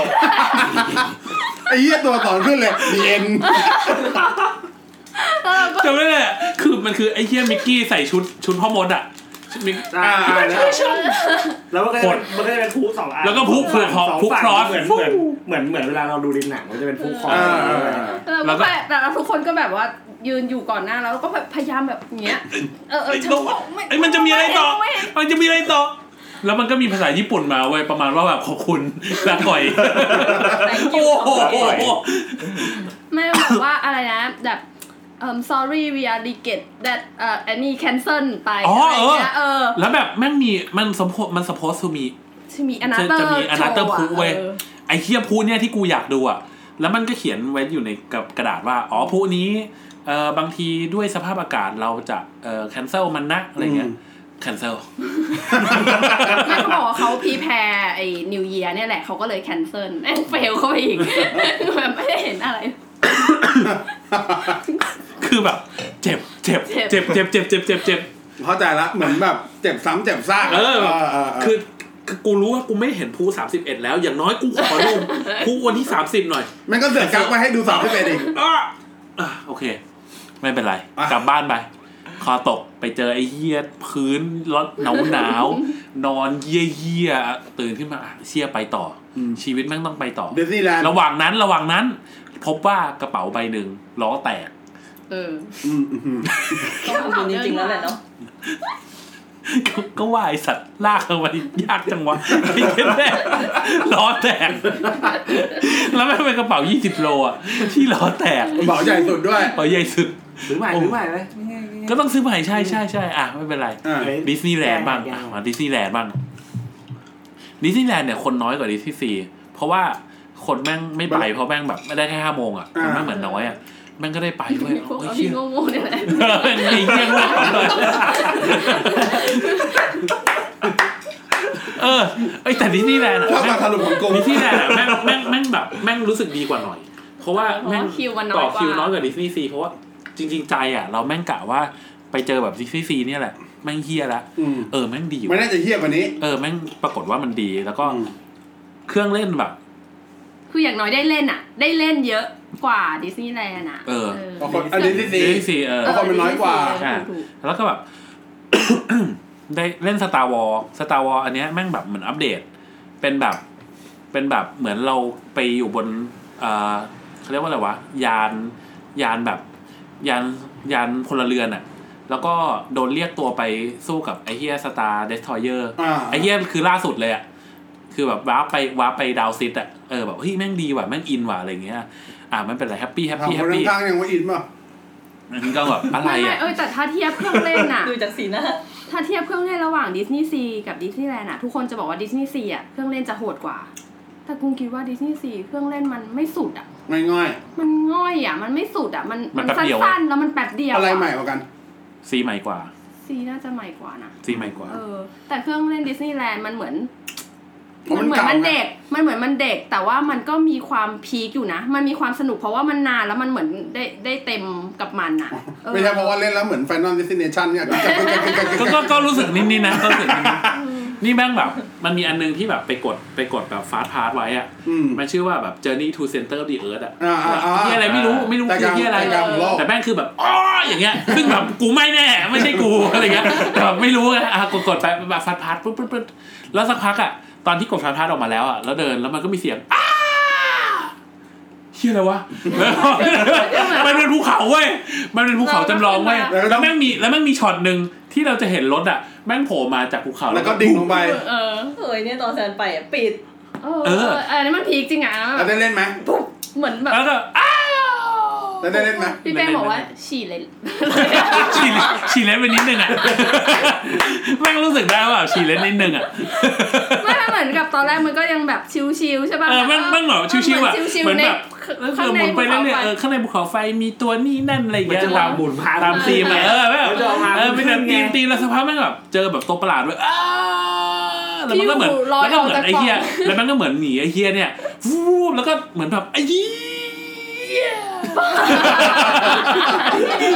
Speaker 1: ไอ้เหี้ยตัวต่อขึ้นเลยดี เอ็น
Speaker 2: จำได้เลยอะคือมันคือไอ้เฮียมิกกี้ใส่ชุดชุดพ่อมดอ่ะชุดมิก
Speaker 7: อ่า
Speaker 1: อ่าแล้ว
Speaker 7: แล้วมันก็จะเป็
Speaker 2: ก
Speaker 7: น
Speaker 2: ด
Speaker 7: มันก็จะเป็นพูสองอัน
Speaker 2: แล้วก็พูเผื่อขอ
Speaker 7: สง
Speaker 2: พู
Speaker 7: ฝั่ง
Speaker 2: ครอส
Speaker 7: เหมือนเหมือนเหมือนเหมือนเวลาเราดูในหนังมันจะเป็นพูครอส
Speaker 1: อ่าอ่า
Speaker 7: อะไรอย่างเงี้ย
Speaker 1: อ่า
Speaker 4: แล้ว
Speaker 2: แล้
Speaker 4: ก็
Speaker 2: วก็
Speaker 4: แบบแต่ทุกคนก็แบบว่ายืนอยู่ก่อนหน้าแล้วก็แบบพยายามแบบอย่างเงี้ยเออเออ
Speaker 2: ไอ้
Speaker 4: ฉัน
Speaker 2: โตะ
Speaker 4: บอก
Speaker 2: ไอ้มันจะมีอะไรต่อ
Speaker 4: ม่เห็น
Speaker 2: มันจะมีอะไรต่อ แล้วมันก็มีภาษาญี่ปุ่นมาเว้ยประมาณว่าแบบขอบคุณลาก่อยโอ้โห
Speaker 4: ไม่แบบว่าอะไรนะแบบเอ่อ sorry we are regret that เอ่อ any cancel ไปอะไรอย่างเงี้ยเออ
Speaker 2: แล้วแบบแม่งมีมันสมโพมันสปอสทูมี
Speaker 4: จะมีอนาเตอ
Speaker 2: จะ
Speaker 4: ร์
Speaker 2: มี Another
Speaker 4: โชะ
Speaker 2: Proof เว้ย
Speaker 4: ออ
Speaker 2: ไอ้เฮียพูเนี่ยที่กูอยากดูอ่ะ แล้วมันก็เขียนไว้อยู่ในกับกระดาษว่า อ๋อพูนี้เอ่อบางทีด้วยสภาพอากาศเราจะเอ่อ cancel มันนะอะไรเงี้ย cancel
Speaker 4: แม่เขาบอกว่าเขาพีแพร์ไอ้นิวเยียเนี่ยแหละเขาก็เลยแคนเซิลแม่ งเฟลเข้าไปอีกแบบไม่ได้เห็นอะไร
Speaker 2: คือแบบ เจ็บเจ็บเจ็บเจ็บเจ็บเจ็บเจ็บเจ็บ
Speaker 1: เข้าใจละเหมือนแบบเจ็บซ้ำเจ็บซาก
Speaker 2: เออ
Speaker 1: เเ
Speaker 2: คือคือกูรู้ว่ากูไม่เห็นภูสามสิบเอ็ดแล้ว อย่างน้อยกูขอลงภูวันที่สามสิบหน่อย
Speaker 1: แมันก็เสือกกักไว้ให้ดูสาวที่เป็นอีก
Speaker 2: อ่ะอ่ะโอเค ไม่เป็นไร
Speaker 1: อ่ะ
Speaker 2: กลับบ้านไป คอตกไปเจอไอ้เหี้ยพื้นร้อนหนาว หนาวๆนอนเหี้ยเหี้ยๆตื่นขึ้นมาอ่ะเชี่ยไปต่ออชีวิตแม่งต้องไปต่อ
Speaker 1: เดสนี่แลนด์
Speaker 2: ระหว่างนั้นระหว่างนั้น พบว่ากระเป๋าใบหนึ่งล้อแตก
Speaker 4: เออ
Speaker 1: อืมอืมอืม
Speaker 3: ต้องทำบุญจริงๆแล้วแหละเนาะ
Speaker 2: ก็ ก็ว่าไอสัตว์ลากเข้าไปยากจังวะ ไอ้เหี้ยแม่งล้อแตก แล้วแม่งเป็นกระเป๋า 20 โลอ่ะที่ล้อแตก
Speaker 1: กระเป๋าใหญ่สุดด้วย
Speaker 2: เป๋าใหญ่สุด
Speaker 7: ซื้อใหม่ซื้อใหม่ไหมง่ายๆ
Speaker 2: ก็ต้องซื้อใหม่ใช่ใช่ใช่อ่ะไม่เป็นไร
Speaker 1: อ่า
Speaker 7: เฮ้ย
Speaker 2: ดิสนีย์แลนด์บ้าง
Speaker 7: ยัง
Speaker 2: อ่ะมาดิสนีย์แลนด์บ้างดิสนีย์แลนด์เนี่ยคนน้อยกว่าดิสนีย์ซีเพราะว่าคนแม่งไม่ไปเพราะแม่งแบบไม่ได้แค่ห้าโมงอ่ะคนแม่งเหมือนน้อยอ่ะแม่งก็ได้ไปเว้ย
Speaker 4: พวก
Speaker 2: โอ้ย
Speaker 4: เอา
Speaker 2: เชี่
Speaker 4: ที่
Speaker 2: ย
Speaker 4: โง่ๆเนี่ยแหละ
Speaker 2: เออไอ้เหี้ยง่วงเลยเออไอยแต่ดิสนีย์แลนด์
Speaker 1: ชอ
Speaker 2: อ่ะ
Speaker 1: บการถลุมของกู
Speaker 2: ดิสนีย์แลนด์อ่ะแม่งแม่งแม่งแบบแม่งรู้สึกดีกว่าหน่อย เพราะว่าแม่ง
Speaker 4: เพราะว่าคิวมันน้อย
Speaker 2: ต่อก
Speaker 4: ว่า
Speaker 2: คิวน้อยกว่าดิสนีย์ซีเพราะว่าจริง ๆ ใจอ่ะ เราแม่งกะว่าไปเจอแบบดิสนีย์ซีเนี่ยแหละแม่งเฮียละ
Speaker 1: อืม
Speaker 2: เออแม่งดีว่ะ
Speaker 1: มันน่าจะเฮี้ยกว่านี้
Speaker 2: เออแม่งปรากฏว่ามันดีแล้วก็
Speaker 1: อืม
Speaker 2: เครื่องเล่นแบบ
Speaker 4: คืออย่างน้อยได้เล่นอ่ะ ได้เล่นเยอะกว่าดิสนีย์แลนด์อ่ะ
Speaker 2: เออ
Speaker 1: บางคนอันนี้ที่สี่
Speaker 2: ดีสิเออ
Speaker 1: เพราะคนมันน้อยกว่า
Speaker 4: เออถูก
Speaker 2: แล้วก็แบบ ได้เล่นสตาร์วอลสตาร์วอลอันเนี้ยแม่งแบบเหมือนอัปเดต เป็นแบบ เป็นแบบเหมือนเราไปอยู่บนเอ่อเขาเรียกว่าอะไรวะ ยานยานแบบ ยานยานพลเรือนอะแล้วก็โดนเรียกตัวไปสู้กับไอเฮียสตาร์เดสทอยเออร์
Speaker 1: อ่า
Speaker 2: ไอ้เหี้ยคือล่าสุดเลยอ่ะ คือแบบว้าร์ปไปว้าร์ปไปดาวซิตอ่ะ เออแบบเฮ้ยแม่งดีว่ะแม่งอินว่ะอะไรเงี้ย อ่ะมันเป็นไรแฮปปี้แฮป
Speaker 1: ถาม
Speaker 2: ปี้
Speaker 1: ค
Speaker 2: แฮป
Speaker 1: น
Speaker 2: ปี้
Speaker 1: ข้างๆยังว่าอินป่ะ
Speaker 2: มันก็แบบอะไร
Speaker 4: ไม่ไม่
Speaker 2: อ่ะ
Speaker 4: เออแต่ถ้าเทียบเครื่องเล่นอ่ะ
Speaker 3: ดูจากสีหน้า
Speaker 4: ถ้าเทียบเครื่องเล่นระหว่างดิสนีย์ซีกับดิสนีย์แลนด์อ่ะ ทุกคนจะบอกว่าดิสนีย์ซีอ่ะเครื่องเล่นจะโหดกว่า แต่กุงคิดว่าดิสนีย์ซีเครื่องเล่นมันไม่สุดอ่ะ
Speaker 1: ง่าย
Speaker 4: มันง่อยอ่ะ มันไม่สุดอ่ะ มัน
Speaker 2: มันแป๊บ
Speaker 4: สั
Speaker 2: เดียว
Speaker 4: ้นๆแล้วมันแป๊บเดีย
Speaker 1: ๆ
Speaker 4: ว
Speaker 1: อะไรใหม่กว่ากัน
Speaker 2: ซีใหม่กว่า
Speaker 4: ซีน่าจะใหม่กว่านะ
Speaker 2: ซีใหม่กว่า
Speaker 4: เออ แต่เครื่องเล่นดิสนีย์แลนด์มันเหมือน
Speaker 1: เพราะ
Speaker 4: มั
Speaker 1: มัน น
Speaker 4: เห
Speaker 1: เก่า
Speaker 4: มือนมัน
Speaker 1: ไง
Speaker 4: เด็ก มันเหมือนมันเด็ก แต่ว่ามันก็มีความพีคอยู่นะ มันมีความสนุกเพราะว่ามันนานแล้วมันเหมือนได้ได้เต็มกับมันอ่ะออ
Speaker 1: ไม่ใช่เพราะว่าเล่นแล้วเหมือน Final Destination เนี่ยกึกกักกึกกักกึกกักกึก
Speaker 2: ก็
Speaker 1: กัก
Speaker 2: ก็ก็รู้สึกนิดนี่นะก็รู้สึกนิดนี่นี่แม่งแบบ มันมีอันนึงที่แบบไปกดไปกดแบบฟาสต์พาสไว้อ่ะ
Speaker 1: อืม
Speaker 2: มันชื่อว่าแบบ Journey to Center of the Earth อ่ะ
Speaker 1: อ่าอ่าอ่า
Speaker 2: เหียอะไรไม่รู้ไม่รู้
Speaker 1: แต่
Speaker 2: คื
Speaker 1: กลา
Speaker 2: อ
Speaker 1: ง
Speaker 2: เหียอะไร
Speaker 1: แต่กลางของโลก
Speaker 2: แต่แม่งคือแบบอ๋ออย่างเงี้ย ซึ่งแบบกูไม่แน่ ไม่ใช่กูอะไรเงี้ยแต่แบบไม่รู้ไงอ่ะกดกดไปแบบฟัดพัดปุ๊บปุ๊บปุ๊บแล้วสักพักอ่ะ ตอนที่กดฟัดพัดออกมาแล้วอ่ะ แล้วเดินแล้วมันก็มีเสียงอ้าเฮียอะไรวะแล้วมันเป็นภูเขาเว้ย มันเป็นภูเขาจำลองเว้ย แล้วแม่งมีแล้วแม่งมีช็อตหนึ่งที่เราจะเห็นรถอ่ะ แม่งโผล่มาจากภูเขา
Speaker 1: แล้วก็ดิ่งลงไป
Speaker 4: เออ
Speaker 3: เฮ้ยเนี่ยตอนแซนไปอ่ะปิด
Speaker 4: เออ
Speaker 2: เอ
Speaker 4: เอ
Speaker 2: อ
Speaker 4: ออันนี้มันพีคจริงอ่ะ
Speaker 1: แล้วได้เล่นไหม
Speaker 4: เหมือนแบบ
Speaker 2: แล้วก็อ้าว
Speaker 1: แล้วได้เล่นไหม
Speaker 4: พี่แป้งบอกว่าฉี่เลย
Speaker 2: ฉีดฉีดเล่นไปนิดนึงอ่ะ แม่งรู้สึกได้ว่าแบบฉีดเล่นนิดนึงอ่ะ
Speaker 4: ไม่ไม่เหมือนกับตอนแรกมันก็ยังแบบชิวๆใช่ป่ะ
Speaker 2: เออแม่งแม่งแบบชิวๆอ่ะ
Speaker 4: ชิว
Speaker 2: เหมือ
Speaker 4: ๆ
Speaker 2: น
Speaker 4: ใน
Speaker 2: แบบ
Speaker 4: ข้า
Speaker 2: เองอห
Speaker 4: ใน
Speaker 2: มุนไปเรื่อยๆ
Speaker 4: ภูขาฟ
Speaker 2: เออข้างในภูเขาไฟมีตัวนี่นั่นอะไรอย่าง
Speaker 7: มัน
Speaker 2: เงี้ย
Speaker 7: จะตา
Speaker 2: ตาม ม
Speaker 7: หมุนพา
Speaker 2: ตามซีมอะเออแม่ง
Speaker 7: แล้วจะออกมา
Speaker 2: เออไม่แต่ตี
Speaker 7: ขึ้นไง
Speaker 2: มตีมแล้วสภาพแม่งแบบเจอแบบตัวประหลาดด้วยอ้าแล้วมันก็เหมือน
Speaker 4: พี่หูลอย
Speaker 2: แล้วก็เหมือ
Speaker 4: ออกจาก
Speaker 2: นไอ้เหี้ย
Speaker 4: กล่อง
Speaker 2: แล้วมันก็เหมือนหนีไอ้เหี้ยเนี่ยวูบแล้วก็เหมือนแบบไอ้เหี้ย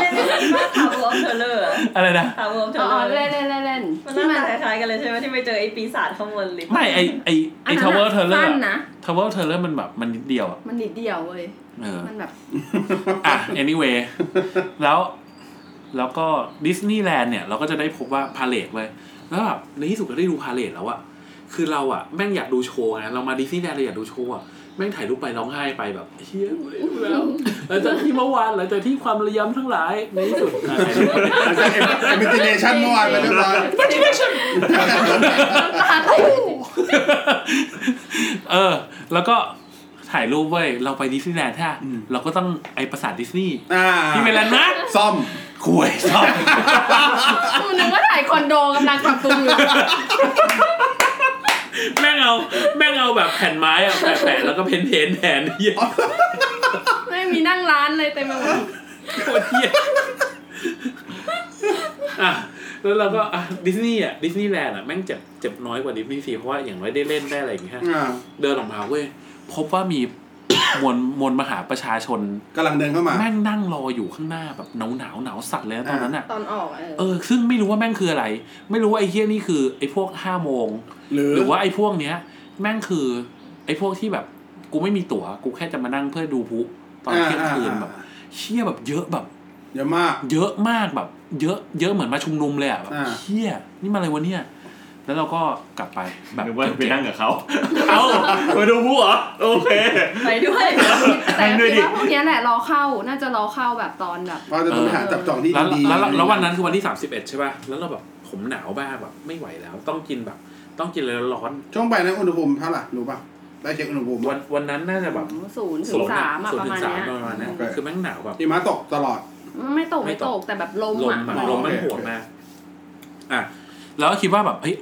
Speaker 3: เล่นเป็นบ้านถาวรเธอเลอร์
Speaker 2: อะไรนะ
Speaker 3: ถาวรเธ
Speaker 4: อ๋
Speaker 3: อ
Speaker 4: อ
Speaker 3: เลอร์
Speaker 4: เล่นเล่นเล่นเล่น
Speaker 3: มันหน้าตาคล้ายๆกันเลยใช่ไหมที่ไปเจอไอ้ปีศาจข้างบนลิฟต์
Speaker 2: ไม่ไอไอไอทาวเวอร์เทเลอ
Speaker 4: สั้
Speaker 2: ร์
Speaker 4: นนะ
Speaker 2: ทาวเวอร์เทเลอร์มันแบบมันนิดเดียวอะ
Speaker 4: มันนิดเดียวเว้ย
Speaker 2: เออ
Speaker 4: มันแบบ
Speaker 2: อ่ะ anyway แล้วแล้วก็ดิสนีย์แลนด์เนี่ย เราก็จะได้พบว่าพาเลทไว้ยแล้วแบบในที่สุดก็ได้ดูพาเลทแล้วอะคือเราอะแม่งอยากดูโชว์นะเรามาดิสนีย์แลนด์เราอยากดูโชว์อะแม่งถ่ายรูปไปร้องไห้ไปแบบเฮียกูได้ดูแล้วหลังจากที่เมื่อวานหลังจากที่ความระยำทั้งหลายในที่สุด อ่ะถ่ายรูปไป
Speaker 1: เอ็มเอ็มติเนชั่นเมื่อวานไปเรียบร้อย
Speaker 2: เออ แล้วก็ถ่ายรูปเว้ยเราไปดิสนีย์แลนด์ถ้าเราก็ต้องไอประสาทดิสนีย์
Speaker 1: อ่า
Speaker 2: ที่เป็นแลนด์มาร์ค
Speaker 1: ซ่อม
Speaker 2: คุยชอบ
Speaker 4: คุณนึกว่าถ่ายคอนโดกำลังปรับปรุงอยู่
Speaker 2: แม่งเอาแม่งเอาแบบแผ่นไม้อะแปะแปะแล้วก็เพ้นเพ้นแทนเฮีย
Speaker 4: ไม่มีนั่งร้านเลยเต็มไปหมด
Speaker 2: โคตรเฮียอ่ะแล้วเราก็อ่ะดิสนีย์อ่ะดิสนีย์แลนด์อ่ะแม่งเจ็บเจ็บน้อยกว่าดิสนีย์ซีเพราะว่าอย่างน้อยได้เล่นได้อะไรอย่างเงี้ย
Speaker 1: อ่า
Speaker 2: เดินออกมาเว้ยพบว่ามี มวลมวลมหาประชาชน
Speaker 1: กำลังเดินเข้ามา
Speaker 2: แม่งนั่งรออยู่ข้างหน้าแบบหนาวหนาวๆหนาวสัตว์เลยนะตอนนั้นอ่ะ
Speaker 4: ตอนออกอะ
Speaker 2: เออ ซึ่งไม่รู้ว่าแม่งคืออะไร ไม่รู้ว่าไอ้เฮี้ยนี่คือไอ้พวกห้าโมง
Speaker 1: หรือ
Speaker 2: หรือว่าไอ้พวกเนี้ย แม่งคือ ไอ้พวกที่แบบ กูไม่มีตั๋ว กูแค่จะมานั่งเพื่อดูพลุตอนเที่ยงคืนแบบ
Speaker 1: อ่า
Speaker 2: เชี่ยแบบเยอะแบบ
Speaker 1: เยอะมาก
Speaker 2: เยอะมากแบบ เยอะเยอะเหมือนมาชุมนุมเลยอ่ะแบบ
Speaker 1: อ่า
Speaker 2: เชี่ยนี่มาอะไรวะเนี่ย แล้วเราก็กลับไปแบบ
Speaker 7: หรือว่าไป
Speaker 2: เจ็บๆ
Speaker 7: นั่งกับเขา เอ้ามาดูผู้เหรอ โอเค
Speaker 3: ไปด้วย
Speaker 4: แต่
Speaker 7: ให้ด้
Speaker 4: คิด
Speaker 7: วยดิ
Speaker 4: ว่าพวกเนี้ยแหละรอเข้าน่าจะรอเข้าแบบตอนแบบ
Speaker 1: เราจะต้องไปหาจับจองที่
Speaker 2: แล้ว
Speaker 1: ดี
Speaker 2: แล้วแล้วแล้ววันนั้นคือวันที่ 31 ใช่ป่ะ แล้วเราแบบผมหนาวบ้ากแบบไม่ไหวแล้ว ต้องกินแบบ ต้องกินเลยร้อน
Speaker 1: ช่วงไปนั้นอุณหภูมิเท่าไหร่รู้ป่ะได้เช็คอุณหภูมิ
Speaker 2: ๆวันวันนั้นน่าจะแบบ
Speaker 4: ศูนย์ถึงสามอะ
Speaker 2: ศูน
Speaker 4: ประ
Speaker 2: ย์ถึง
Speaker 4: มาณ
Speaker 2: สาม
Speaker 4: เนี้
Speaker 2: ป
Speaker 4: ย
Speaker 2: ระมาณเนี้ยคือแม่งหนาวแบบ
Speaker 1: หิมะตกตลอด
Speaker 4: ไม่ตก
Speaker 2: ไม่
Speaker 4: ไม่
Speaker 2: ต
Speaker 4: ต
Speaker 2: ก
Speaker 4: กแต่แบบลม
Speaker 2: ลม
Speaker 4: อะ
Speaker 2: อะ
Speaker 1: หมอก
Speaker 2: ลมแม่ง
Speaker 1: โอเค
Speaker 2: โหดมากอ่ะแล้วก็คิดว่าแบบเฮ้ย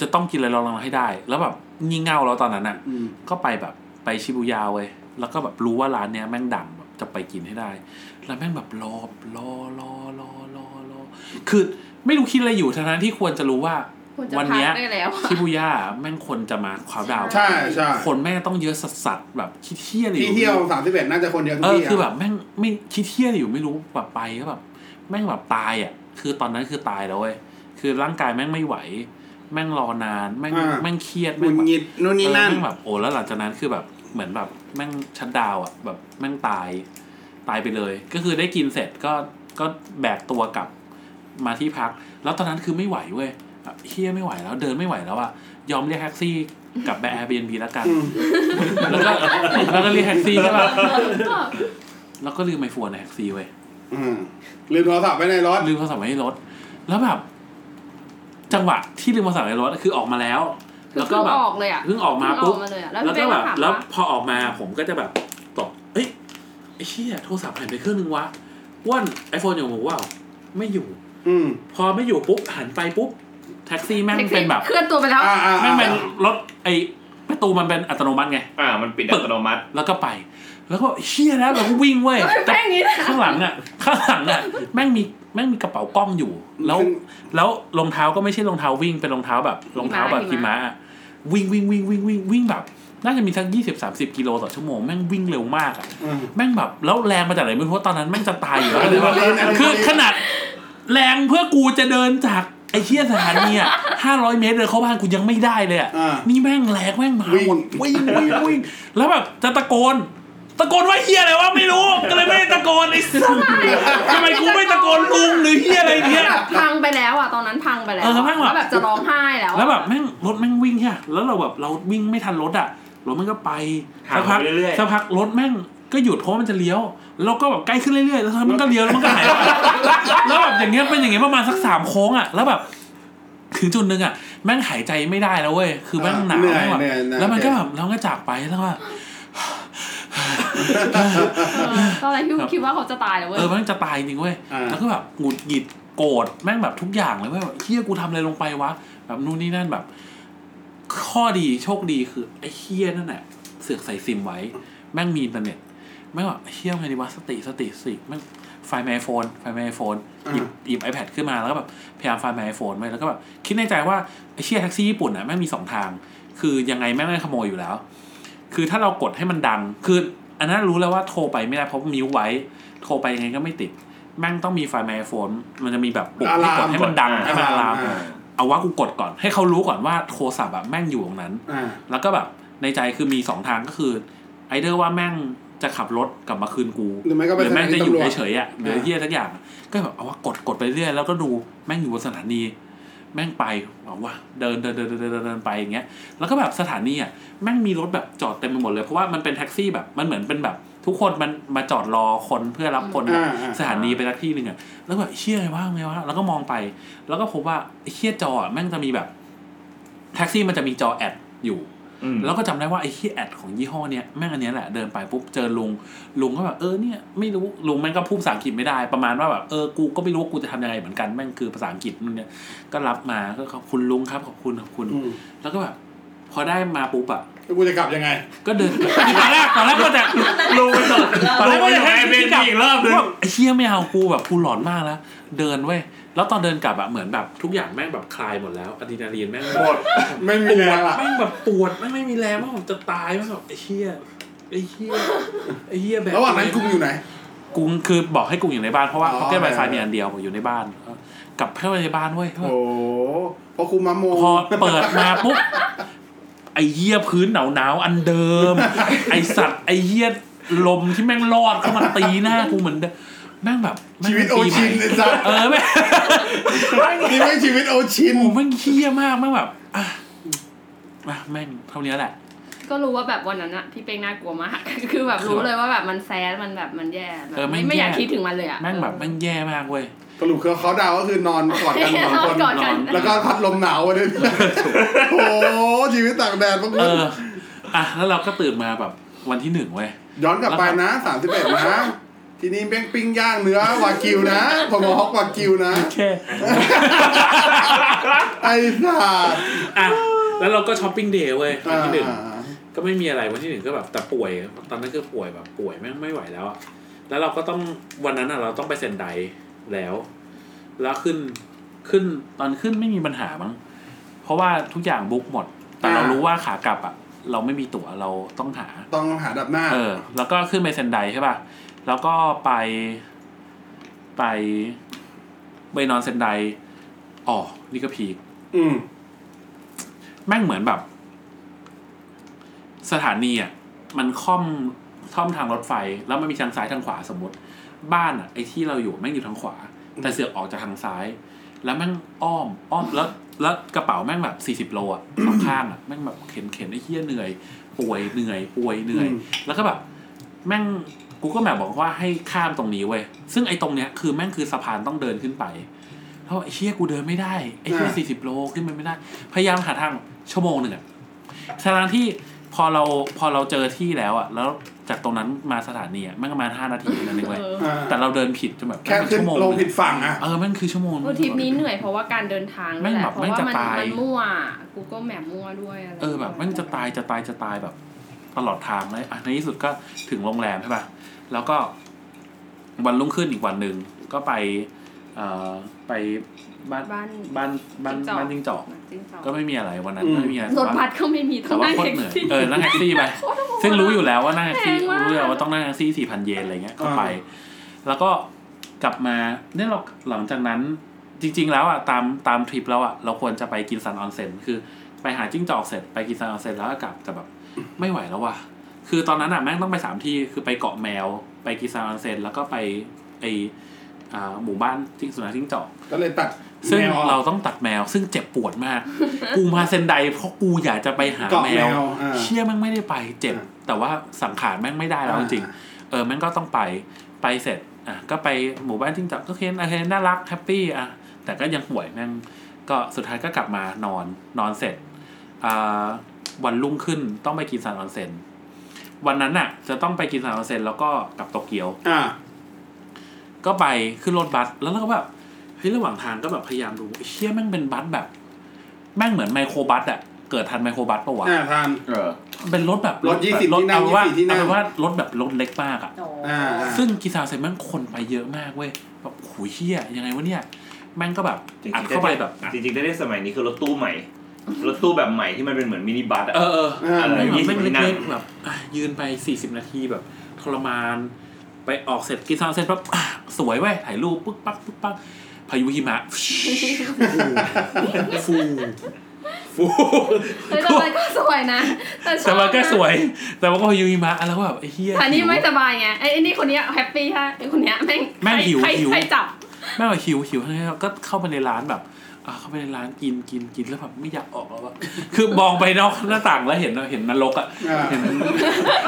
Speaker 2: จะต้องกินอะไรร้อนๆให้ได้ แล้วแบบงี่เง่าแล้วตอนนั้นอ่ะ
Speaker 1: อืม
Speaker 2: ก็ไปแบบไปชิบูยาเว้ย แล้วก็แบบรู้ว่าร้านเนี้ยแม่งดังแบบจะไปกินให้ได้ แล้วแม่งแบบรอรอรอรอรอรอคือไม่รู้คิดอะไรอยู่ทั้งๆที่ควรจะรู้ว่า
Speaker 4: ควรจะ
Speaker 2: วั
Speaker 4: พั
Speaker 2: นเนี้ย
Speaker 4: กได้แล้ว
Speaker 2: ชิบูย่าแม่งคนจะมาควาวดาว
Speaker 1: ใช่ใช่
Speaker 2: คนแม่งต้องเยอะสัสสัสๆแบบคิดเที่ยอะไรอ
Speaker 1: ที่
Speaker 2: ยู่
Speaker 1: เที่ยวสามสิบเอ็ดน่าจะคนเดียวทุ
Speaker 2: เอก อ
Speaker 1: ที่
Speaker 2: คือแบ
Speaker 1: อ่ะ
Speaker 2: บแม่งไม่คิดเที่ยอะไรอยู่ไม่รู้แบบไปก็แบบแม่งแบบตายอ่ะ คือตอนนั้นคือตายแล้วเว้ยคือร่างกายแม่งไม่ไหว แม่งรอนานแม่งแม่งเครียด
Speaker 1: หงุ
Speaker 2: แม่ง
Speaker 1: ด
Speaker 2: แบบ
Speaker 1: หงิดนู่นนี่นั่น
Speaker 2: เออแม่งแบบโอ้แล้วหลังจากนั้นคือแบบเหมือนแบบแม่งชัดดาวน์อ่ะแบบแม่งตายตายไปเลย ก็คือได้กินเสร็จก็ก็แบกตัวกลับมาที่พัก แล้วตอนนั้นคือไม่ไหวเว้ยแบบเฮียไม่ไหวแล้วเดินไม่ไหวแล้วอ่ะยอมเรียกแท็กซี่กลับไปแอร์บีนบีแล้วกัน
Speaker 1: อืม
Speaker 2: แล้วก็แล้วก็เรียกแท็กซี่ใช่ปะ
Speaker 4: ก็
Speaker 2: แล้วก็ลืมไอโฟนในแท็กซี่เว้ย
Speaker 1: อืมลืมโทรศัพท์ไว้ในรถ
Speaker 2: ลืมโทรศัพท์ไว้ในรถ แล้วแบบ จังหวะที่ลืมโทรศัพท์ไว้ในรถคือออกมาแล้ว
Speaker 4: คือ
Speaker 2: แล้วก็
Speaker 4: เพิ่ง
Speaker 2: แบบ
Speaker 4: ออกเลยอะ
Speaker 2: เพิ่งออกมาปุ๊บ
Speaker 4: เพิ่งออกมาเลยอะ
Speaker 2: แล้
Speaker 4: แล้ว ว
Speaker 2: ก็
Speaker 4: ก็
Speaker 2: แบ
Speaker 4: แบบ บ
Speaker 2: แล้วพอออกมาผมก็จะแบบตกเอ้ยไอ้เชี่ยโทรศัพท์หายไปเครื่องนึงวะอ้ว่านไอโฟนอยู่ผมว่าไม่อยู่
Speaker 1: อืม
Speaker 2: พอไม่อยู่ปุ๊บหันไปปุ๊บ แท็กซี่แม่งเป็นแบบ
Speaker 4: เคลื่อนตัวไปแล้ว
Speaker 1: อ่าอ่า
Speaker 2: แม่
Speaker 1: อ่าง
Speaker 2: เป็นรถไอประตูมันเป็นอัตโนมัติไง
Speaker 7: อ่า มันปิดอัตโนมัติ
Speaker 2: แล้วก็ไป แล้วก็เชี่ยแล้วเราก็วิ่งเว้ยแต่
Speaker 4: แม่งนี้นะ
Speaker 2: ข้างหลังอ่ะข้างหลังอ่ะแม่งมีแม่งมีกระเป๋ากล้องอยู่ แล้ว แล้วรองเท้าก็ไม่ใช่รองเท้าวิ่งเป็นรองเท้าแบบรองเท้าแบบหิมะอะวิ่งวิ่งวิ่งวิ่งวิ่งวิ่งแบบ น่าจะมีสักยี่สิบสามสิบกิโลต่อชั่วโมงแม่งวิ่งเร็วมากอะ
Speaker 1: อืม
Speaker 2: แม่งแบบแล้วแรงมาจากไหนไม่รู้เพราะตอนนั้นแม่งจะตาย อยู่แล้ว
Speaker 1: อันนี้
Speaker 2: ว่า
Speaker 1: อันนี้อันนี้
Speaker 2: คือขนาดแรงเพื่อกูจะเดินจากไอ้เชี่ยสถานี อ่ะห้าร้อยเมตรเดินเข้าบ้านกูยังไม่ได้เลยอ่ะ
Speaker 1: อ่า
Speaker 2: นี่แม่งแรงแม่งมา
Speaker 1: วิ่ง
Speaker 2: หมดวิ่งวิ่งวิ่งแล้วแบบจะตะโกน ตะโกนว่าเฮียอะไรวะไม่รู้ก็เลยไม่ได้ตะโกนไอ้สั สทำไมกูไม่ตะโกนลุงหรือเฮียอะไรเนี่ย
Speaker 4: แบบพังไปแล้วอะตอนนั้นพังไปแล้ว
Speaker 2: เออแม่งแบบ
Speaker 4: แล้วแบบจะร้องไห้แล้วอะ
Speaker 2: แล้วแบบแม่งรถแม่งวิ่งใช่ปะแล้วเราแบบเราวิ่งไม่ทันรถอ่ะ รถมันก็ไป
Speaker 7: ห่าง
Speaker 2: สักพัก
Speaker 7: ไปเรื่อยๆ
Speaker 2: สักพักรถแม่งก็หยุดเพราะมันจะเลี้ยวเราก็แบบใกล้ขึ้นเรื่อยๆ แล้วสักพักมันก็เลี้ยวแล้วมันก็หายไปแล้วแบบอย่างเงี้ยเป็นอย่างเงี้ยประมาณสักสามโค้งอ่ะ แล้วแบบถึงจุดหนึงอ่ะแม่งหายใจไม่ได้แล้วเว้ย คือแม่งหนาว
Speaker 1: เหนื่อย
Speaker 2: แม่งแบบ
Speaker 1: เหนื่อยเหนื่อย
Speaker 2: แล้วมันก็แบบแล้วก็จากไปแล้วก็
Speaker 4: เออตอนแรกพี่คิดว่าเขาจะตายแล้วเว้ย
Speaker 2: เออแม่งจะตายจริงเว้ย
Speaker 1: อ่า
Speaker 2: แล้วก็แบบหงุดหงิดโกรธแม่งแบบทุกอย่างเลยเว้ยแบบเฮียกูทำอะไรลงไปวะ แบบนู่นนี่นั่นแบบ ข้อดีโชคดีคือไอ้เฮียนั่นแหละเสือกใส่ซิมไว้ แม่งมีอินเทอร์เน็ตแม่งแบบเฮียไงดีวะสติสติสติแม่งไฟล์ไอโฟนไฟล์ไอโฟนหยิบหยิบไอแพดขึ้นมาแล้วก็แบบพยายามไฟล์ไอโฟนไว้แล้วก็แบบคิดในใจว่าไอ้เชี่ยแท็กซี่ญี่ปุ่นอ่ะแม่งมีสองทาง คือยังไงแม่งไม่ขโมยอยู่แล้ว คือถ้าเรากดให้มันดัง คืออันนั้นรู้แล้วว่าโทรไปไม่ได้เพราะมิวไว้ โทรไปยังไงก็ไม่ติด แม่งต้องมีไฟล์ไอโฟนมันจะมีแบบปุ่มให้กดให้มันดังให้มันอะลาม
Speaker 1: อ่า
Speaker 2: เอาว่ากูกดก่อนให้เขารู้ก่อนว่าโทรศัพท์อะแม่งอยู่ตรงนั้น
Speaker 1: อ่า
Speaker 2: แล้วก็แบบในใจคือมีสองทางก็คือ ไอเดอร์ว่าแม่งจะขับรถกลับมาคืนกู
Speaker 1: หรือไม่ก็ไป
Speaker 2: แม่งจะอยู่
Speaker 1: สถานีตำรวจ
Speaker 2: เฉยๆอ่ะหรือ
Speaker 1: เออ
Speaker 2: เฮียทักอย่างอะก็แบบเอาว่ากดกดไปเรื่อยแล้วก็ดูแม่งอยู่บนสถานี แม่งไปเอาว่าเดินเดินเดินเดินเดินเดินไปอย่างเงี้ย แล้วก็แบบสถานีอ่ะแม่งมีรถแบบจอดเต็มไปหมดเลยเพราะว่ามันเป็นแท็กซี่แบบมันเหมือนเป็นแบบ ทุกคนมันมาจอดรอคนเพื่อรับคน
Speaker 1: อ่า
Speaker 2: อะ
Speaker 1: อ่า
Speaker 2: สถานีไปสักที่หนึ่งอะแล้วแบบเชี่ยอะไรวะไงวะแล้วก็มองไป แล้วก็พบว่าไอ้เชี่ยจออะแม่งจะมีแบบ แท็กซี่มันจะมีจอแอดอยู่
Speaker 7: อืม
Speaker 2: แล้วก็จำได้ว่าไอ้เชี่ยแอดของยี่ห้อเนี้ยแม่งอันเนี้ยแหละเดินไปปุ๊บเจอลุง ลุงก็แบบเออเนี่ยไม่รู้ลุงแม่งก็พูดภาษาอังกฤษไม่ได้ประมาณว่าแบบเออกูก็ไม่รู้ว่ากูจะทำยังไงเหมือนกันแม่งคือภาษาอังกฤษมันเนี่ยก็รับมาก็ขอบคุณลุงครับขอบคุณขอบคุณ
Speaker 1: อืม
Speaker 2: แล้วก็แบบพอได้มาปุ๊บอะ
Speaker 1: แล้วกูจะกลับยังไง
Speaker 2: ก็เดิน ตอนแรกตอนแรกก็แต่
Speaker 7: ลงไปต่อ
Speaker 2: ตอน
Speaker 7: ล
Speaker 2: แรง ก
Speaker 7: ไป
Speaker 2: ก็จะ
Speaker 7: ต่อ
Speaker 2: ให้
Speaker 7: ไอเบ
Speaker 2: พี่
Speaker 7: น
Speaker 2: กลับ
Speaker 7: อีกรอบนึง
Speaker 2: ไอ้เชี่ยไม่เอากูแบบกูหลอนมากแล้วเดินเว้ยแล้วตอนเดินกลับอะเหมือนแบบทุกอย่างแม่งแบบคลายหมดแล้วอะดรีนาลีนแม่งหมด
Speaker 1: ไม่มีแรงละ
Speaker 2: แม่งแบบปวดแม่งไม่มีแรงแม่งแบบจะตายแม่งแบบไอ้เชี่ย ไอ้เหี้ยไอ้เหี้ยแบบ
Speaker 1: ระหว่างนั้นกุงอยู่ไหน
Speaker 2: กรุงคือบอกให้กรุงอยู่ในบ้านเพราะว่า
Speaker 1: อ๋อ
Speaker 2: พ็อกเก็ตไวไฟ
Speaker 1: เออ
Speaker 2: มีอันเดียวอยู่ในบ้าน กลับเข้าไปในบ้านเว้ย
Speaker 1: โอ้เพราะคุมาโม
Speaker 2: พอเปิดมาปุ๊บไอเหี้ยพื้นหนาวหนาวๆอันเดิม ไอสัตว์ไอเหี้ยลมที่แม่งรอดเข้ามาตีหน้ากูเหมือนเดิมแม่งแบบแม่ง
Speaker 1: ชีวิตโอ
Speaker 2: ปีใหม่
Speaker 1: ชินไอ้สัส
Speaker 2: เออแม่ง
Speaker 1: นี่ไม่ชีวิตโอชิน
Speaker 2: โอ้แม่งเหี้ยมากแม่งแบบอ่ะอ่ะแม่งเท่านี้แหละ
Speaker 4: ก็รู้ว่าแบบวันนั้นอะพี่เป้งน่ากลัวมาก คือแบบรู้เลยว่าแบบมันแซดมันแบบมันแย่แบบ
Speaker 2: เออแม่
Speaker 4: ไม่
Speaker 2: ง
Speaker 4: ไม่อยาก
Speaker 2: แย่
Speaker 4: คิดถึงมันเลยอะ
Speaker 2: แม่งแบบแม่งแย่มากเว้ย
Speaker 1: สรุปคือเขาดาวก็คือนอนกอดกันสองคน
Speaker 4: กอดกัน
Speaker 1: แล้วก็พัดลมหนาวมาด้วยโอ้โหชีวิตตากแดดมาก
Speaker 2: เอออ่ะแล้วเราก็ตื่นมาแบบวันที่หนึ่งเว้ย
Speaker 1: ๆย้อนกลับไปนะสามสิบเอ็ดนะ ทีนี้เป้งปิ้งย่างเนื้อวากิวนะผมบอกฮอกวากิวนะ
Speaker 2: โอเค
Speaker 1: ไอ้สัส
Speaker 2: อ่ะแล้วเราก็ช้อปปิ้งเดย์เว้ยวันที่หนึ่ง
Speaker 1: อ่า
Speaker 2: ก็ไม่มีอะไรวันที่หนึ่งก็แบบแต่ป่วย ตอนนั้นคือป่วยแบบป่วยแม่งไม่ไหวแล้วอะแล้วเราก็ต้องวันนั้นอ่ะ เราต้องไปเซ็นไดแล้ว แล้วขึ้นขึ้นตอนขึ้นไม่มีปัญหามั้งเพราะว่าทุกอย่างบุ๊กหมด แต่เรารู้ว่าขากลับอ่ะ เราไม่มีตั๋วเราต้องหา
Speaker 1: ต้องหาดับหน้า
Speaker 2: เออ แล้วก็ขึ้นไปเซนไดใช่ป่ะ แล้วก็ไปไปไปนอนเซนไดอ๋อนี่ก็พีค
Speaker 1: อืม
Speaker 2: แม่งเหมือนแบบ สถานีอ่ะ มันค่อมท่อมทางรถไฟ แล้วมันมีทางซ้ายทางขวาสมมติ บ้านอ่ะไอ้ที่เราอยู่แม่งอยู่ทางขวา แต่เสือกออกจากทางซ้าย แล้วแม่งอ้อมอ้อมแล้วแล้วกระเป๋าแม่งแบบสี่สิบ40โลอ่ะสองข้างอ่ะแม่งแบบเข็นเข็นไอ้เหี้ยเหนื่อย ป่วยเหนื่อยป่วยเหนื่อย
Speaker 1: อืม
Speaker 2: แล้วก็แบบ แม่งกูก็แบบบอกว่าให้ข้ามตรงนี้เว้ยซึ่งไอ้ตรงเนี้ยคือแม่งคือสะพานต้องเดินขึ้นไปแล้วไอ้เชี่ยกูเดินไม่ได้ไอ้เชี่ยสี่สิบโลขึ้นไปไม่ได้ พยายามหาทางชั่วโมงหนึ่งอะสถานที่พอเราพอเราเจอที่แล้วอะแล้วจากตรงนั้นมาสถานีอะแม่งประมาณห้านาทีนั่นเองเว้ย
Speaker 4: เออ
Speaker 1: อ่า
Speaker 2: แต่เราเดินผิดจนแบบ
Speaker 1: แค่
Speaker 2: เป็น
Speaker 1: ขึ้น
Speaker 2: ชั่วโมง
Speaker 1: ลง
Speaker 2: หนึ่ง
Speaker 1: ผิดฝั่งอ่ะ
Speaker 2: เออแมันคือชั่วโมงห
Speaker 4: โอ้
Speaker 2: นึ่ง
Speaker 4: ทริปนี้เหนื่อยเพราะว่าการเดินทาง
Speaker 2: แม่
Speaker 4: นั่น
Speaker 2: ง
Speaker 4: แห
Speaker 2: แบบ
Speaker 4: ละเพราะว่ามัน
Speaker 2: แม่งจะตาย
Speaker 4: มันมั่วกูก็แมปมั่วด้วยอะไร
Speaker 2: เออแบบแม่งจะตายจะตายจะตายแบบ ตลอดทางเลยอ่ะในที่สุดก็ถึงโรงแรมใช่ป่ะ แล้วก็วันรุ่งขึ้นอีกวันหนึ่งก็ไป เอ่อไปบ้าน
Speaker 4: บ้าน
Speaker 2: บ้านบ้านบ้านจิงจอก
Speaker 4: จิ้งจอก
Speaker 2: ก็ไม่มีอะไรวันนั้น
Speaker 1: อืม
Speaker 2: ไม่มีอะไร
Speaker 4: ร
Speaker 2: แต่
Speaker 4: ถ
Speaker 2: ว่า
Speaker 4: บัสก็ไม่มีต้
Speaker 2: แต่
Speaker 4: อง
Speaker 2: ว่า
Speaker 4: นั่ง
Speaker 2: โคต
Speaker 4: แท็
Speaker 2: ร
Speaker 4: ก
Speaker 2: เหนื่อย
Speaker 4: ซี่
Speaker 2: เออนั่งแท็กซี่ไป ซึ่งรู้อยู่แล้วว่านั่งแท็กซี่
Speaker 4: แพงมาก
Speaker 2: รู้อยู่แล้วว่าต้องนั่งแท็กซี่สี่พันเยนอะไรเงี้ยก็ไป แล้วก็กลับมาเนี่ยเราหลังจากนั้นจริง ๆ แล้วอ่ะตามตามทริปแล้วอ่ะเราควรจะไปกินซันออนเซ็นคือไปหาจิ้งจอกเสร็จไปกินซันออนเซ็นแล้วก็กลับแต่แบบไม่ไหวแล้วว่ะคือตอนนั้นอ่ะแม่งต้องไปสามที่คือไปเกาะแมว ไปกินซันออนเซ็นแล้วก็ไปไออ่าหมู่บ้านจิ้งสุนัขจิ้งจอก
Speaker 1: ก็เลยตัด
Speaker 2: ซึ่ง
Speaker 1: แมวออก
Speaker 2: เราต้องตัดแมวซึ่งเจ็บปวดมาก กูมาเซนไดเพราะกูอยากจะไปหา
Speaker 1: เกาะ
Speaker 2: แม
Speaker 1: แม
Speaker 2: ว
Speaker 1: วอ่า
Speaker 2: เชี่ยแม่งไม่ได้ไปเจ็บ
Speaker 1: อ่า
Speaker 2: แต่ว่าสังขารแม่งไม่ได้แล้วจ
Speaker 1: อ่า
Speaker 2: ริงๆเออแม่งก็ต้องไปไปเสร็จอ่ะก็ไปหมู่บ้านจิ้งจอกก็เค้นโอเคน่ารักแฮปปี้อ่ะแต่ก็ยังป่วยแม่งก็สุดท้ายก็กลับมานอนนอนเสร็จอ่าวันรุ่งขึ้นต้องไปกินซานออนเซนวันนั้นน่ะ จะต้องไปกินซานออนเซนแล้วก็กลับโตเกียว
Speaker 1: อ่า
Speaker 2: ก็ไปขึ้นรถบัสแล้วเราก็แบบเฮ้ยระหว่างทางก็แบบพยายามดูไอ้เชี่ยแม่งเป็นบัสแบบ แม่งเหมือนไมโครบัสอะเกิดทันไมโครบัสปะวะ
Speaker 1: อ่าทาน
Speaker 7: เออ
Speaker 2: เป็นรถแบบ
Speaker 1: รถ
Speaker 2: แบ
Speaker 1: 20
Speaker 2: บรถ
Speaker 1: ที่นั่ง24ที่นั่ง
Speaker 2: เอาเป็นว่าเอาเป็นว่ารถแบบรถเล็กมากอะ
Speaker 3: โอ้
Speaker 1: อ่าอ่า
Speaker 2: ซึ่งกีซาเซนแม่งคนไปเยอะมากเว้ยแบบโหูยเฮียยังไงวะเนี่ย แม่งก็แบบ
Speaker 7: จริงๆ
Speaker 2: อัดเข้าไปแบบ
Speaker 7: จริงๆได้ได้สมัยนี้คือรถตู้ใหม่ รถตู้แบบใหม่ที่มันเป็นเหมือนมินิบัสอะ
Speaker 2: เออเออ
Speaker 1: เออ
Speaker 2: แม่งแบบ
Speaker 7: 20
Speaker 2: แม่ง
Speaker 7: นั่
Speaker 2: เล็ก
Speaker 7: ง
Speaker 2: ๆแบบอ่ะยืนไปสี่สิบนาทีแบบทรมาน ไปออกเสร็จกีซาเซนปั๊บอ่ะสวยเว้ยถ่ายรูปปึ๊บปั๊บปึ๊บปั๊บพายุหิ มะ ฟู
Speaker 7: ฟู
Speaker 4: เฮ้ยแต่มันก็สวยนะแต่ชอ
Speaker 2: แต่มันก็
Speaker 4: บะ
Speaker 2: สวย แต่ว่าก็ยูหิมะแล้วก็แบบไอ้เฮีย
Speaker 4: อันนี้ไม่สบายไงไอ้ไอ้นี่คนเนี้ยแฮปปี้ฮะไอ้คนเนี้ยแม่ง
Speaker 2: แม่งหิว
Speaker 4: ใคร
Speaker 2: หิว
Speaker 4: ใครจับ
Speaker 2: แม่งแบบหิวหิวทั้งนั้นก็เข้าไปในร้านแบบอ่ะเข้าไปในร้านกินกินกินแล้วแบบไม่อยากออกแล้วอะ คือมองไปนอกหน้าต่างแล้วเห็นเห็นนรกอะ
Speaker 1: อ่า
Speaker 2: เห็น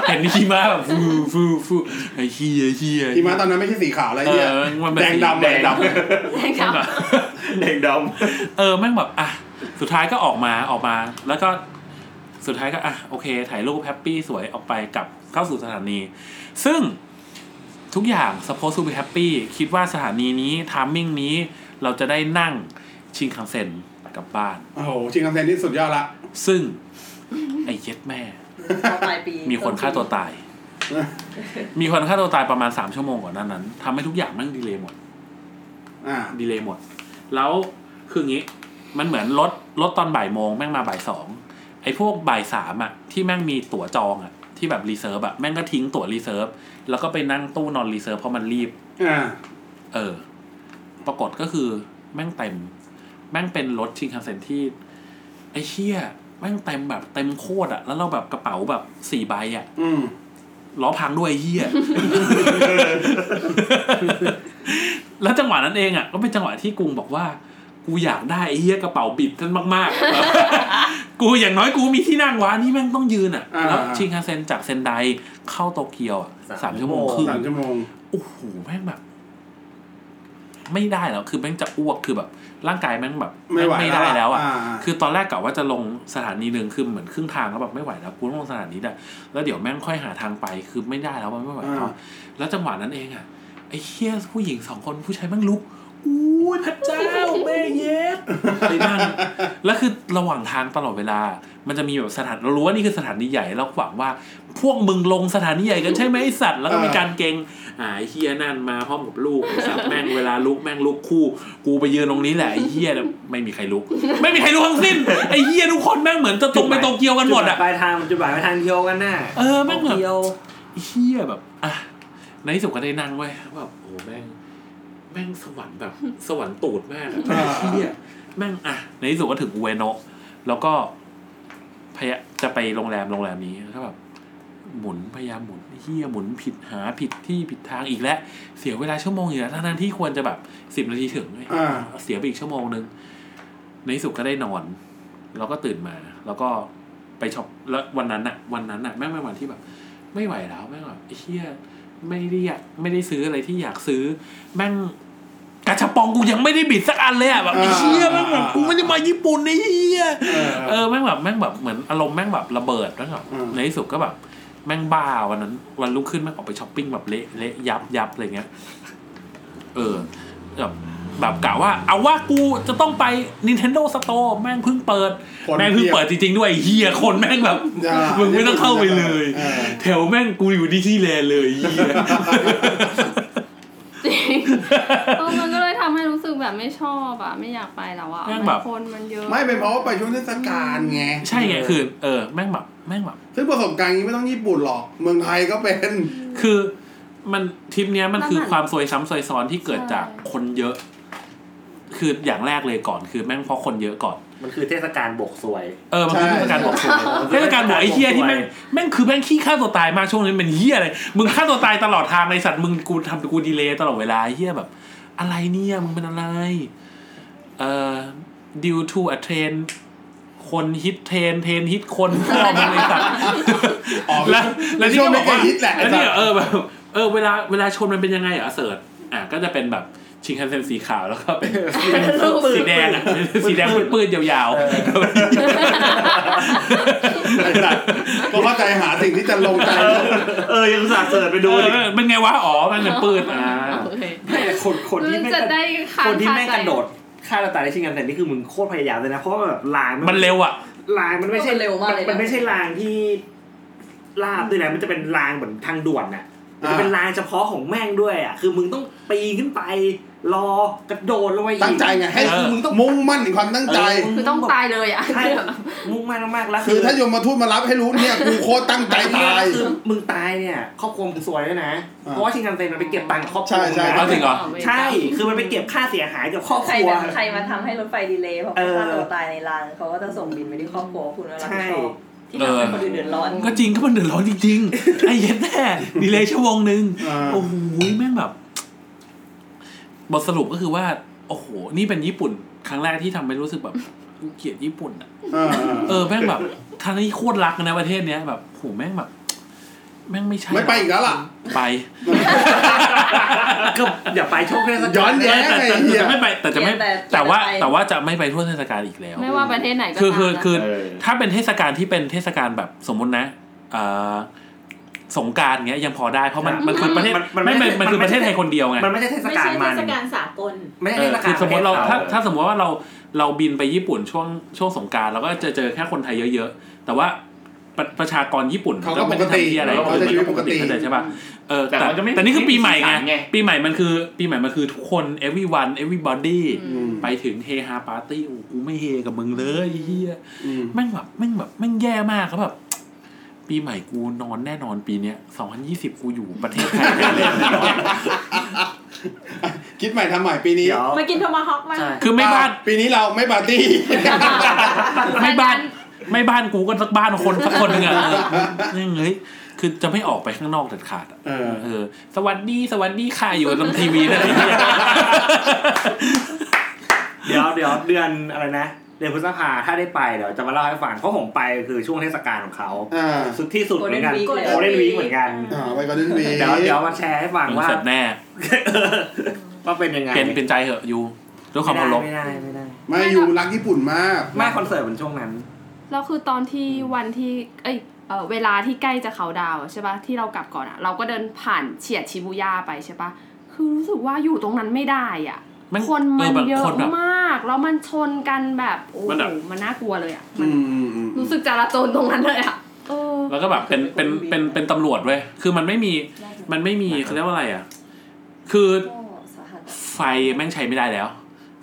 Speaker 2: เห็นหิมะแบบฟูฟูฟูไอ้เฮียเฮีย
Speaker 1: หิมะตอนนั้นไม่ใช่สีขาวอะไร
Speaker 2: เอ
Speaker 1: เงี้ย
Speaker 2: อมันแบบ
Speaker 1: แดงดำแ
Speaker 2: แด
Speaker 1: ดงด
Speaker 2: งด
Speaker 4: แม่งจับ
Speaker 2: ำ
Speaker 7: เด็กด
Speaker 2: เออแม่งแบบอ่ะสุดท้ายก็ออกมาออกมา แล้วก็สุดท้ายก็อ่ะโอเค ถ่ายรูปแฮปปี้สวยออกไปกลับเข้าสู่สถานี ซึ่งทุกอย่างสปอ s ู to ี e แฮปปี้คิดว่าสถานีนี้ทามมิ่งนี้เราจะได้นั่งชิงคังเซ็นกลับบ้าน
Speaker 1: โอ้โหชิงคำเซนที่สุดยอดละ
Speaker 2: ซึ่ง ไอ้เย็ดแม่
Speaker 3: พอปลายปี
Speaker 2: มีคนฆ่าตัวตาย
Speaker 1: เออ
Speaker 2: มีคนฆ่าตัวตายประมาณ 3 ชั่วโมงก่อนหนั้นนั้นทำให้ทุกอย่างแม่งดีเลยหมด
Speaker 1: อ่า
Speaker 2: ดีเลยหมด แล้วคืองี้ มันเหมือนรถรถตอนบ่ายโมงแม่งมาบ่ายสองไอ้พวกบ่ายสามอ่ะที่แม่งมีตั๋วจองอ่ะ ที่แบบรีเซิร์ฟอะแม่งก็ทิ้งตั๋วรีเซิร์ฟแล้วก็ไปนั่งตู้นอนรีเซิร์ฟเพราะมันรีบ
Speaker 1: อ่า
Speaker 2: เออ ปรากฏก็คือแม่งเต็ม แม่งเป็นรถชิงคันเซ็นที่ ไอ้เชี่ยแม่งเต็มแบบเต็มโคตรอะแล้วเราแบบกระเป๋าแบบสี่ใบอะ
Speaker 1: อืม
Speaker 2: ล้อพังด้วยไอ้เหี้ย แล้วจังหวะนั้นเองอะก็เป็นจังหวะที่กุงบอกว่า กูอยากได้ไอ้เหี้ยกระเป๋าบิดท่านมากๆแบบ กูอย่างน้อยกูมีที่นั่งวะนี่แม่งต้องยืนอะแล้วชิงคันเซ็นจากเซนไดเข้าโตเกียวอะสามชั่วโมงครึ่ง
Speaker 1: สามชั่วโมง
Speaker 2: โอ้โหแม่งแบบ ไม่ได้แล้ว คือแม่งจะอ้วกคือแบบ ร่างกายแม่งแบบ
Speaker 1: ไม่ไหว
Speaker 2: แงไม่ได้แล้วอ่ะ
Speaker 1: อ่า
Speaker 2: คือตอนแรกกะว่าจะลงสถานีหนึ่งคือเหมือนครึ่งทางแล้วแบบไม่ไหวแล้วกูต้องลงสถานีได้แล้วเดี๋ยวแม่งค่อยหาทางไป คือไม่ได้แล้วมันไม่ไหวแล้วแล้วจังหวะนั้นเองอ่ะไอ้เคียผู้หญิงสองคนผู้ชายแม่งลุกอู้ยพระเจ้าแม่เย็ดไปนั่งแล้วคือระหว่างทางตลอดเวลา มันจะมีแบบสถานเรารู้ว่านี่คือสถานีใหญ่เราหวังว่า พวกมึงลงสถานีใหญ่กันใช่ไหมไอสัตว์แล้วก็มีการเกรง อ่าไอ้เฮียนั่นมาพร้อมกับลูกไอ้สัตว์แม่งเวลาลุกแม่งลุกคู่ กูไปยืนตรงนี้แหละไอ้เฮียเนี่ยไม่มีใครลุก ไม่มีใครลุกทั้ งสิ้นไอ้เฮียทุกคนแม่งเหมือนจะตรงไปโตเกียวกันหมดอ่ะ
Speaker 7: จุดายปลายทางจุดหมายปลายทางเดียวกันน่ะ
Speaker 2: เออแม่งแบบ
Speaker 7: เดียว
Speaker 2: เฮียแบบอ่ะในที่สุดก็ได้นั่งเว้ยแบบโอ้โหแม่ง แม่งสวรรค์แบบ สวรรค์ตูดมากอะเฮียแม่งอ่ะในที่สุดก็ถึงอุเวโนะแล้วก็พยายามจะไปโรงแรมโรงแรมนี้แล้วก็แบบหมุนพยายามหมุนเฮียหมุนผิดหาผิดที่ผิดทางอีกแล้วเสียเวลาชั่วโมงอยู่แล้วทั้งๆที่ควรจะแบบสิบนาทีถึงเว้ย
Speaker 1: อ่า
Speaker 2: เสียไปอีกชั่วโมงนึงในที่สุดก็ได้นอน แล้วก็ตื่นมา แล้วก็ไปช็อปแล้ววันนั้นอะวันนั้นอะแม่งเป็นวันที่แบบ ไม่ไหวแล้วแม่งแบบไอ้เฮียไม่ได้อยากไม่ได้ซื้ออะไรที่อยากซื้อ แม่งกระชับปองกูยังไม่ได้บิดสักอันเลยอะแบบไอ้เฮียแม่งแบบกูไม่ได้มาญี่ปุ่นไอ้เฮีย
Speaker 1: เออ
Speaker 2: เออแม่งแบบแม่งแบบเหมือนอารมณ์แม่งแบบระเบิดแม่งแบบ
Speaker 1: อืม
Speaker 2: ในที่สุดก็แบบ แม่งบ้าวันนั้น วันรุ่งขึ้นแม่งออกไปช้อปปิ้งแบบเละเละยับยับอะไรเงี้ยเออแบบแบบกะว่า เอาว่ากูจะต้องไป Nintendo Store แม่งเพิ่งเปิด
Speaker 1: คน
Speaker 2: แม่งเพิ่งเปิดจริงๆด้วยเฮียคนแม่ งแบบ
Speaker 1: อ่า
Speaker 2: มึงไม่ต้องเข้าไปเลย
Speaker 1: เออ
Speaker 2: แถวแม่งกูอยู่ดิสนีย์แลนด์เลยเฮีย
Speaker 4: จริงเออมันก็เลยทำให้รู้สึกแบบไม่ชอบอ่ะ ไม่อยากไปแล้วอ่ะ
Speaker 2: แม่ง
Speaker 4: มั
Speaker 2: แบ
Speaker 4: น
Speaker 2: บ
Speaker 4: คนมันเยอะ
Speaker 1: ไม่เป็นเพราะว่าไปช่วงเทศกาลไง
Speaker 2: ใช่ไงคือเออแม่งแบบแม่งแบบ
Speaker 1: ซึ่งประสบการณ์นี้ไม่ต้องญี่ปุ่นหรอก เมืองไทยก็เป็น
Speaker 2: คือมันทริปเนี้ยมัน
Speaker 4: แล้วมัน
Speaker 2: คือความซวยซ้ำซวยซ้อนที่เกิดจาก
Speaker 4: ใช่
Speaker 2: คนเยอะ คืออย่างแรกเลยก่อนคือแม่งเพราะคนเยอะก่อน
Speaker 7: มันคือเทศกาลบกสวย
Speaker 2: เออมันคือ
Speaker 1: ใช่
Speaker 2: เทศกาลบอกสวยเทศกาลบอกไอ้เฮียที่แม่งแม่งคือแม่งขี้ฆ่าตัวตายมากช่วงนี้มันเฮียอะไรมึงฆ่าตัวตายตลอดทางในสัตว์มึงกูทำกูดีเลย์ตลอดเวลาเฮียแบบ อะไรเนี่ยมึงเป็นอะไรเอ่อ due to a train คนฮิตเทรนเทรนฮิตคน พ่อมึงเลยสัตว์
Speaker 1: ออก
Speaker 2: แล้วแล้วที่ก็บอกว่า
Speaker 1: ไม่ใช่ฮิตแหละไอ้
Speaker 2: แล้ว
Speaker 1: สัส
Speaker 2: เนี่ยเออแบบเออเวลาเวลาชนมันเป็นยังไงเหรอเสิร์ชอ่ะก็จะเป็นแบบชิงคันเซ็นสีขาวแล้วก็เป็นสีแดงอ่ะสีแดงปื้นๆยาว
Speaker 1: ไอ้สัตว์ก็เข้าใจหาสิ่งที่จะลงใจ
Speaker 7: เออ ยังอุตสาห์เสิร์ชไป
Speaker 2: ๆ
Speaker 7: ดู
Speaker 2: เออ
Speaker 7: ดิ
Speaker 2: มันไงวะอ๋อมันเป็นปื้นอ่า
Speaker 4: โอเค
Speaker 7: ไม่คนคนที่
Speaker 4: มั
Speaker 7: ไม่
Speaker 4: นจะได้ค้าง
Speaker 7: คนที่
Speaker 4: คา
Speaker 7: แม่ง
Speaker 4: ใจ
Speaker 7: กระโดดฆ่าตัวตายในชิงกันแต่นี่คือมึงโคตรพยายามเลยนะเพราะว่าแบบลาง
Speaker 2: มันเร็วอ่ะ
Speaker 7: ลางมันไม่ใช่
Speaker 3: มันเร็วมากเลยนะ
Speaker 7: นไม่ใช่ลางที่ลาบด้วยนะมันจะเป็นลางเหมือนทางด่วนน่ะ
Speaker 1: อ่ามั
Speaker 7: นจะเป็นลางเฉพาะของแม่งด้วยอ่ะคือมึงต้องปีนขึ้นไป รอกระโดดลงไปอีก
Speaker 1: ตั้งใจไงให้
Speaker 2: เออ
Speaker 1: มึงต้องมุ่งมั่นในความตั้งใจ
Speaker 7: เมึ
Speaker 4: คือต้องตายเลยอ่ะ
Speaker 7: ใช่มุ่งมั่นมากๆแล้ว
Speaker 1: คือถ้าโยมมาทูตมารับให้รู้เนี่ยกูโคตรตั้งใจตาย
Speaker 7: คือมึงตายเนี่ยครอบครัวมึงซวยด้วยนะ
Speaker 1: อ่า
Speaker 7: เพราะว่าชิงกันเซ็นมันไปเก็บตังค์ครอบครัว
Speaker 1: ใช่ใช่
Speaker 2: เอาจริงเหรอ
Speaker 7: ใช่ คือมันไปเก็บค่าเสียหายจากครอบค
Speaker 3: ใคร
Speaker 7: รัว
Speaker 3: จะใครมาทำให้รถไฟดีเลย์เพราะ
Speaker 7: เออ
Speaker 3: ฆ่าตัวตายในรางเขาก็จะส่งบินไปที่ครอบครัวคุณแล้วรับผิด
Speaker 7: ใช่
Speaker 3: ชอบที่ทำให้คนอื่นเดือดร้อน
Speaker 2: ก็จริงก็มันเดือดร้อนจริงๆ ไอ้เย็ดแน่ดีเลยชั่วโมงหนึ่ง
Speaker 1: อ่า
Speaker 2: โอ้โหแม่งแบบ บทสรุปก็คือว่า โอ้โห นี่เป็นญี่ปุ่น ครั้งแรกที่ทำให้รู้สึกแบบกูเกลียดญี่ปุ่นอ่ะ
Speaker 1: เออ
Speaker 2: เออแม่งแบบทั้งที่โคตรรักนะประเทศเนี้ยแบบโหแม่งแบบ แม่งไม่ใช่
Speaker 1: ไม่ไปอีกแล้วล่ะ
Speaker 2: ไป
Speaker 7: ก็อย่าไปช่วงเทศกาล
Speaker 1: ย้อนแย้ง
Speaker 2: แต่
Speaker 1: ไง
Speaker 2: แต่
Speaker 1: เฮีย
Speaker 2: จะไม่ไปแต่จะไม่
Speaker 3: แต่แต่
Speaker 2: แต่ว่า
Speaker 3: จะไป
Speaker 2: แต่ว่าจะไม่ไปทั่วเทศกาลอีกแล้ว
Speaker 4: ไม่ว่าประเทศไหนก็
Speaker 2: คือ
Speaker 4: ตาม
Speaker 2: คือ
Speaker 4: นะ
Speaker 2: คือ
Speaker 5: เออ
Speaker 2: ถ้าเป็นเทศกาลที่เป็นเทศกาลแบบสมมุตินะเอ่อสงกรารเงี้ยยังพอได้เพราะมันมันคือประเทศไม่มันมันคือประเทศไทยคนเดียวไง
Speaker 7: มันไม่ใช่เทศ
Speaker 10: ไม่
Speaker 7: กาล
Speaker 10: ใช่เท
Speaker 7: มัน
Speaker 10: ศกาลสากล
Speaker 7: ไม่ใช่
Speaker 2: เออ
Speaker 7: เทศกา
Speaker 2: คื
Speaker 7: ล
Speaker 2: อสมมติเรา
Speaker 7: ประทศ
Speaker 2: ถ้าถ้าสมมติว่าเราเราบินไปญี่ปุ่นช่วงช่วงสงกรารเราก็จะเจอแค่คนไทยเยอะๆ แต่ว่าประประชากรญี่ปุ่น
Speaker 1: เขาก็
Speaker 2: ไม่ได้
Speaker 1: ปกติ
Speaker 2: ทำที่อะไร
Speaker 1: เขาก็จะชีวิตปกติ
Speaker 2: เข้าใจใช่ป่ะเออ
Speaker 5: แต่
Speaker 2: แต่
Speaker 5: มันจะไม่
Speaker 2: แต่นี่คือปีใหม่ไง
Speaker 5: ไม่มีสีสันไง
Speaker 2: ปีใหม่มันคือปีใหม่มันคือทุกคน everyone everybody
Speaker 1: อืม
Speaker 2: ไปถึงเฮฮาปาร์ตี้โอ้กูไม่เฮกับมึงเลยไอ้เฮีย
Speaker 1: อืม
Speaker 2: แม่งแบบแม่งแบบแม่งแย่มากครับแบบ ปีใหม่กูนอนแน่นอนปีเนี้ยสองพันยี่สิบกูอยู่ประเทศไทยแน่นอน
Speaker 1: คิดใหม่ทำใหม่ปีนี้
Speaker 7: เดี๋ยว
Speaker 11: มากินโทมาฮอกมา
Speaker 7: ใช่
Speaker 2: คือไม่บ้าน
Speaker 1: ปีนี้เราไม่ปาร์ตี้
Speaker 2: ไม่บ้านไม่บ้านกูก็สักบ้านคนสักคนหนึ่งอะเออเฮ้ยคือจะไม่ออกไปข้างนอกเด็ดขาดอะ
Speaker 1: เออ
Speaker 2: เออ สวัสดีสวัสดีค่ะอยู่ตรงทีวีนั่นเอง
Speaker 7: เดี๋ยวเดี๋ยวเดือนอะไรนะ เดือนพฤษภาถ้าได้ไปเดี๋ยวจะมาเล่าให้ฟังเพราะผมไปคือช่วงเทศกาลของเขา
Speaker 1: อ่า
Speaker 7: สุดที่สุดเหมือนกัน
Speaker 3: Golden Week
Speaker 7: โอเดนวีเหมือนกัน
Speaker 1: อ่าไปก็ดึงวี
Speaker 7: เดี๋ยวเดี๋ยวมาแชร์ให้ฟัง
Speaker 2: มึง
Speaker 7: ว่า
Speaker 2: เสร็จแน่
Speaker 7: ว่าเป็นยังไง
Speaker 2: เป็นเป็นใจเหอะอยู่ด้วยความเคารพ
Speaker 7: ไม่ได้ไม่ได้
Speaker 1: ไม่อยู่รักญี่ปุ่นมาก
Speaker 7: ไม่คอนเสิร์ตมันช่วงนั้น
Speaker 4: แล้วคือตอนที่วันที่ เอ้ยเอ่อเวลาที่ใกล้จะเขาดาวน์อะใช่ปะที่เรากลับก่อนอะเราก็เดินผ่านเฉียดชิบูย่าไปใช่ปะคือรู้สึกว่าอยู่ตรงนั้นไม่ได้อะ
Speaker 2: มัน
Speaker 4: คนมัน
Speaker 2: แบบ
Speaker 4: เยอะ
Speaker 2: คนแบบ
Speaker 4: มาก แล้วมันชนกันแบบโอ้
Speaker 2: มัน
Speaker 4: โห
Speaker 2: แบบ
Speaker 4: มันน่ากลัวเลยอะมั
Speaker 1: อื
Speaker 4: น
Speaker 1: มอืมอืม
Speaker 4: รู้สึกจราจรตรงนั้นเลยอะเออ
Speaker 2: แล้วก็แบบเป็นเป็นเป็นเป็นตำรวจเว้ยคือมันไม่มีมันไม่มีเขาเรียกว่าอะไรอ่ะ คือไฟแม่งใช้ไม่ได้แล้ว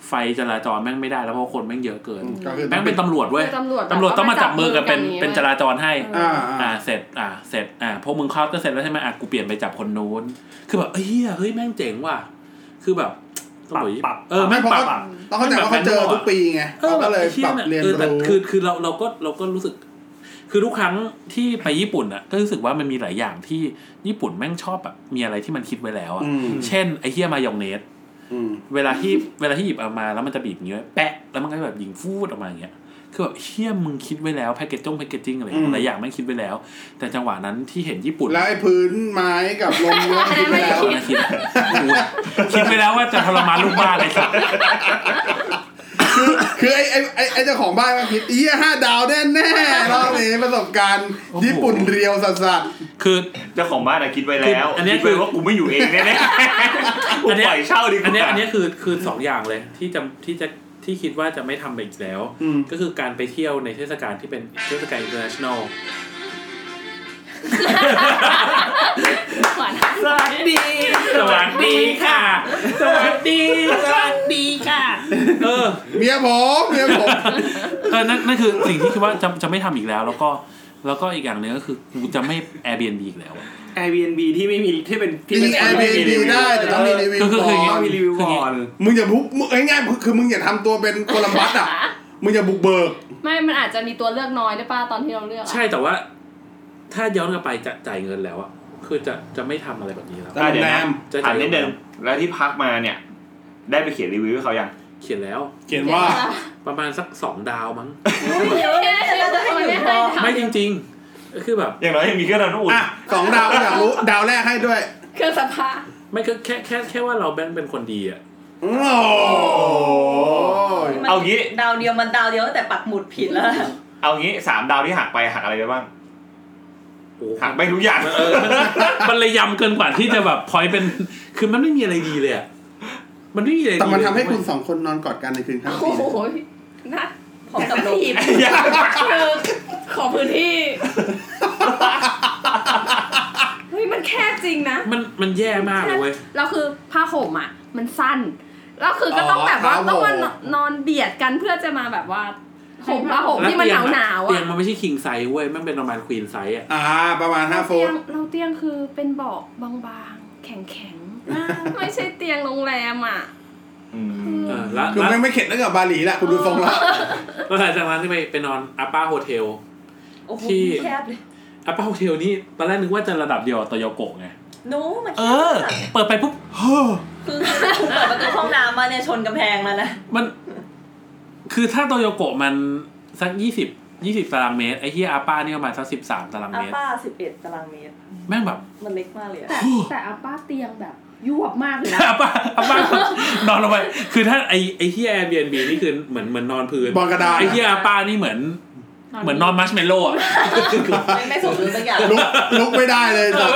Speaker 2: ไฟจราจรแม่งไม่ได้แล้วเพราะคนแม่งเยอะเกิน
Speaker 1: ก็คือ
Speaker 2: แม่งเป็นตำรวจเว้ย
Speaker 4: ตำรวจแบบ
Speaker 2: ตำรวจต้องมาจับมือกันเป็น
Speaker 4: ว่ามาจับมือกัน
Speaker 2: เป็นจราจรให้
Speaker 4: เ
Speaker 1: อ่า
Speaker 2: อ่า
Speaker 1: อ่า
Speaker 2: เสร็จอ่าเสร็จอ่าพวกมึงเข้าก็เสร็จแล้วใช่ไหมอ่ะกูเปลี่ยนไปจับคนนู้น คือแบบเอ้ยเฮ้ยแม่งเจ๋งว่ะคือแบบ
Speaker 7: ปรับ
Speaker 2: โอ้ย
Speaker 7: ปรับ
Speaker 2: เออ
Speaker 1: ไม่
Speaker 2: แม่ง
Speaker 1: เพราะ
Speaker 2: ปรับ
Speaker 1: ว่าต้องเข้าใจว่าเขาเจอทุกปีไง
Speaker 2: เออ
Speaker 1: เขา
Speaker 2: แบ
Speaker 1: ก็
Speaker 2: บ
Speaker 1: เลย
Speaker 2: ไอ้หี้
Speaker 1: ปรับเรียน
Speaker 2: ออแต่
Speaker 1: รู้
Speaker 2: คือคือเราเราก็เราก็รู้สึก คือทุกครั้งที่ไปญี่ปุ่นอ่ะ ก็รู้สึกว่ามันมีหลายอย่างที่ญี่ปุ่นแม่งชอบแบบมีอะไรที่มันคิดไว้แล้วอ่ะ
Speaker 1: อืม
Speaker 2: เช่นไอ้เฮียมายองเนส
Speaker 1: ม
Speaker 2: เวลาที่เวลาที่หยิบเอามาแล้วมันจะบีบอย่างเงี้ยแปะแล้วมันก็แบบยิงฟูดออกมาอย่างเงี้ยคือแบบเฮียมึงคิดไว้แล้วแพคเกจจงแพคเกจจิ้งอะไรอย่างเงี้ยหลายอย่างแม่งคิดไว้แล้ว แต่จังหวะนั้นที่เห็นญี่ปุ่น
Speaker 1: แล้วไอ้พื้นไม้กับลมเนื้อคิดไปแล้ว
Speaker 2: คิดนะคิดนะกู คิดไปแล้วว่าจะทรมานลูกบ้านเลยสัตว์
Speaker 1: คือคือไอ้ไอ้ไอ้ไอ้เจ้าของบ้านมันคิดเอี้ยห้าดาวแน่แน่ๆรอบนี้ประสบการณ์ญี่ปุ่นเรียวสัสๆ
Speaker 2: คือ
Speaker 12: เจ้าของบ้านอะคิดไว้แล้ว
Speaker 2: คืออันเนี้ย
Speaker 12: คิดไว้ว่ากูไม่อยู่เองแน่ๆกู
Speaker 2: อันเนี้ย
Speaker 12: ปล่อยเช่าดีกว่า
Speaker 2: อันเนี้ยอันเนี้ยคือคือสองอย่างเลยที่จะที่จะที่คิดว่าจะไม่ทำไปอีกแล้ว
Speaker 1: อืม
Speaker 2: ก็คือการไปเที่ยวในเทศกาลที่เป็นเทศกาล international
Speaker 4: หวาน
Speaker 7: สวัสดี
Speaker 2: สวัสดีค่ะ สวัสดีสวัสดีค่ะ เออ
Speaker 1: เมียผมเมียผม
Speaker 2: เออนั่นนั่นคือสิ่งที่คิดว่าจะจะไม่ทำอีกแล้ว แล้วก็แล้วก็อีกอย่างหนึ่งก็คือกูจะไม่ Airbnb อีกแล้วอะ
Speaker 7: ไอ b ีเอ็นบีที่ไม่มีที่เป็น
Speaker 1: จริงแอร์บีดีได้แต่ต้องมีรีวิว
Speaker 2: ก็คือ
Speaker 1: ก่
Speaker 2: คือออย่าง
Speaker 1: น
Speaker 2: งี้
Speaker 7: ต้องมีรีวิวก่อน
Speaker 1: มึงอย่าบุกมึงง่ายๆคือมึงอย่าทำตัวเป็นโคลัมบัส อ่ะมึงอย่าบุกเบิก
Speaker 4: ไม่มันอาจจะมีตัวเลือกน้อยได้ป่ะตอนที่เราเลือกอะ
Speaker 2: ใช่แต่ว่า ถ้าย้อนกลับไปจะจ่ายเงินแล้วอะคือจะจะไม่ทำอะไรแบบนี้แล้ว
Speaker 1: อ่ะเดี๋ยวนะ
Speaker 2: จะ
Speaker 12: ถามนิดนึงแล้วที่พักมาเนี่ย ได้ไปเขียนรีวิวให้เขายัง
Speaker 2: เขียนแล้ว
Speaker 1: เขียน ว่า
Speaker 2: ประมาณสักสองดาวมั้ง
Speaker 3: เยอะเลยเราจะให้หนึ่งพอ
Speaker 2: ไม่จริงๆก็คือแบบ
Speaker 12: อย่างน้อยยังมีเครื่องทำน้ำอุ่น
Speaker 1: อ่ะสองดาวก็อยากรู้ ดาวแรกให้ด้วย
Speaker 4: เครื่องสภา
Speaker 2: ไม่ก็แค่แค่แค่ว่าเราแบงค์เป็นคนดีอะ
Speaker 1: โอ้ย
Speaker 12: เอางี้
Speaker 3: ดาวเดียวมันดาวเดียวตั้งแต่ปักหมุดผิดแล้ว
Speaker 12: เอางี้สามดาวที่หักไปหักอะไรไปบ้าง
Speaker 2: โอ้โห
Speaker 12: หักไปทุกอย่าง
Speaker 2: เออมัน มันระยำเกินกว่าที่จะแบบพอยเป็น คือมันไม่มีอะไรดีเลยอะมันไม่มีอะไรดี
Speaker 1: แต่มันทำให้
Speaker 2: เลย
Speaker 1: คุณสองคนนอนกอดกันในคืนข้าม
Speaker 4: โอ้
Speaker 1: ปี
Speaker 4: โหนะ
Speaker 3: พร้อมกับลม
Speaker 4: ทีมคือขอพื้นที่เฮ้ยมันแคบจริงนะ
Speaker 2: มันมันแย่มากเลยเว้ย
Speaker 4: เราคือผ้าห่มอ่ะ มันสั้นเราคือก็ต้องแบบว่าต้องมานอนเบียดกันเพื่อจะมาแบบว่าห่มผ้าห่มที่มันหนาวหนาว
Speaker 2: เตียง
Speaker 4: อ่ะ
Speaker 2: มันไม่ใช่คิงไซส์เว้ยมันเป็นประมาณควีนไซส์อ่ะ
Speaker 1: อ่า ประมาณห้า
Speaker 4: เรา
Speaker 1: โฟน
Speaker 4: เตียงเราเตียงคือเป็นเบาะบางๆ แข็งๆ ไม่ใช่เตียงโรงแรมอ่ะ
Speaker 12: อืม
Speaker 2: เออแล้ว
Speaker 1: คุณ
Speaker 2: แล้ว
Speaker 1: ไม่งไม่เข็ดแล้วกับบาหลีแหละคุณดูทรงแล้ว
Speaker 2: แล้วหลังจากนั้นที่ไปไปนอนอัปป้าโฮเทล
Speaker 3: โอ้โห
Speaker 2: ที่
Speaker 3: แคบเลย
Speaker 2: อัปป้าโฮเทลนี่ตอนแรกนึกว่าจะระดับเดียวกับโตโยโกะไง
Speaker 3: หนูมันแค
Speaker 2: เอบ อ
Speaker 3: มาก
Speaker 2: เปิดไปปุ๊บ เฮ้อ
Speaker 3: คือคือเปิดประตูห้องน้ำมาเนี่ยชนกำแพงแล้วนะ
Speaker 2: มัน คือถ้าโตโยโกะมันสักยี่สิบยี่สิบตารางเมตรไอ้ที่อัปป้านี่ประมาณสักสิบสามตาราง
Speaker 3: อา
Speaker 2: เมตร
Speaker 3: ป้าสิบเอ็ดตารางเมตร
Speaker 2: แม่งแบบ
Speaker 3: มันเล็กมากเลยอะ
Speaker 4: แต่แต่อาป้าเตียงแบบยวบมากเลยนะ
Speaker 2: อัปป้าอัปป้านอนลงไปคือถ้าไอ้ไอ้ที่แอร์บีแอนบีนี่คือเหมือนเหมือนนอนพื้น
Speaker 1: บอลกระดาน
Speaker 2: ไอ้ที่อัปป้านี่เหมือน เหมือนนอนมัชเมลโล่อะ
Speaker 3: ไม่ไม่สมดุลสักอย่าง
Speaker 1: ลุกลุกไม่ได้เลยแบบ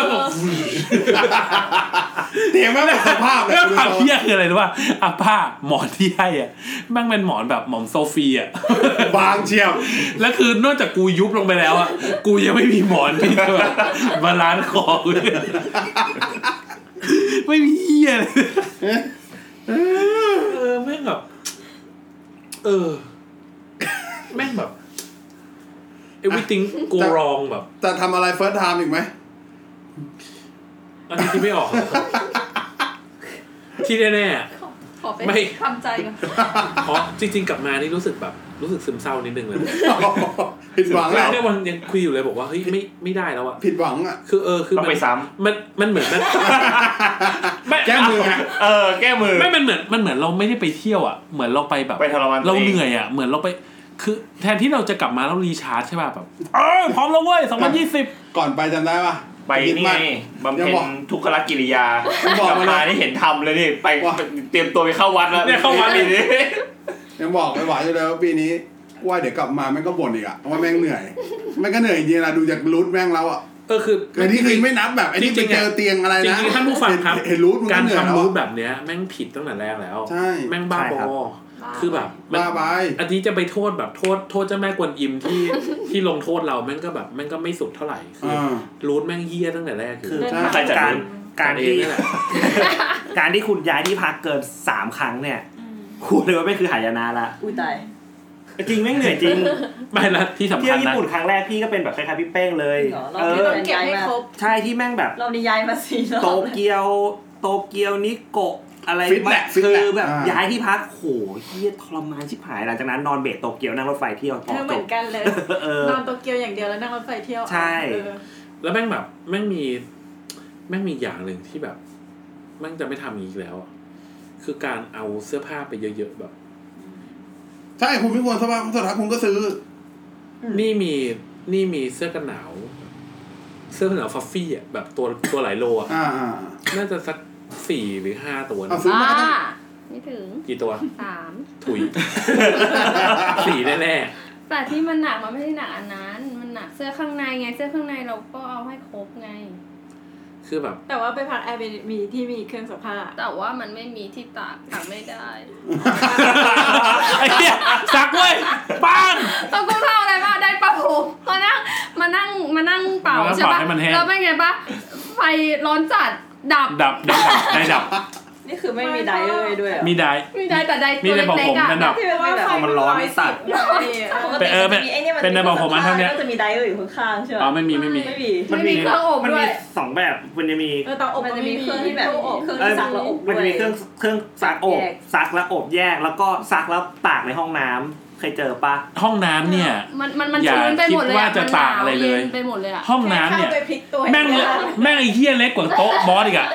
Speaker 1: เตียงแม่งไม่สภาพเลย
Speaker 2: เรื่อง
Speaker 1: คุณ
Speaker 2: ความ
Speaker 1: ดูทร
Speaker 2: เที่ยคืออะไรรู้ป่ะอาผ้าหมอนที่ให้อ่ะแม่งเป็นหมอนแบบหมอนโซฟีอ่ะ
Speaker 1: งบางเชียว
Speaker 2: แล้วคือนอกจากกูยุบลงไปแล้วอ่ะ กูยังไม่มีหมอนที่จะแบบบาลานซ์คอกูเลยไม่มีเหี้ยเลยเออแม่งแบบเออ แม่งแบบ everything go
Speaker 1: แต่
Speaker 2: wrong แบบ
Speaker 1: จะทำอะไรเฟิร์สไทม์อีกไหม
Speaker 2: อันนี้ที่ไม่ออก ที่แน่
Speaker 4: ขอไป
Speaker 2: ไม่
Speaker 4: ทำใจก่อน
Speaker 2: ๆอ๋อจริง ๆ กลับมานี่รู้สึกแบบรู้สึกซึมเศร้านิดนึงเลยนะ
Speaker 1: ผิดหวัง
Speaker 2: แล้
Speaker 1: แล้ว ว
Speaker 2: เนี่ยวันยังคุยอยู่เลยบอกว่าเฮ้ยไม่ไม่ได้แล้วอะ
Speaker 1: ผิดหวังอ่ะ
Speaker 2: คือเออคือ
Speaker 13: ต้อง
Speaker 2: มั
Speaker 13: ไป
Speaker 2: น
Speaker 13: ซ้ำ
Speaker 2: มันมันเหมือนมันไม่
Speaker 1: แก้มือฮะ
Speaker 13: เออ แก้มือ
Speaker 2: ไม่มันเหมือนมันเหมือนเราไม่ได้ไปเที่ยวอ่ะเหมือนเราไปแบบ
Speaker 13: ไปทรมาน
Speaker 2: เรา
Speaker 13: ตัว
Speaker 2: เห
Speaker 13: ง
Speaker 2: นื่อยอ่ะ เหมือนเราไป คือแทนที่เราจะกลับมาแล้วรีชาร์จใช่ป่ะแบบ เออพร้อมแล้วเว้ยสองพันยี่สิบ
Speaker 1: ก่อนไปจำได้ปะ
Speaker 13: ไปนี่ไงบำ
Speaker 1: ยัง
Speaker 13: เพ็ญ
Speaker 1: บอก
Speaker 13: ทุกขกิริยา
Speaker 1: ยังบอก
Speaker 13: กลับ
Speaker 1: มา
Speaker 13: มา
Speaker 1: เลย
Speaker 13: นี่เห็นทำเลยนี่ไป
Speaker 1: ว่า
Speaker 13: เตรียมตัวไปเข้าวัดแล้ว
Speaker 2: เนี่ยเข้ามา
Speaker 13: ปี
Speaker 2: ดิ
Speaker 13: นี้
Speaker 1: ยังบอกไม่ไหวอยู่เลยว่าปีนี้กูว่าเดี๋ยวกลับมาแม่งก็บ่นอีกอ่ะว่าแม่งเหนื่อยแม่งก็เหนื่อยจริงๆนะดูจากรูทแม่งแล้วอ่ะ
Speaker 2: เออคือ
Speaker 1: แต่นี่คือไม่นับแบบไอ้นี่
Speaker 2: จ
Speaker 1: ไป
Speaker 2: ริงๆ
Speaker 1: เจ
Speaker 2: อะ
Speaker 1: อเตียงอะไร
Speaker 2: จ
Speaker 1: นะ
Speaker 2: ริงๆท่านผู้ฟังครับ
Speaker 1: เห็นเห็นรูทมัน
Speaker 2: กา
Speaker 1: ก็
Speaker 2: ร
Speaker 1: เหนื่อยแล้ว
Speaker 2: ทำมูด
Speaker 1: อะ
Speaker 2: แบบเนี้ยแม่งผิดตั้งแต่แรกแล้ว
Speaker 1: ใช่
Speaker 2: แม่งบ้า
Speaker 7: ใช่
Speaker 2: บ
Speaker 7: ครับ
Speaker 2: อคือแบบมัน
Speaker 1: บ้าไป
Speaker 2: อันนี้จะไปโทษแบบโทษโทษเจ้าแม่กวนอิมที่ ที่ลงโทษเราแม่งก็แบบแม่งก็ไม่สุดเท่าไหร่คือ
Speaker 1: อ่า
Speaker 2: รูทแม่งเฮี้ยตั้งแต่แรกคื
Speaker 7: คือ อ
Speaker 10: เดิน
Speaker 13: ใครจัด
Speaker 7: การ
Speaker 13: รู้
Speaker 7: การ
Speaker 2: เอง
Speaker 7: ที่
Speaker 2: นี่แหละ
Speaker 7: การที่คุณย้ายที่พักเกินสามครั้งเนี่ยคุณเลยว่าไม่คือหายนะละ
Speaker 3: อุ้ยตาย
Speaker 7: จริงไม่งเหนื่อยจริง
Speaker 2: ไม่ละที่สำ
Speaker 7: เที่ย
Speaker 2: คั
Speaker 7: ว
Speaker 2: ญ
Speaker 7: ญี่
Speaker 2: นะ
Speaker 7: ปุ่นครั้งแรกพี่ก็เป็นแบบคล้ายๆพี่เป้งเลย
Speaker 3: เหรอเรา
Speaker 7: เออ
Speaker 3: ไม่ได้
Speaker 4: เก็บให้ครบ
Speaker 7: ใช่ที่แม่งแบบ
Speaker 3: รอบนี้ย้ายมาสี่รอบ
Speaker 7: โตเกียวโตเกียวนิโกะอะไร
Speaker 1: ฟิตแหละฟิต
Speaker 7: คื
Speaker 1: แหละ
Speaker 7: อแบบ
Speaker 1: อ่า
Speaker 7: ย้ายที่พักโหเฮียทรมานชิบหายหลังจากนั้นนอนเบสโตเกียวนั่งรถไฟเที่ยวต่อ
Speaker 10: เออ
Speaker 7: จ
Speaker 10: เหมือบ นกันเลย
Speaker 7: เออ
Speaker 10: นอนโตเกียวอย่างเดียวแล้วนั่งรถไฟเที่ยว
Speaker 7: ใช่
Speaker 10: เออ
Speaker 2: แล้วแม่งแบบแม่งมีแม่งมีอย่างหนึ่งที่แบบแม่งจะไม่ทำอย่างนี้อีกแล้วอะคือการเอาเสื้อผ้าไปเยอะๆแบบ
Speaker 1: ใช่คุณไม่ควรสภาพสุดท้ายคุณก็ซื้อ
Speaker 2: นี่มีนี่มีเสื้อกันหนาว เสื้อกันหนาวฟัฟฟี่อ่ะแบบตัวตัวหลายโลอ่ะ
Speaker 1: อ่าอ่า
Speaker 2: น่าจะสักสี่หรือห้าตัวนะ
Speaker 1: เอา ซื้อมาก็ได้
Speaker 4: บ้าไม่ถึง
Speaker 2: กี่ตัว
Speaker 4: สาม
Speaker 2: ถุย สี่แน่
Speaker 4: แต่ที่มันหนักมันไม่ได้หนักอันนั้น มันหนักเสื้อข้างในไง เสื้อข้างในเราก็เอาให้ครบไง
Speaker 2: ๆคือแบบ
Speaker 10: แต่ว่าไปพักแอร์มีที่มีเครื่องซักผ้า
Speaker 4: แต่ว่ามันไม่มีที่ตากตากไม่ได้
Speaker 2: ไอ้เหี้ยสักเว้ยปัง
Speaker 4: ต้องกุ้งเท่าอะไรบ้างได้เป่ามานั่งมานั่งมานั่งเป่า
Speaker 2: มานั่ง
Speaker 4: ใช่
Speaker 2: เป่า
Speaker 4: ปะ
Speaker 2: ให้มันแห้ง
Speaker 4: แล้วเป็นไงปะไฟร้อนจัดดับ
Speaker 2: ดับดับดับได้ดับ
Speaker 3: นี่คือไม่มีไดเออร์ด้วยเหรอ
Speaker 2: มีได้
Speaker 4: มีได้แต่ได้
Speaker 2: มี
Speaker 4: ตัว
Speaker 2: ได้บอก
Speaker 4: เล็
Speaker 2: ผ
Speaker 4: ก
Speaker 2: ม
Speaker 4: ๆอ่ะ
Speaker 2: นั่นดับ
Speaker 10: ที่เป็นว่าไฟ
Speaker 7: เอามันร้อนสัตว์
Speaker 10: ร้อยสิบ
Speaker 3: ปกติ
Speaker 10: เออ
Speaker 2: เออเป็
Speaker 3: มัน นจะมีไอ้เนี่ยมัน
Speaker 2: เป็น
Speaker 3: มี
Speaker 2: ในบอลของมันเท่าเนี้ย
Speaker 3: ก็จะมีไดเออร์อยู่ข้างๆใช่ไหม
Speaker 2: อ๋อไม่มีไม่มี
Speaker 3: ไม่มี
Speaker 4: ไม่มีเครื่องอบ
Speaker 7: มัน
Speaker 4: ด้ว
Speaker 7: มี
Speaker 4: ย
Speaker 7: สองแบบมันจะมี
Speaker 10: เออเตาอบ
Speaker 3: มัน
Speaker 10: ก็
Speaker 3: จะ
Speaker 10: ไ
Speaker 3: มีเครื่องที่แบบ
Speaker 10: ตู้อบ
Speaker 3: เครื่อง
Speaker 7: เออ
Speaker 3: ที่ซักแล้วอบ
Speaker 7: มัน
Speaker 3: ด้ว
Speaker 7: จะมี
Speaker 3: ย
Speaker 7: เครื่องเครื่องซักอบ
Speaker 3: แยก
Speaker 7: ซักแล้วอบแยกแล้วก็ซักแล้วตากในห้องน้ำเคยเจอปะ
Speaker 2: ห้องน้ำเนี่ย
Speaker 4: มันมันมัน
Speaker 2: อย่า
Speaker 4: ชื้นไปหมดเล
Speaker 2: คิ
Speaker 4: ย
Speaker 2: ดว่า
Speaker 4: อ่ะ
Speaker 2: จะ
Speaker 4: มัน
Speaker 2: ตากอะไรเลย
Speaker 4: หนาวเนไปหมดเลยอ่ะ
Speaker 2: ห้องน้ำเนี่ย
Speaker 10: แค่ข้าไปพลิกตัว
Speaker 2: แม่งเล็กแม่งไอ้เหี้ยเล็กกว่าโต๊ะบอสอีกอะ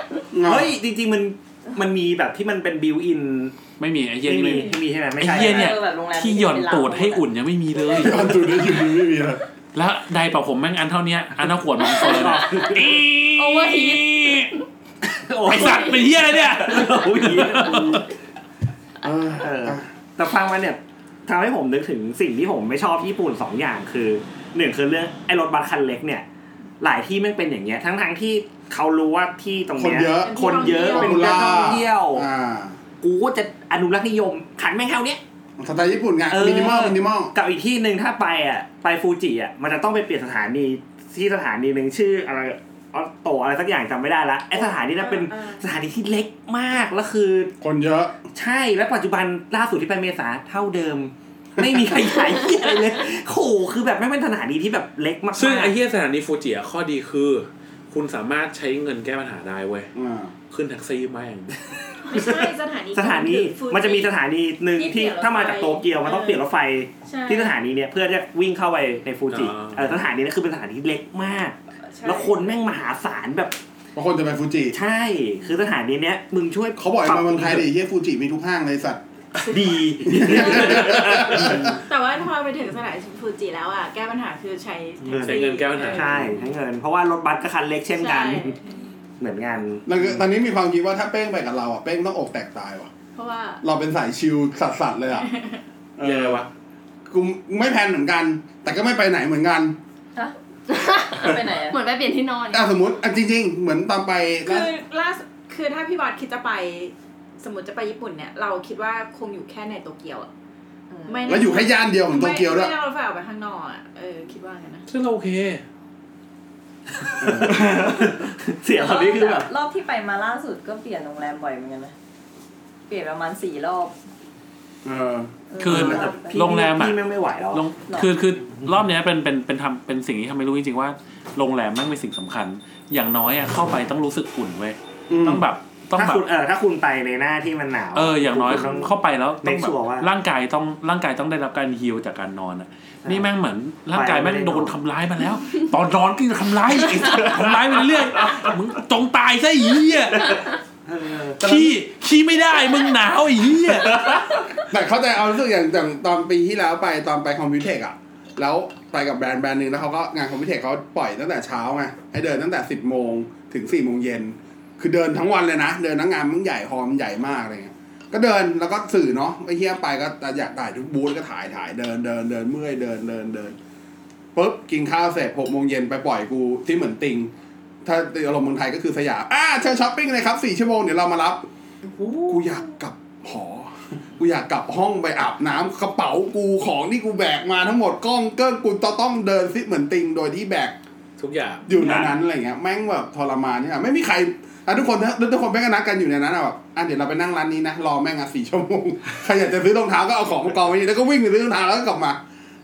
Speaker 1: เฮ้
Speaker 7: เฮ้
Speaker 1: ย
Speaker 7: ยจริง ๆ มันมันมีแบบที่มันเป็นบิวอิน
Speaker 2: ไม่มีไอ้เหี้ย
Speaker 7: ไม่
Speaker 2: นี่
Speaker 7: มี
Speaker 2: ไม่มี
Speaker 7: ไม่มีใช่ไหมไม่
Speaker 2: ไอ้
Speaker 7: ใช่
Speaker 2: เหี้ยเนี่ย
Speaker 3: เออแบบโรงแรม
Speaker 2: ที่หย่อนตูดให้อุ่นยังไม่มีเลย
Speaker 1: ย้อนจุดได้ยินดีไม่มีเลย
Speaker 2: แล้วไดร์เป่าผมแม่งอันเท่าเนี้ยอันเท่าขวดมันเฟิร์นอะ
Speaker 4: โอเวอร์ฮีท
Speaker 2: ไอสัตว์เป็นเหี้ยอะไรเนี่ย
Speaker 7: โอ้ย
Speaker 1: เออ
Speaker 7: เออ แต่ฟังมาเนี่ยทำให้ผมนึกถึงสิ่งที่ผมไม่ชอบญี่ปุ่นสองอย่างคือหนึ่งคือเรื่องไอ้รถบัสคันเล็กเนี่ย หลายที่ไม่งเป็นอย่างเงี้ยทั้งทางๆที่เขารู้ว่าที่ตรง
Speaker 1: คน
Speaker 7: เนี้ย
Speaker 1: เยอะ
Speaker 7: คนเยอะเป็น
Speaker 1: มู
Speaker 7: นัก
Speaker 1: ล่า
Speaker 7: ท่องเที่ยว
Speaker 1: อ่า
Speaker 7: กูก็จะอนุรักษ์นิยมขันแม่งเท่าเนี้ย
Speaker 1: สไตล์ญี่ปุ่นไง
Speaker 7: เออ
Speaker 1: มินิมอลมินิมอล
Speaker 7: กับอีกที่หนึ่งถ้าไปอ่ะไปฟูจิอ่ะมันจะต้องไปเปลี่ยนสถานีที่สถานีหนึ่งชื่ออะไรออโตอะไรสักอย่างจำไม่ได้ละไอสถานีนั้นเป็นสถานีที่เล็กมากแล้วคือ
Speaker 1: คนเยอะ
Speaker 7: ใช่แล้วปัจจุบันล่าสุดที่ไปเมษาเท่าเดิม ไม่มีใครขายเหี้ยอะไรเลยโหคือแบบไม่งเป็นสถานีที่แบบเล็กมากๆ
Speaker 2: ซึ่งไอ้เหี้ยสถานีฟูจิอะข้อดีคือ คุณสามารถใช้เงินแก้ปัญหาได้เว้ย
Speaker 1: อ่า
Speaker 2: ขึ้นแท็กซี่แม่ง
Speaker 10: ไม่ใช่สถานี
Speaker 7: สถานี
Speaker 10: ฟูจิ
Speaker 7: มันจะมีสถานีหนึ่ง
Speaker 10: ที่
Speaker 7: ที่
Speaker 10: เปลี่ยนรถไฟ
Speaker 7: ถ้ามาจากโตเกียวมันต้องเปลี่ยนรถไฟ
Speaker 10: ใช่
Speaker 7: ที่สถานีเนี่ยเพื่อจะวิ่งเข้าไปในฟูจิ
Speaker 2: อ่า
Speaker 7: เออสถานีนั้นคือเป็นสถานีที่เล็กมาก
Speaker 10: ใช่
Speaker 7: แล้วคนแม่งมหาศาลแบบ
Speaker 1: เพราะคนจะไปฟูจิ
Speaker 7: ใช่ คือสถานีเนี้ยมึงช่วย
Speaker 1: เขาบอกไอ้มาเมืองไทยดิเฮียฟูจิมีทุกห้างเลยสัตว์
Speaker 7: ดี
Speaker 10: แต่ว่าพอไปถึงสถานีฟูจิแล้วอ่ะแก้ปัญหาคือใช้
Speaker 2: ใช้เงินแก้ปัญหา
Speaker 7: ใช่ใช้เงิน เพราะว่ารถบัสก็คันเล็กเช่นกัน
Speaker 10: ใช่
Speaker 7: เหมือนกัน
Speaker 1: แล้วก็ตอนนี้มีความคิดว่าถ้าเป้งไปกับเราอ่ะเป้งต้องอกแตกตายว่ะ
Speaker 10: เพราะว่า
Speaker 1: เราเป็นสายชิลสัสๆเลยอ่ะเอ
Speaker 2: ยัง
Speaker 1: อ
Speaker 2: ไงวะ
Speaker 1: กูไม่แพลนเหมือนกัน แต่ก็ไม่ไปไหนเหมือนกัน
Speaker 3: ไปไหนอะ
Speaker 4: เหมือนไปเปลี่ยนที่นอน
Speaker 1: อ่ะสมมติอ่ะจริง ๆ เหมือนตอนไป
Speaker 10: คื
Speaker 1: ล่า
Speaker 10: อล่าสุดคือถ้าพี่บอสคิดจะไป สมมติจะไปญี่ปุ่นเนี่ย เราคิดว่าคงอยู่แค่ในโตเกียวอะไม่
Speaker 1: แล้วอยู่แค่ย่านเดียวของโตเกียวด้วย
Speaker 10: ไม่ไม่นั่งรถไฟออกไปข้างนอกอะเออคิดว่าไงนะ
Speaker 2: ซึ่งเราโอเค
Speaker 7: เสียงแบบนี้คือแบบ
Speaker 3: รอบที่ไปมาล่าสุดก็เปลี่ยนโรงแรมบ่อยเหมือนกันนะ เปลี่ยนประมาณสี่รอบ
Speaker 1: เออ
Speaker 2: คือโรงแรมอะ
Speaker 7: พี่แม่งไม่ไหวแล้ว
Speaker 2: ลง
Speaker 3: หรอ
Speaker 2: คือคือรอบเนี้ยเป็นเป็นเป็นทำเป็นสิ่งที่ทำให้รู้จริงๆว่าโรงแรมแม่งเป็นสิ่งสำคัญ อย่างน้อยอ่ะเข้าไปต้องรู้สึกอุ่นเว้ย
Speaker 1: อืม
Speaker 2: ต้องแบบต้อง
Speaker 7: ถ้า
Speaker 2: แบบ
Speaker 7: คุณเออถ้าคุณไปในหน้าที่มันหนาว
Speaker 2: เอออย่างน้อย
Speaker 7: คุณต้
Speaker 2: เข้าไปแล้วต้องแบ
Speaker 7: make
Speaker 2: บ
Speaker 7: sure ว่า
Speaker 2: ร่างกายต้องร่างกายต้องได้รับการฮิวจากการนอนอ่ะนี่แม่งเหมือนร่างกายแม่งโดนทำร้ายมาแล้ว ตอนนอนก็ยังทำร้ายอีกทำร้ายไปเรื่อยมึงจงตายซะไอ้เหี้ย
Speaker 7: เออ
Speaker 2: ขี้ขี้ไม่ได้มึงหนาวไอ้เหี้ย
Speaker 1: แต่เข้าใจเอารู้สึกอย่างอย่างตอนปีที่แล้วไปตอนไปคอมพิวเทคอะแล้วไปกับแบรนด์แบรนด์หนึ่งแล้วเขาก็งานคอมพิวเทคเขาปล่อยตั้งแต่เช้าไงให้เดินตั้งแต่สิบโมงถึงสี่โมงเย็นคือเดินทั้งวันเลยนะ เดินทั้งงานมันใหญ่ฮอลล์มนใหญ่มากอะไรเงี้ยก็เดินแล้วก็สื่อเนาะไอ้เฮียไปก็อยากถ่ายทุกบูธก็ถ่ายถ่ายเดินเดินเดินเมื่อยเดินเดินเดินปุ๊บกินข้าวเสร็จหกโมงเย็นไปปล่อยกูที่เหมือนติง ถ้าอารมณ์เมืองไทยก็คือสยามอ่าเชิญช้อปปิ้งเลยครับสี่ชั่วโมงเดี๋ยวเรามารับ กูอยากกลับหอ กูอยากกลับห้องไปอาบน้ำกระเป๋ากูของที่กูแบกมาทั้งหมดกล้องเกิ้งกูจะต้องเดินซิเหมือนติงโดยที่แบก
Speaker 6: ทุกอย่าง
Speaker 1: อยู่ในนั้นอะไรเงี้ยแม่งแบบทรมานเนี่ยไม่มีใครอ่ะทุกคนทุกทุกคนแม่งก็นัดกันอยู่ในนั้นอ่ะแบบอ่ะเดี๋ยวเราไปนั่งร้านนี้นะรอแม่งอ่ะสี่ชั่วโมง ใครอยากจะซื้อรองเท้าก็เอาของมากองไว้นี่แล้วก็วิ่งไปซื้อรองเท้าแล้วก็กลับมา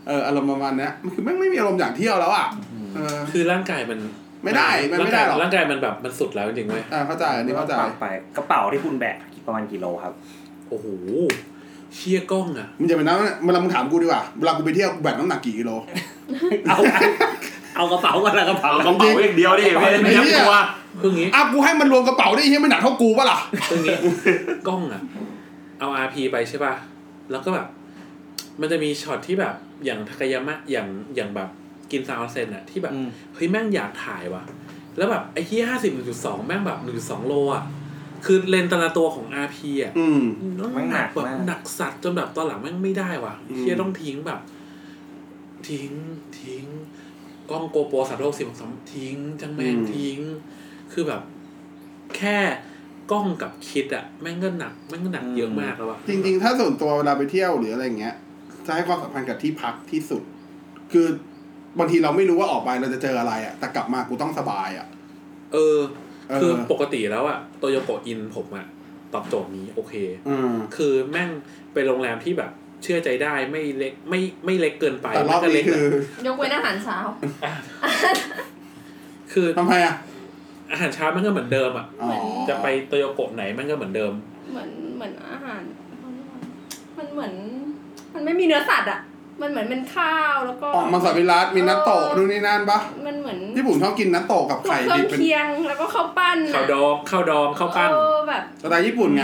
Speaker 1: เอออารมณ์ประมาณเนี้ยมันคือแม่งไม่มีอารมณ์อยากเที่ยวแล้วอ่ะเออ
Speaker 6: คือร่างกายมัน
Speaker 1: ไม่ได้มันไม่ได้หรอก
Speaker 6: ร่างกายมันแบบมันสุดแล้วจริงๆเว้ย
Speaker 1: อ่ะเข้าใจอันนี้เข้าใจ
Speaker 7: ไปกระเป๋าที่คุณแบกประมาณกี่โลครับ
Speaker 6: โอ้โหเชี่ยกล้องอ่ะ
Speaker 1: มันจะเป็นน้ำเวลามึงถามกูดีกว่าเวลากูไปเที่ยวกูแบกน้ำหนักกี่กิโล
Speaker 7: เอาเอากระเป๋ากันละกระเป๋า
Speaker 14: เอากระเป๋าเองเดียวดิไม่ได้เป็นทั้งตัว
Speaker 6: คืออย่างงี้
Speaker 1: อ่ะกูให้มันรวมกระเป๋าได้ยังไม่หนักเท่ากูปะล่ะ
Speaker 6: คืออย่างงี้ กล้องอ่ะ เอา RP ไปใช่ป่ะ แล้วก็แบบ มันจะมีช็อตที่แบบ อย่างทากายามะอย่างอย่างแบบกินซาวเซนอ่ะที่แบบ เฮ้ยแม่งอยากถ่ายว่ะ แล้วแบบไอ้ที่ห้าสิบหนึ่งจุดสองแม่งแบบหนึ่งสองโลอ่ะ คือเลนส์แต่ละตัวของ RP อ่ะ
Speaker 1: อืม
Speaker 7: แม่งหนัก
Speaker 6: แบบ
Speaker 7: มาก
Speaker 6: หนักสัตว์จนแบบตอนหลังแม่งไม่ได้ว่ะ
Speaker 1: อืม
Speaker 6: เฮียต้องทิ้งแบบ ทิ้งทิ้ง กล้องโกโปรสามโลกสิบสองทิ้ง จังแม่งทิ้ง คือแบบ แค่กล้องกับคิดอะแม่งก็หนักแม่งก็หนักเยอะมากแล้วอะ
Speaker 1: จริง ๆ ถ้าส่วนตัวเวลาไปเที่ยวหรืออะไรเงี้ย จะให้ความสำคัญกับที่พักที่สุด คือบางทีเราไม่รู้ว่าออกไปเราจะเจออะไรอ่ะ แต่กลับมากูต้องสบายอ่ะ
Speaker 6: เออ
Speaker 1: เออ
Speaker 6: คือปกติแล้วอะโตโยโกอินผมอะตอบโจทย์นี้โอเค
Speaker 1: อืม
Speaker 6: คือแม่งเป็นโรงแรมที่แบบเชื่อใจได้ไม่เล็กไม่ไม่เล็กเกินไป
Speaker 1: แต่รอบ
Speaker 6: ไม่ก็เล็
Speaker 1: นี้
Speaker 6: ก
Speaker 1: คือย
Speaker 4: กเว้นอาหารเช้า
Speaker 6: คือ
Speaker 1: ทำไมอ่ะ
Speaker 6: อาหารเช้ามันก็เหมือนเดิมอ่ะ
Speaker 1: อ๋อ
Speaker 6: จะไปโตโยโกะไหนมันก็เหมือนเดิม
Speaker 4: เหมือนเหมือนอาหาร มันเหมือน มันไม่มีเนื้อสัตว์อ่ะ มันเหมือนเป็นข้าวแล้วก็
Speaker 1: ออกมาสวิรัตมีนัตโตะนู่นนี่นั่นปะ
Speaker 4: มันเหมือน
Speaker 1: ญี่ปุ่นชอบกินนัตโตะกับ
Speaker 4: พวก
Speaker 1: ไข่
Speaker 4: เครื่อ
Speaker 1: ดิ
Speaker 4: ง
Speaker 1: บเป็น
Speaker 4: เคียงแล้วก็ข้าวปั้น
Speaker 6: ข้าวดองข้าวดองข้าวปั้น
Speaker 4: เออแบบ
Speaker 1: สไตล์ญี่ปุ่นไง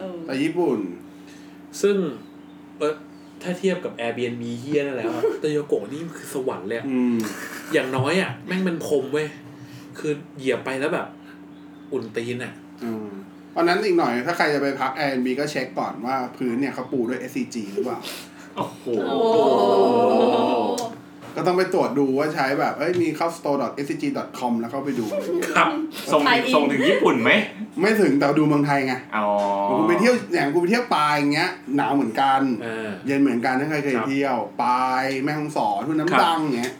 Speaker 4: เออ
Speaker 1: แต่ญี่ปุ่น
Speaker 6: ซึ่งเออถ้าเทียบกับ Airbnb เฮียนั่นแล้วอะ โตโยโกะนี่มันคือสวรรค์เลยอะ
Speaker 1: อืม
Speaker 6: อย่างน้อยอ่ะแม่งมันพรมเว้ย คือเหยียบไปแล้วแบบ อุ่นตีนอ่ะ
Speaker 1: อืมวันนั้นอีกหน่อยถ้าใครจะไปพัก Airbnb ก็เช็คก่อนว่าพื้นเนี่ยเขาปูด้วย SCG หรือเปล่า
Speaker 7: โอ้โห
Speaker 4: โอ้
Speaker 1: ก็ต้องไปตรวจดูว่าใช้แบบ เอ้ย มีเข้า store.scg.com แล้วเข้าไปดู
Speaker 14: ครับส่งส่งถึงญี่ปุ่นไหม
Speaker 1: ไม่ถึงแต่ดูเมืองไทยไง
Speaker 14: อ๋อ
Speaker 1: กูไปเที่ยวอย่างกูไปเที่ยวปลายอย่างเงี้ย หนาวเหมือนกัน
Speaker 6: อ่า
Speaker 1: เย็นเหมือนกันถ้าใครเคย
Speaker 6: ครับ
Speaker 1: เที่ยวปลายแม่ฮ่องสอนทุ่น
Speaker 6: ครั
Speaker 1: น้ำ
Speaker 6: บ
Speaker 1: ดังอย่างเงี้ย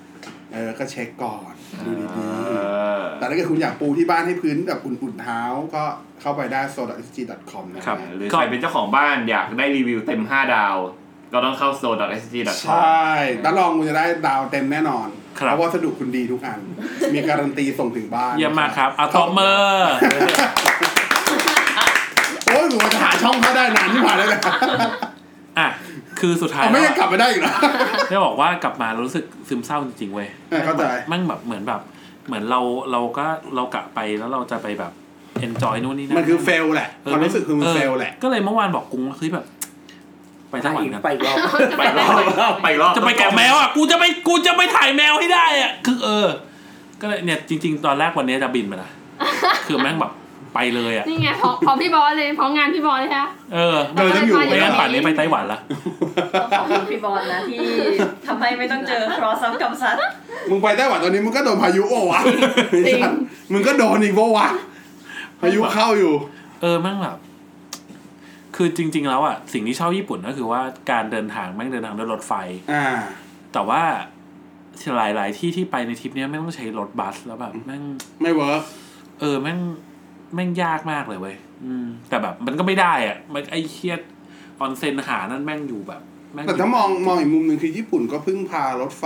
Speaker 1: เออ ก็เช็คก่อนดูดี
Speaker 14: เออ
Speaker 1: ๆ แต่ถ้าเกิดคุณอยากปูที่บ้านให้พื้นแบบอุ่นๆเท้าก็เข้าไปได้ store.scg.com นะ
Speaker 2: ค
Speaker 1: ค
Speaker 2: รั
Speaker 1: รับ บ
Speaker 14: หรือใครเป็นเจ้าของบ้านอยากได้รีวิวเต็ม 5 ดาว ก็ต้องเข้า
Speaker 1: ใช
Speaker 14: so.sg.com
Speaker 1: ่แล้วลองคุณจะได้ดาวเต็มแน่นอน
Speaker 2: ครับ
Speaker 1: เพราะวัสดุคุณดีทุกอัน มีการันตีส่งถึงบ้าน
Speaker 2: เยี่ยมมากครับเอาตบมือ
Speaker 1: โอ้ยผมจะหาช่องเข้าได้นานที่ผ่านแล้วนะ
Speaker 2: อ่ะ คือสุดท้าย
Speaker 1: เอาไม่
Speaker 2: แล้ว
Speaker 1: ยังกลั
Speaker 2: อะ
Speaker 1: บมาได้อีกเหรอ
Speaker 2: ได้บอกว่ากลับมารู้สึกซึมเศร้าจริงๆเว้ย
Speaker 1: เออเข้าใจ
Speaker 2: มันแบบเหมือนแบบ เหมือนเราเราก็เรากะไปแล้วเราจะไปแบบ enjoy นู่นนี่นั่น
Speaker 1: มันคือเฟลแหละ
Speaker 2: เ
Speaker 1: ความรู้สึกคือมัน
Speaker 2: เ
Speaker 1: เฟลแหละ
Speaker 2: ก็เลยเมื่อวานบอกกุ้งว่าคือแบบ ไปไต้หวันกัน
Speaker 7: ไปอีกรอบ
Speaker 14: ไปรอบไปรอบ
Speaker 2: จะไปเกาะแมวอ่ะกูจะไปกูจะไปถ่ายแมวให้ได้อ่ะคือเออ ก็เลยเนี่ยจริง ๆ ตอนแรกวันนี้จะบินไป นะคือแม่งแบบไปเลยอ่ะ
Speaker 4: นี่ไงพอพอพี่บอสเลยพองานพี่บอสเลยฮะ
Speaker 2: เออ
Speaker 1: เออยังอยู่
Speaker 2: ไม่งั้นป่านนี้ไปไต้หวันละ
Speaker 3: ต้องขอบคุณพี่บอลนะที่ทำให้ไม่ต้องเจ อครอสซ้ำกับซัด
Speaker 1: มึงไปไต้หวันตอนนี้มึงก็โดนพายุโอ้วะ
Speaker 4: จริง
Speaker 1: มึงก็โดนอีกโวะพายุเข้าอยู่
Speaker 2: เออแม่งแบบ คือจริง ๆ แล้วอ่ะ สิ่งที่ชอบญี่ปุ่นก็คือว่าการเดินทางแม่งเดินทางด้วยรถไฟ
Speaker 1: อ่า
Speaker 2: แต่ว่าหลาย ๆ ที่ที่ไปในทริปเนี้ยแม่งต้องใช้รถบัสแล้วแบบแม่ง
Speaker 1: ไม่เวิร์ก
Speaker 2: เออแม่งแม่งยากมากเลยเว้ยอืม แต่แบบมันก็ไม่ได้อ่ะ มันไอ้เคียด ออนเซนหานั่นแม่งอยู่แบบแม่ง
Speaker 1: แต่ถ้ามองมองอีกมุมหนึ่งคือญี่ปุ่นก็เพึ่งพารถไฟ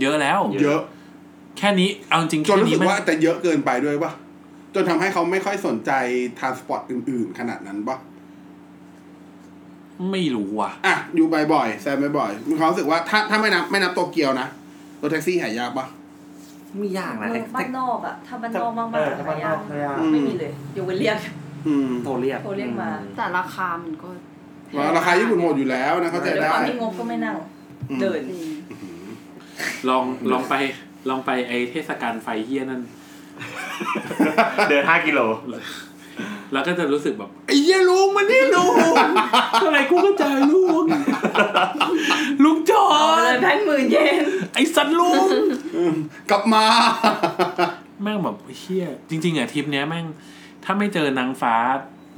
Speaker 2: เยอะแล้ว
Speaker 1: เยอะ
Speaker 2: แค่นี้เอาจริง
Speaker 1: จน
Speaker 2: แค่
Speaker 1: รู้
Speaker 2: นี้
Speaker 1: สึก
Speaker 2: มัน
Speaker 1: ว่าแต่เยอะเกินไปด้วยป่ะ จนทำให้เขาไม่ค่อยสนใจทางสปอร์ตอื่น ๆ ขนาดนั้นป่ะ
Speaker 2: ไม่รู้ว่ะ
Speaker 1: อ่ะ อยู่บ่อยๆแซมบ่อยๆมีความรู้สึกว่าถ้าถ้าไม่นับไม่นับโตเกียวนะรถแท็กซี่หายากป่ะ
Speaker 7: ไม่ยากนะ
Speaker 3: เมื
Speaker 7: แต่
Speaker 3: องบ้านนอกอะถ้าบ้านนอกมาก
Speaker 15: เออ
Speaker 3: ๆ
Speaker 15: ถ้า
Speaker 3: หา
Speaker 15: บ้านน
Speaker 3: ยา
Speaker 15: อก
Speaker 3: ก
Speaker 15: หายาก
Speaker 3: ไม่มีเลยยกเว้นเรียก
Speaker 1: อืม
Speaker 7: โทรเรียก
Speaker 3: โทรเรียกมา
Speaker 7: อื
Speaker 4: แต่ราคามันก็
Speaker 1: ว่าราคาญี่ปุ่นโหดอยู่แล้วนะเข้าใจ
Speaker 3: ด้วย
Speaker 1: ได้
Speaker 3: ความที่งบก็ไม่นั่ง
Speaker 1: อืม
Speaker 3: เดิน
Speaker 4: จริง
Speaker 2: ลองลองไปลองไปไอเทศกาลไฟเฮี้ยนั่น
Speaker 16: เดินห้ากิโล
Speaker 2: แล้วก็จะรู้สึกแบบ
Speaker 17: ไอ้เหี้ยลุงมันนี่ลุง
Speaker 2: อะไรกูก็จ่ายลุงลุงจอ
Speaker 3: เอาเล
Speaker 2: น
Speaker 3: ยแพงหมื่นเยน
Speaker 2: ไอสัตว์ลุง
Speaker 1: อืมกลับมา
Speaker 2: แม่งแบบเฮี้ยจริง ๆอะทริปเนี้ยแม่ง ถ้าไม่เจอนางฟ้า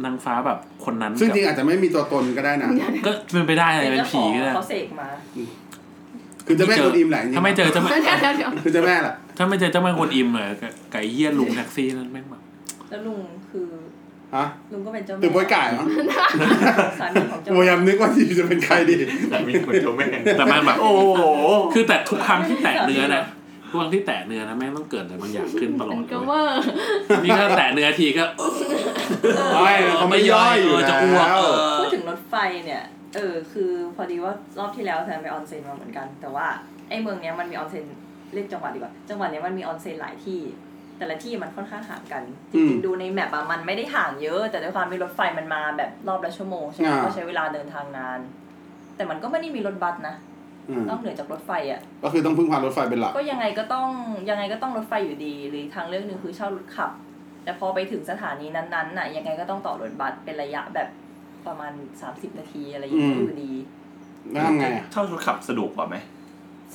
Speaker 2: นางฟ้าแบบคนนั้น
Speaker 1: ซึ่ง
Speaker 2: กับ
Speaker 1: จริงอาจจะไม่มีตัวตนก็ได้นะ
Speaker 2: ก็เป็นไปได้อะไร
Speaker 3: เป็น
Speaker 2: เป็
Speaker 3: เจ้าน ข
Speaker 2: ผี
Speaker 3: อง
Speaker 2: ก็ได้
Speaker 3: เขาเสกมา
Speaker 1: คือเจะแม่คนอิมแหละจริงๆ
Speaker 2: ถ้าไม่เจอเจะ
Speaker 4: เดี๋ยวเดี๋ยวเดี๋ยว
Speaker 1: คือเจะแม่แหละ
Speaker 2: ถ้าไม่เจอเจะไม่คนอิมเลยไก่เฮี้ยลุงแท็กซี่นั่นแม่งแบบ
Speaker 3: แล้วลุงคือ
Speaker 1: ฮะ
Speaker 3: ลุงก็เป็นเจ้าแม่
Speaker 1: ตื่นโป้ยไก่ายเหรอ
Speaker 3: สามีของเจ้า
Speaker 1: พยายามนึกว่าที่จะเป็นใครดี
Speaker 16: แต่มีคนโทรแม่ง
Speaker 2: แต่มันแบบ
Speaker 16: โอ้โห
Speaker 2: คือแต่ทุกครั้งที่แตะเนื้อนะทุกครั้งที่แตะเนื้อนะแม่งต้องเกิดอะไรบางอย่างขึ้นตลอ
Speaker 4: มั
Speaker 2: ด
Speaker 4: น
Speaker 2: เล
Speaker 4: ก็
Speaker 2: ย
Speaker 4: เว
Speaker 2: เว้ย
Speaker 4: อร์
Speaker 2: นี่ก็แตะเนื้อทีก็เออ
Speaker 1: ไม่เขาไม่ย่อยอยู่
Speaker 2: เจะ
Speaker 1: แล้
Speaker 2: อ้วก
Speaker 1: ว
Speaker 2: เอ
Speaker 3: พูด
Speaker 2: อ
Speaker 3: ถึงรถไฟเนี่ยเออคือพอดีว่ารอบที่แล้วแซมไปออนเซ็นมาเหมือนกัน แต่ว่าไอ้เมืองเนี้ยมันมีออนเซ็นเรียกจังหวัดดีกว่า จังหวัดเนี้ยมันมีออนเซ็นหลายที่ แต่ละที่มันค่อนข้างห่างกันจริงๆดูในแมปอะมันไม่ได้ห่างเยอะ แต่ด้วยความที่รถไฟมันมาแบบรอบละชั่วโมงใช่ไหม
Speaker 1: อ่า
Speaker 3: ก็ใช้เวลาเดินทางนาน แต่มันก็ไม่ได้มีรถบัสนะ
Speaker 1: อืม
Speaker 3: นอกเหนือจากรถไฟอะ
Speaker 1: ก็คือต้องพึ่งพารถไฟเป็นหลัก
Speaker 3: ก็ยังไงก็ต้องยังไงก็ต้องรถไฟอยู่ดีหรือทางเลือกหนึ่งคือเช่ารถขับ แต่พอไปถึงสถานีนั้นๆน่ะยังไงก็ต้องต่อรถบัสเป็นระยะแบบประมาณ 30 นาทีอะไรอย่างเงี้ย
Speaker 1: อืม
Speaker 3: อยู่ดี
Speaker 1: แล้วทำไงอะ
Speaker 16: เช่ารถขับสะดวกกว่าไหม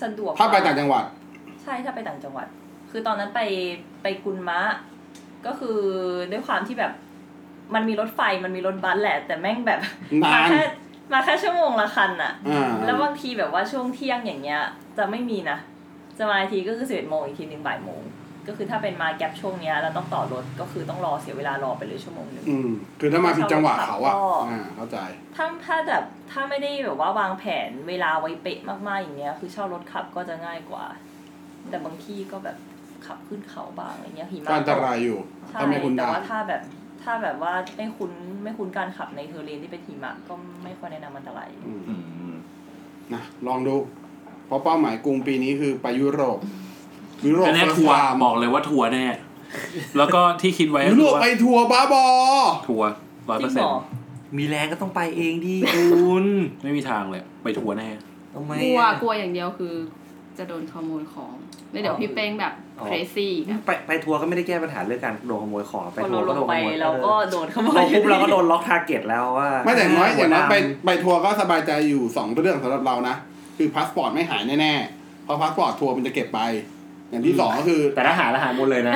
Speaker 3: สะดวก
Speaker 1: ถ้าไปต่างจังหวัด
Speaker 3: ใช่ถ้าไปต่างจังหวัด คือตอนนั้นไปไปกุนมะ ก็คือด้วยความที่แบบมันมีรถไฟมันมีรถบัสแหละ แต่แม่งแบบ
Speaker 1: นาม
Speaker 3: าน แค่มาแค่ชั่วโมงละคันน่ะ
Speaker 1: อ่า
Speaker 3: แล้วบางทีแบบว่าช่วงเที่ยงอย่างเงี้ย จะไม่มีนะจะมาอีกทีก็คือสิบเอ็ดโมงอีกทีหนึ่งบ่ายโมง ก็คือถ้าเป็นมาแก๊ปช่วงเนี้ยแล้วต้องต่อรถก็คือต้องรอเสียเวลารอไปเลยชั่วโมงหนึ่ง
Speaker 1: อืมคือถ้ามาผิดจังหวะเขาอะ
Speaker 3: ก็
Speaker 1: อ่าเข้าใจ
Speaker 3: ถ้าถ้าแบบถ้าไม่ได้แบบว่าวางแผนเวลาไว้เป๊ะมากๆอย่างเงี้ย คือเช่ารถขับก็จะง่ายกว่า แต่บางที่ก็แบบขับขึ้นเขาบ้างอะไรเงี้ยหิมะ
Speaker 1: ก็อันต
Speaker 3: ก
Speaker 1: รายอยู่
Speaker 3: ใช่
Speaker 1: ถ้าไม่คุ้น
Speaker 3: แต่
Speaker 1: ทาง
Speaker 3: ว่าถ้าแบบถ้าแบบว่าไม่คุ้นไม่คุ้นการขับในเทอร์เรนที่เป็นหิมะก็ไม่ค่อยแนะนำอันตราย
Speaker 1: อืม
Speaker 16: อืม
Speaker 1: นะลองดู เพราะเป้าหมายกรุงปีนี้คือไปยุโรป ยุโรป
Speaker 2: อันเนี้ย
Speaker 1: เฟิร์ส
Speaker 2: ทัวร์
Speaker 1: ฟาร์ม
Speaker 2: บอกเลยว่าทัวร์แน่ แล้วก็ที่คิดไว้ก็
Speaker 1: ยุ
Speaker 2: คื
Speaker 1: โร
Speaker 2: อ
Speaker 1: ป
Speaker 2: ว่า
Speaker 1: ไปทัวร์บ้าบอ
Speaker 2: ทัวร์ร้อย
Speaker 3: จ
Speaker 2: เปอ
Speaker 3: ริ
Speaker 2: ร์
Speaker 3: ง
Speaker 2: เซ็
Speaker 3: เห
Speaker 2: น
Speaker 3: ร
Speaker 2: ต์
Speaker 3: อ
Speaker 7: มีแรงก็ต้องไปเองดิคุณ
Speaker 2: ไม่มีทางเลย ไปทัวร์แน่
Speaker 7: ทำไม
Speaker 4: กลัว
Speaker 7: อะ
Speaker 4: กลัวอย่างเดียวคือ จะโดนขโมยของแล้วเดี๋ยวพี่เป้งแบบ crazy อีกอะ
Speaker 7: ไปไปทัวร์ก็ไม่ได้แก้ปัญหาเรื่องการโดนขโมยของไป
Speaker 3: พอ
Speaker 7: ทัว
Speaker 3: เรา
Speaker 7: ร์
Speaker 3: ล
Speaker 7: ก็
Speaker 3: ง
Speaker 7: โดนขโมย
Speaker 3: ไปเราก็โดนขโม
Speaker 7: ล
Speaker 3: ย
Speaker 7: งปุ๊บเราก็โดนล็อกทาร์เก็ตแล้วว่า
Speaker 1: ไม่แต่อย่างน้อยอย่างน้อยไป
Speaker 7: หัวด
Speaker 1: ไปทัวร์ก็สบายใจอยู่สองเรื่องสำหรับเรานะ คือพาสปอร์ตไม่หายแน่ๆเพราะพาสปอร์ตทัวร์มันจะเก็บไป อย่างที่สองก็คือ
Speaker 7: ำแต่ถ้าหาละหาหมดเลยนะ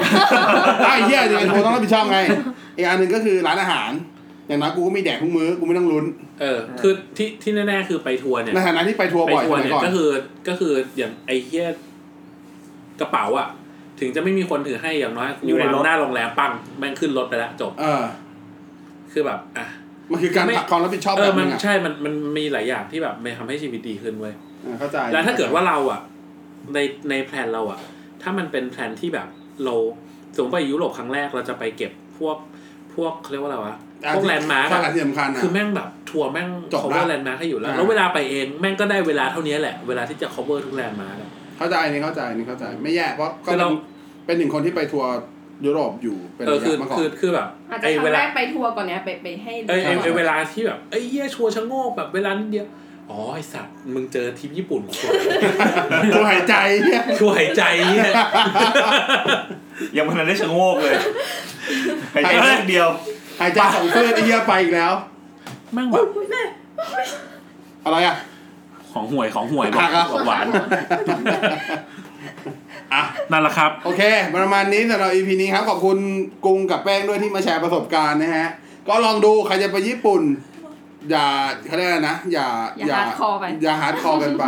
Speaker 1: ไอ้เหี้ยยังไงโทรต้องรับผิดชอบไง อีกอันหนึ่งก็คือร้านอาหาร อย่างน้อยกูก็มีแดกทุกมื้อ กูไม่ต้องลุ้น
Speaker 2: เออ คือที่ที่แน่ๆคือไปทัวร์เนี่ย
Speaker 1: ในฐานะที่ไปทัวร์
Speaker 2: ไป
Speaker 1: บ่อย
Speaker 2: ทั
Speaker 1: ส
Speaker 2: วร์
Speaker 1: มัย
Speaker 2: เนี่ย
Speaker 1: ก่อน
Speaker 2: ก็คือก็คืออย่างไอ้เฮียกระเป๋าอ่ะ ถึงจะไม่มีคนถือให้อย่างน้อย
Speaker 7: อยู่ในรถ
Speaker 2: วางหน้าโรงแรมปังแม่งขึ้นรถไปแล้วจบ
Speaker 1: เออ
Speaker 2: คือแบบอ่ะ
Speaker 1: มันคือการ
Speaker 2: ไม่
Speaker 1: ผลักความรับผิดชอบ
Speaker 2: เอ
Speaker 1: แบ
Speaker 2: อบ มั
Speaker 1: นึ
Speaker 2: น
Speaker 1: งอ่ะ
Speaker 2: ใช่มันมันมีหลายอย่างที่แบบมันทำให้ชีวิตดีขึ้นเว้ย
Speaker 1: เออเข้าใจ
Speaker 2: แล้วถ้าเกิดว่าเราอ่ะ ในในแพลนเราอ่ะ ถ้ามันเป็นแพลนที่แบบเราสมมติไปยุโรปครั้งแรกเราจะไปเก็บพวกพวกเขาเรียกว่าอะไรวะ
Speaker 1: อ่ะ
Speaker 2: พวกแลนด์มาร์ก
Speaker 1: ใช่ที่สำคัญนะ
Speaker 2: คือแม่งแบบทัวร์แม่ง
Speaker 1: จบละ
Speaker 2: cover แลนด์มาร์กให้อยู่แล้วแล้วเวลาไปเองแม่งก็ได้เวลาเท่านี้แหละเวลาที่จะ cover ทุกแลนด์มาร์ก
Speaker 1: เข้าใจนี่เข้าใจนี่เข้าใจ ไม่แย่เพราะก็เป็
Speaker 2: คือ
Speaker 1: น
Speaker 2: เรา
Speaker 1: เป็นหนึ่งคนที่ไปทัวร์ยุโรปอยู่เป็น
Speaker 2: เอ
Speaker 1: ระ
Speaker 2: อคือย
Speaker 1: ะมาก่อน
Speaker 2: คือคือแบบ
Speaker 4: อาจจะ
Speaker 2: ไอ้
Speaker 4: ครั้
Speaker 2: เว
Speaker 4: งแร
Speaker 2: ลาก
Speaker 4: ไปทัวร์ก่อนเนี้ยไปไปให้
Speaker 2: ไอ้ไอ้
Speaker 1: ใช่
Speaker 2: ไอ้เวลาที่แบบไอ้เหี้ยชัวร์ชะโงกแบบเวลานิดเดียวอ๋อไอ้สัตว์มึงเจอทีมญี่ปุ่น กู
Speaker 1: ทัวร์หายใจเนี่ย
Speaker 2: ช่วยหายใจเนี่ย
Speaker 16: ยังวันนั้นได้ชะโงกเลยหายใจแค่เดียว
Speaker 1: หายใจสองเฟือกไอ้เหี้ยไปอีกแล้ว
Speaker 2: แม่งแบบ
Speaker 1: อะไรอ่ะ
Speaker 2: ของห่วยของห่วย
Speaker 1: หักอ่ะ
Speaker 2: บอกหวาน
Speaker 1: อ่ะ
Speaker 2: นั่นแหละครับ
Speaker 1: โอเค ประมาณนี้สำหรับ EP นี้ครับ ขอบคุณกรุงกับแป้งด้วยที่มาแชร์ประสบการณ์นะฮะ ก็ลองดูใครจะไปญี่ปุ่น อย่าเขาเรียกอะไรนะ อย่า
Speaker 4: อย่าฮาร์ดคอร์ไป
Speaker 1: อย่าฮาร์ดคอร์กันไป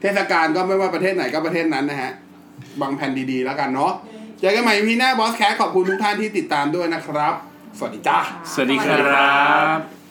Speaker 1: เทศกาลก็ไม่ว่าประเทศไหนก็ประเทศนั้นนะฮะ บางแผ่นดีๆแล้วกันเนาะเจอกันใหม่ EP หน้าบอสแคสขอบคุณทุกท่านที่ติดตามด้วยนะครับ สวัสดีจ้า
Speaker 2: สวัสดีครับ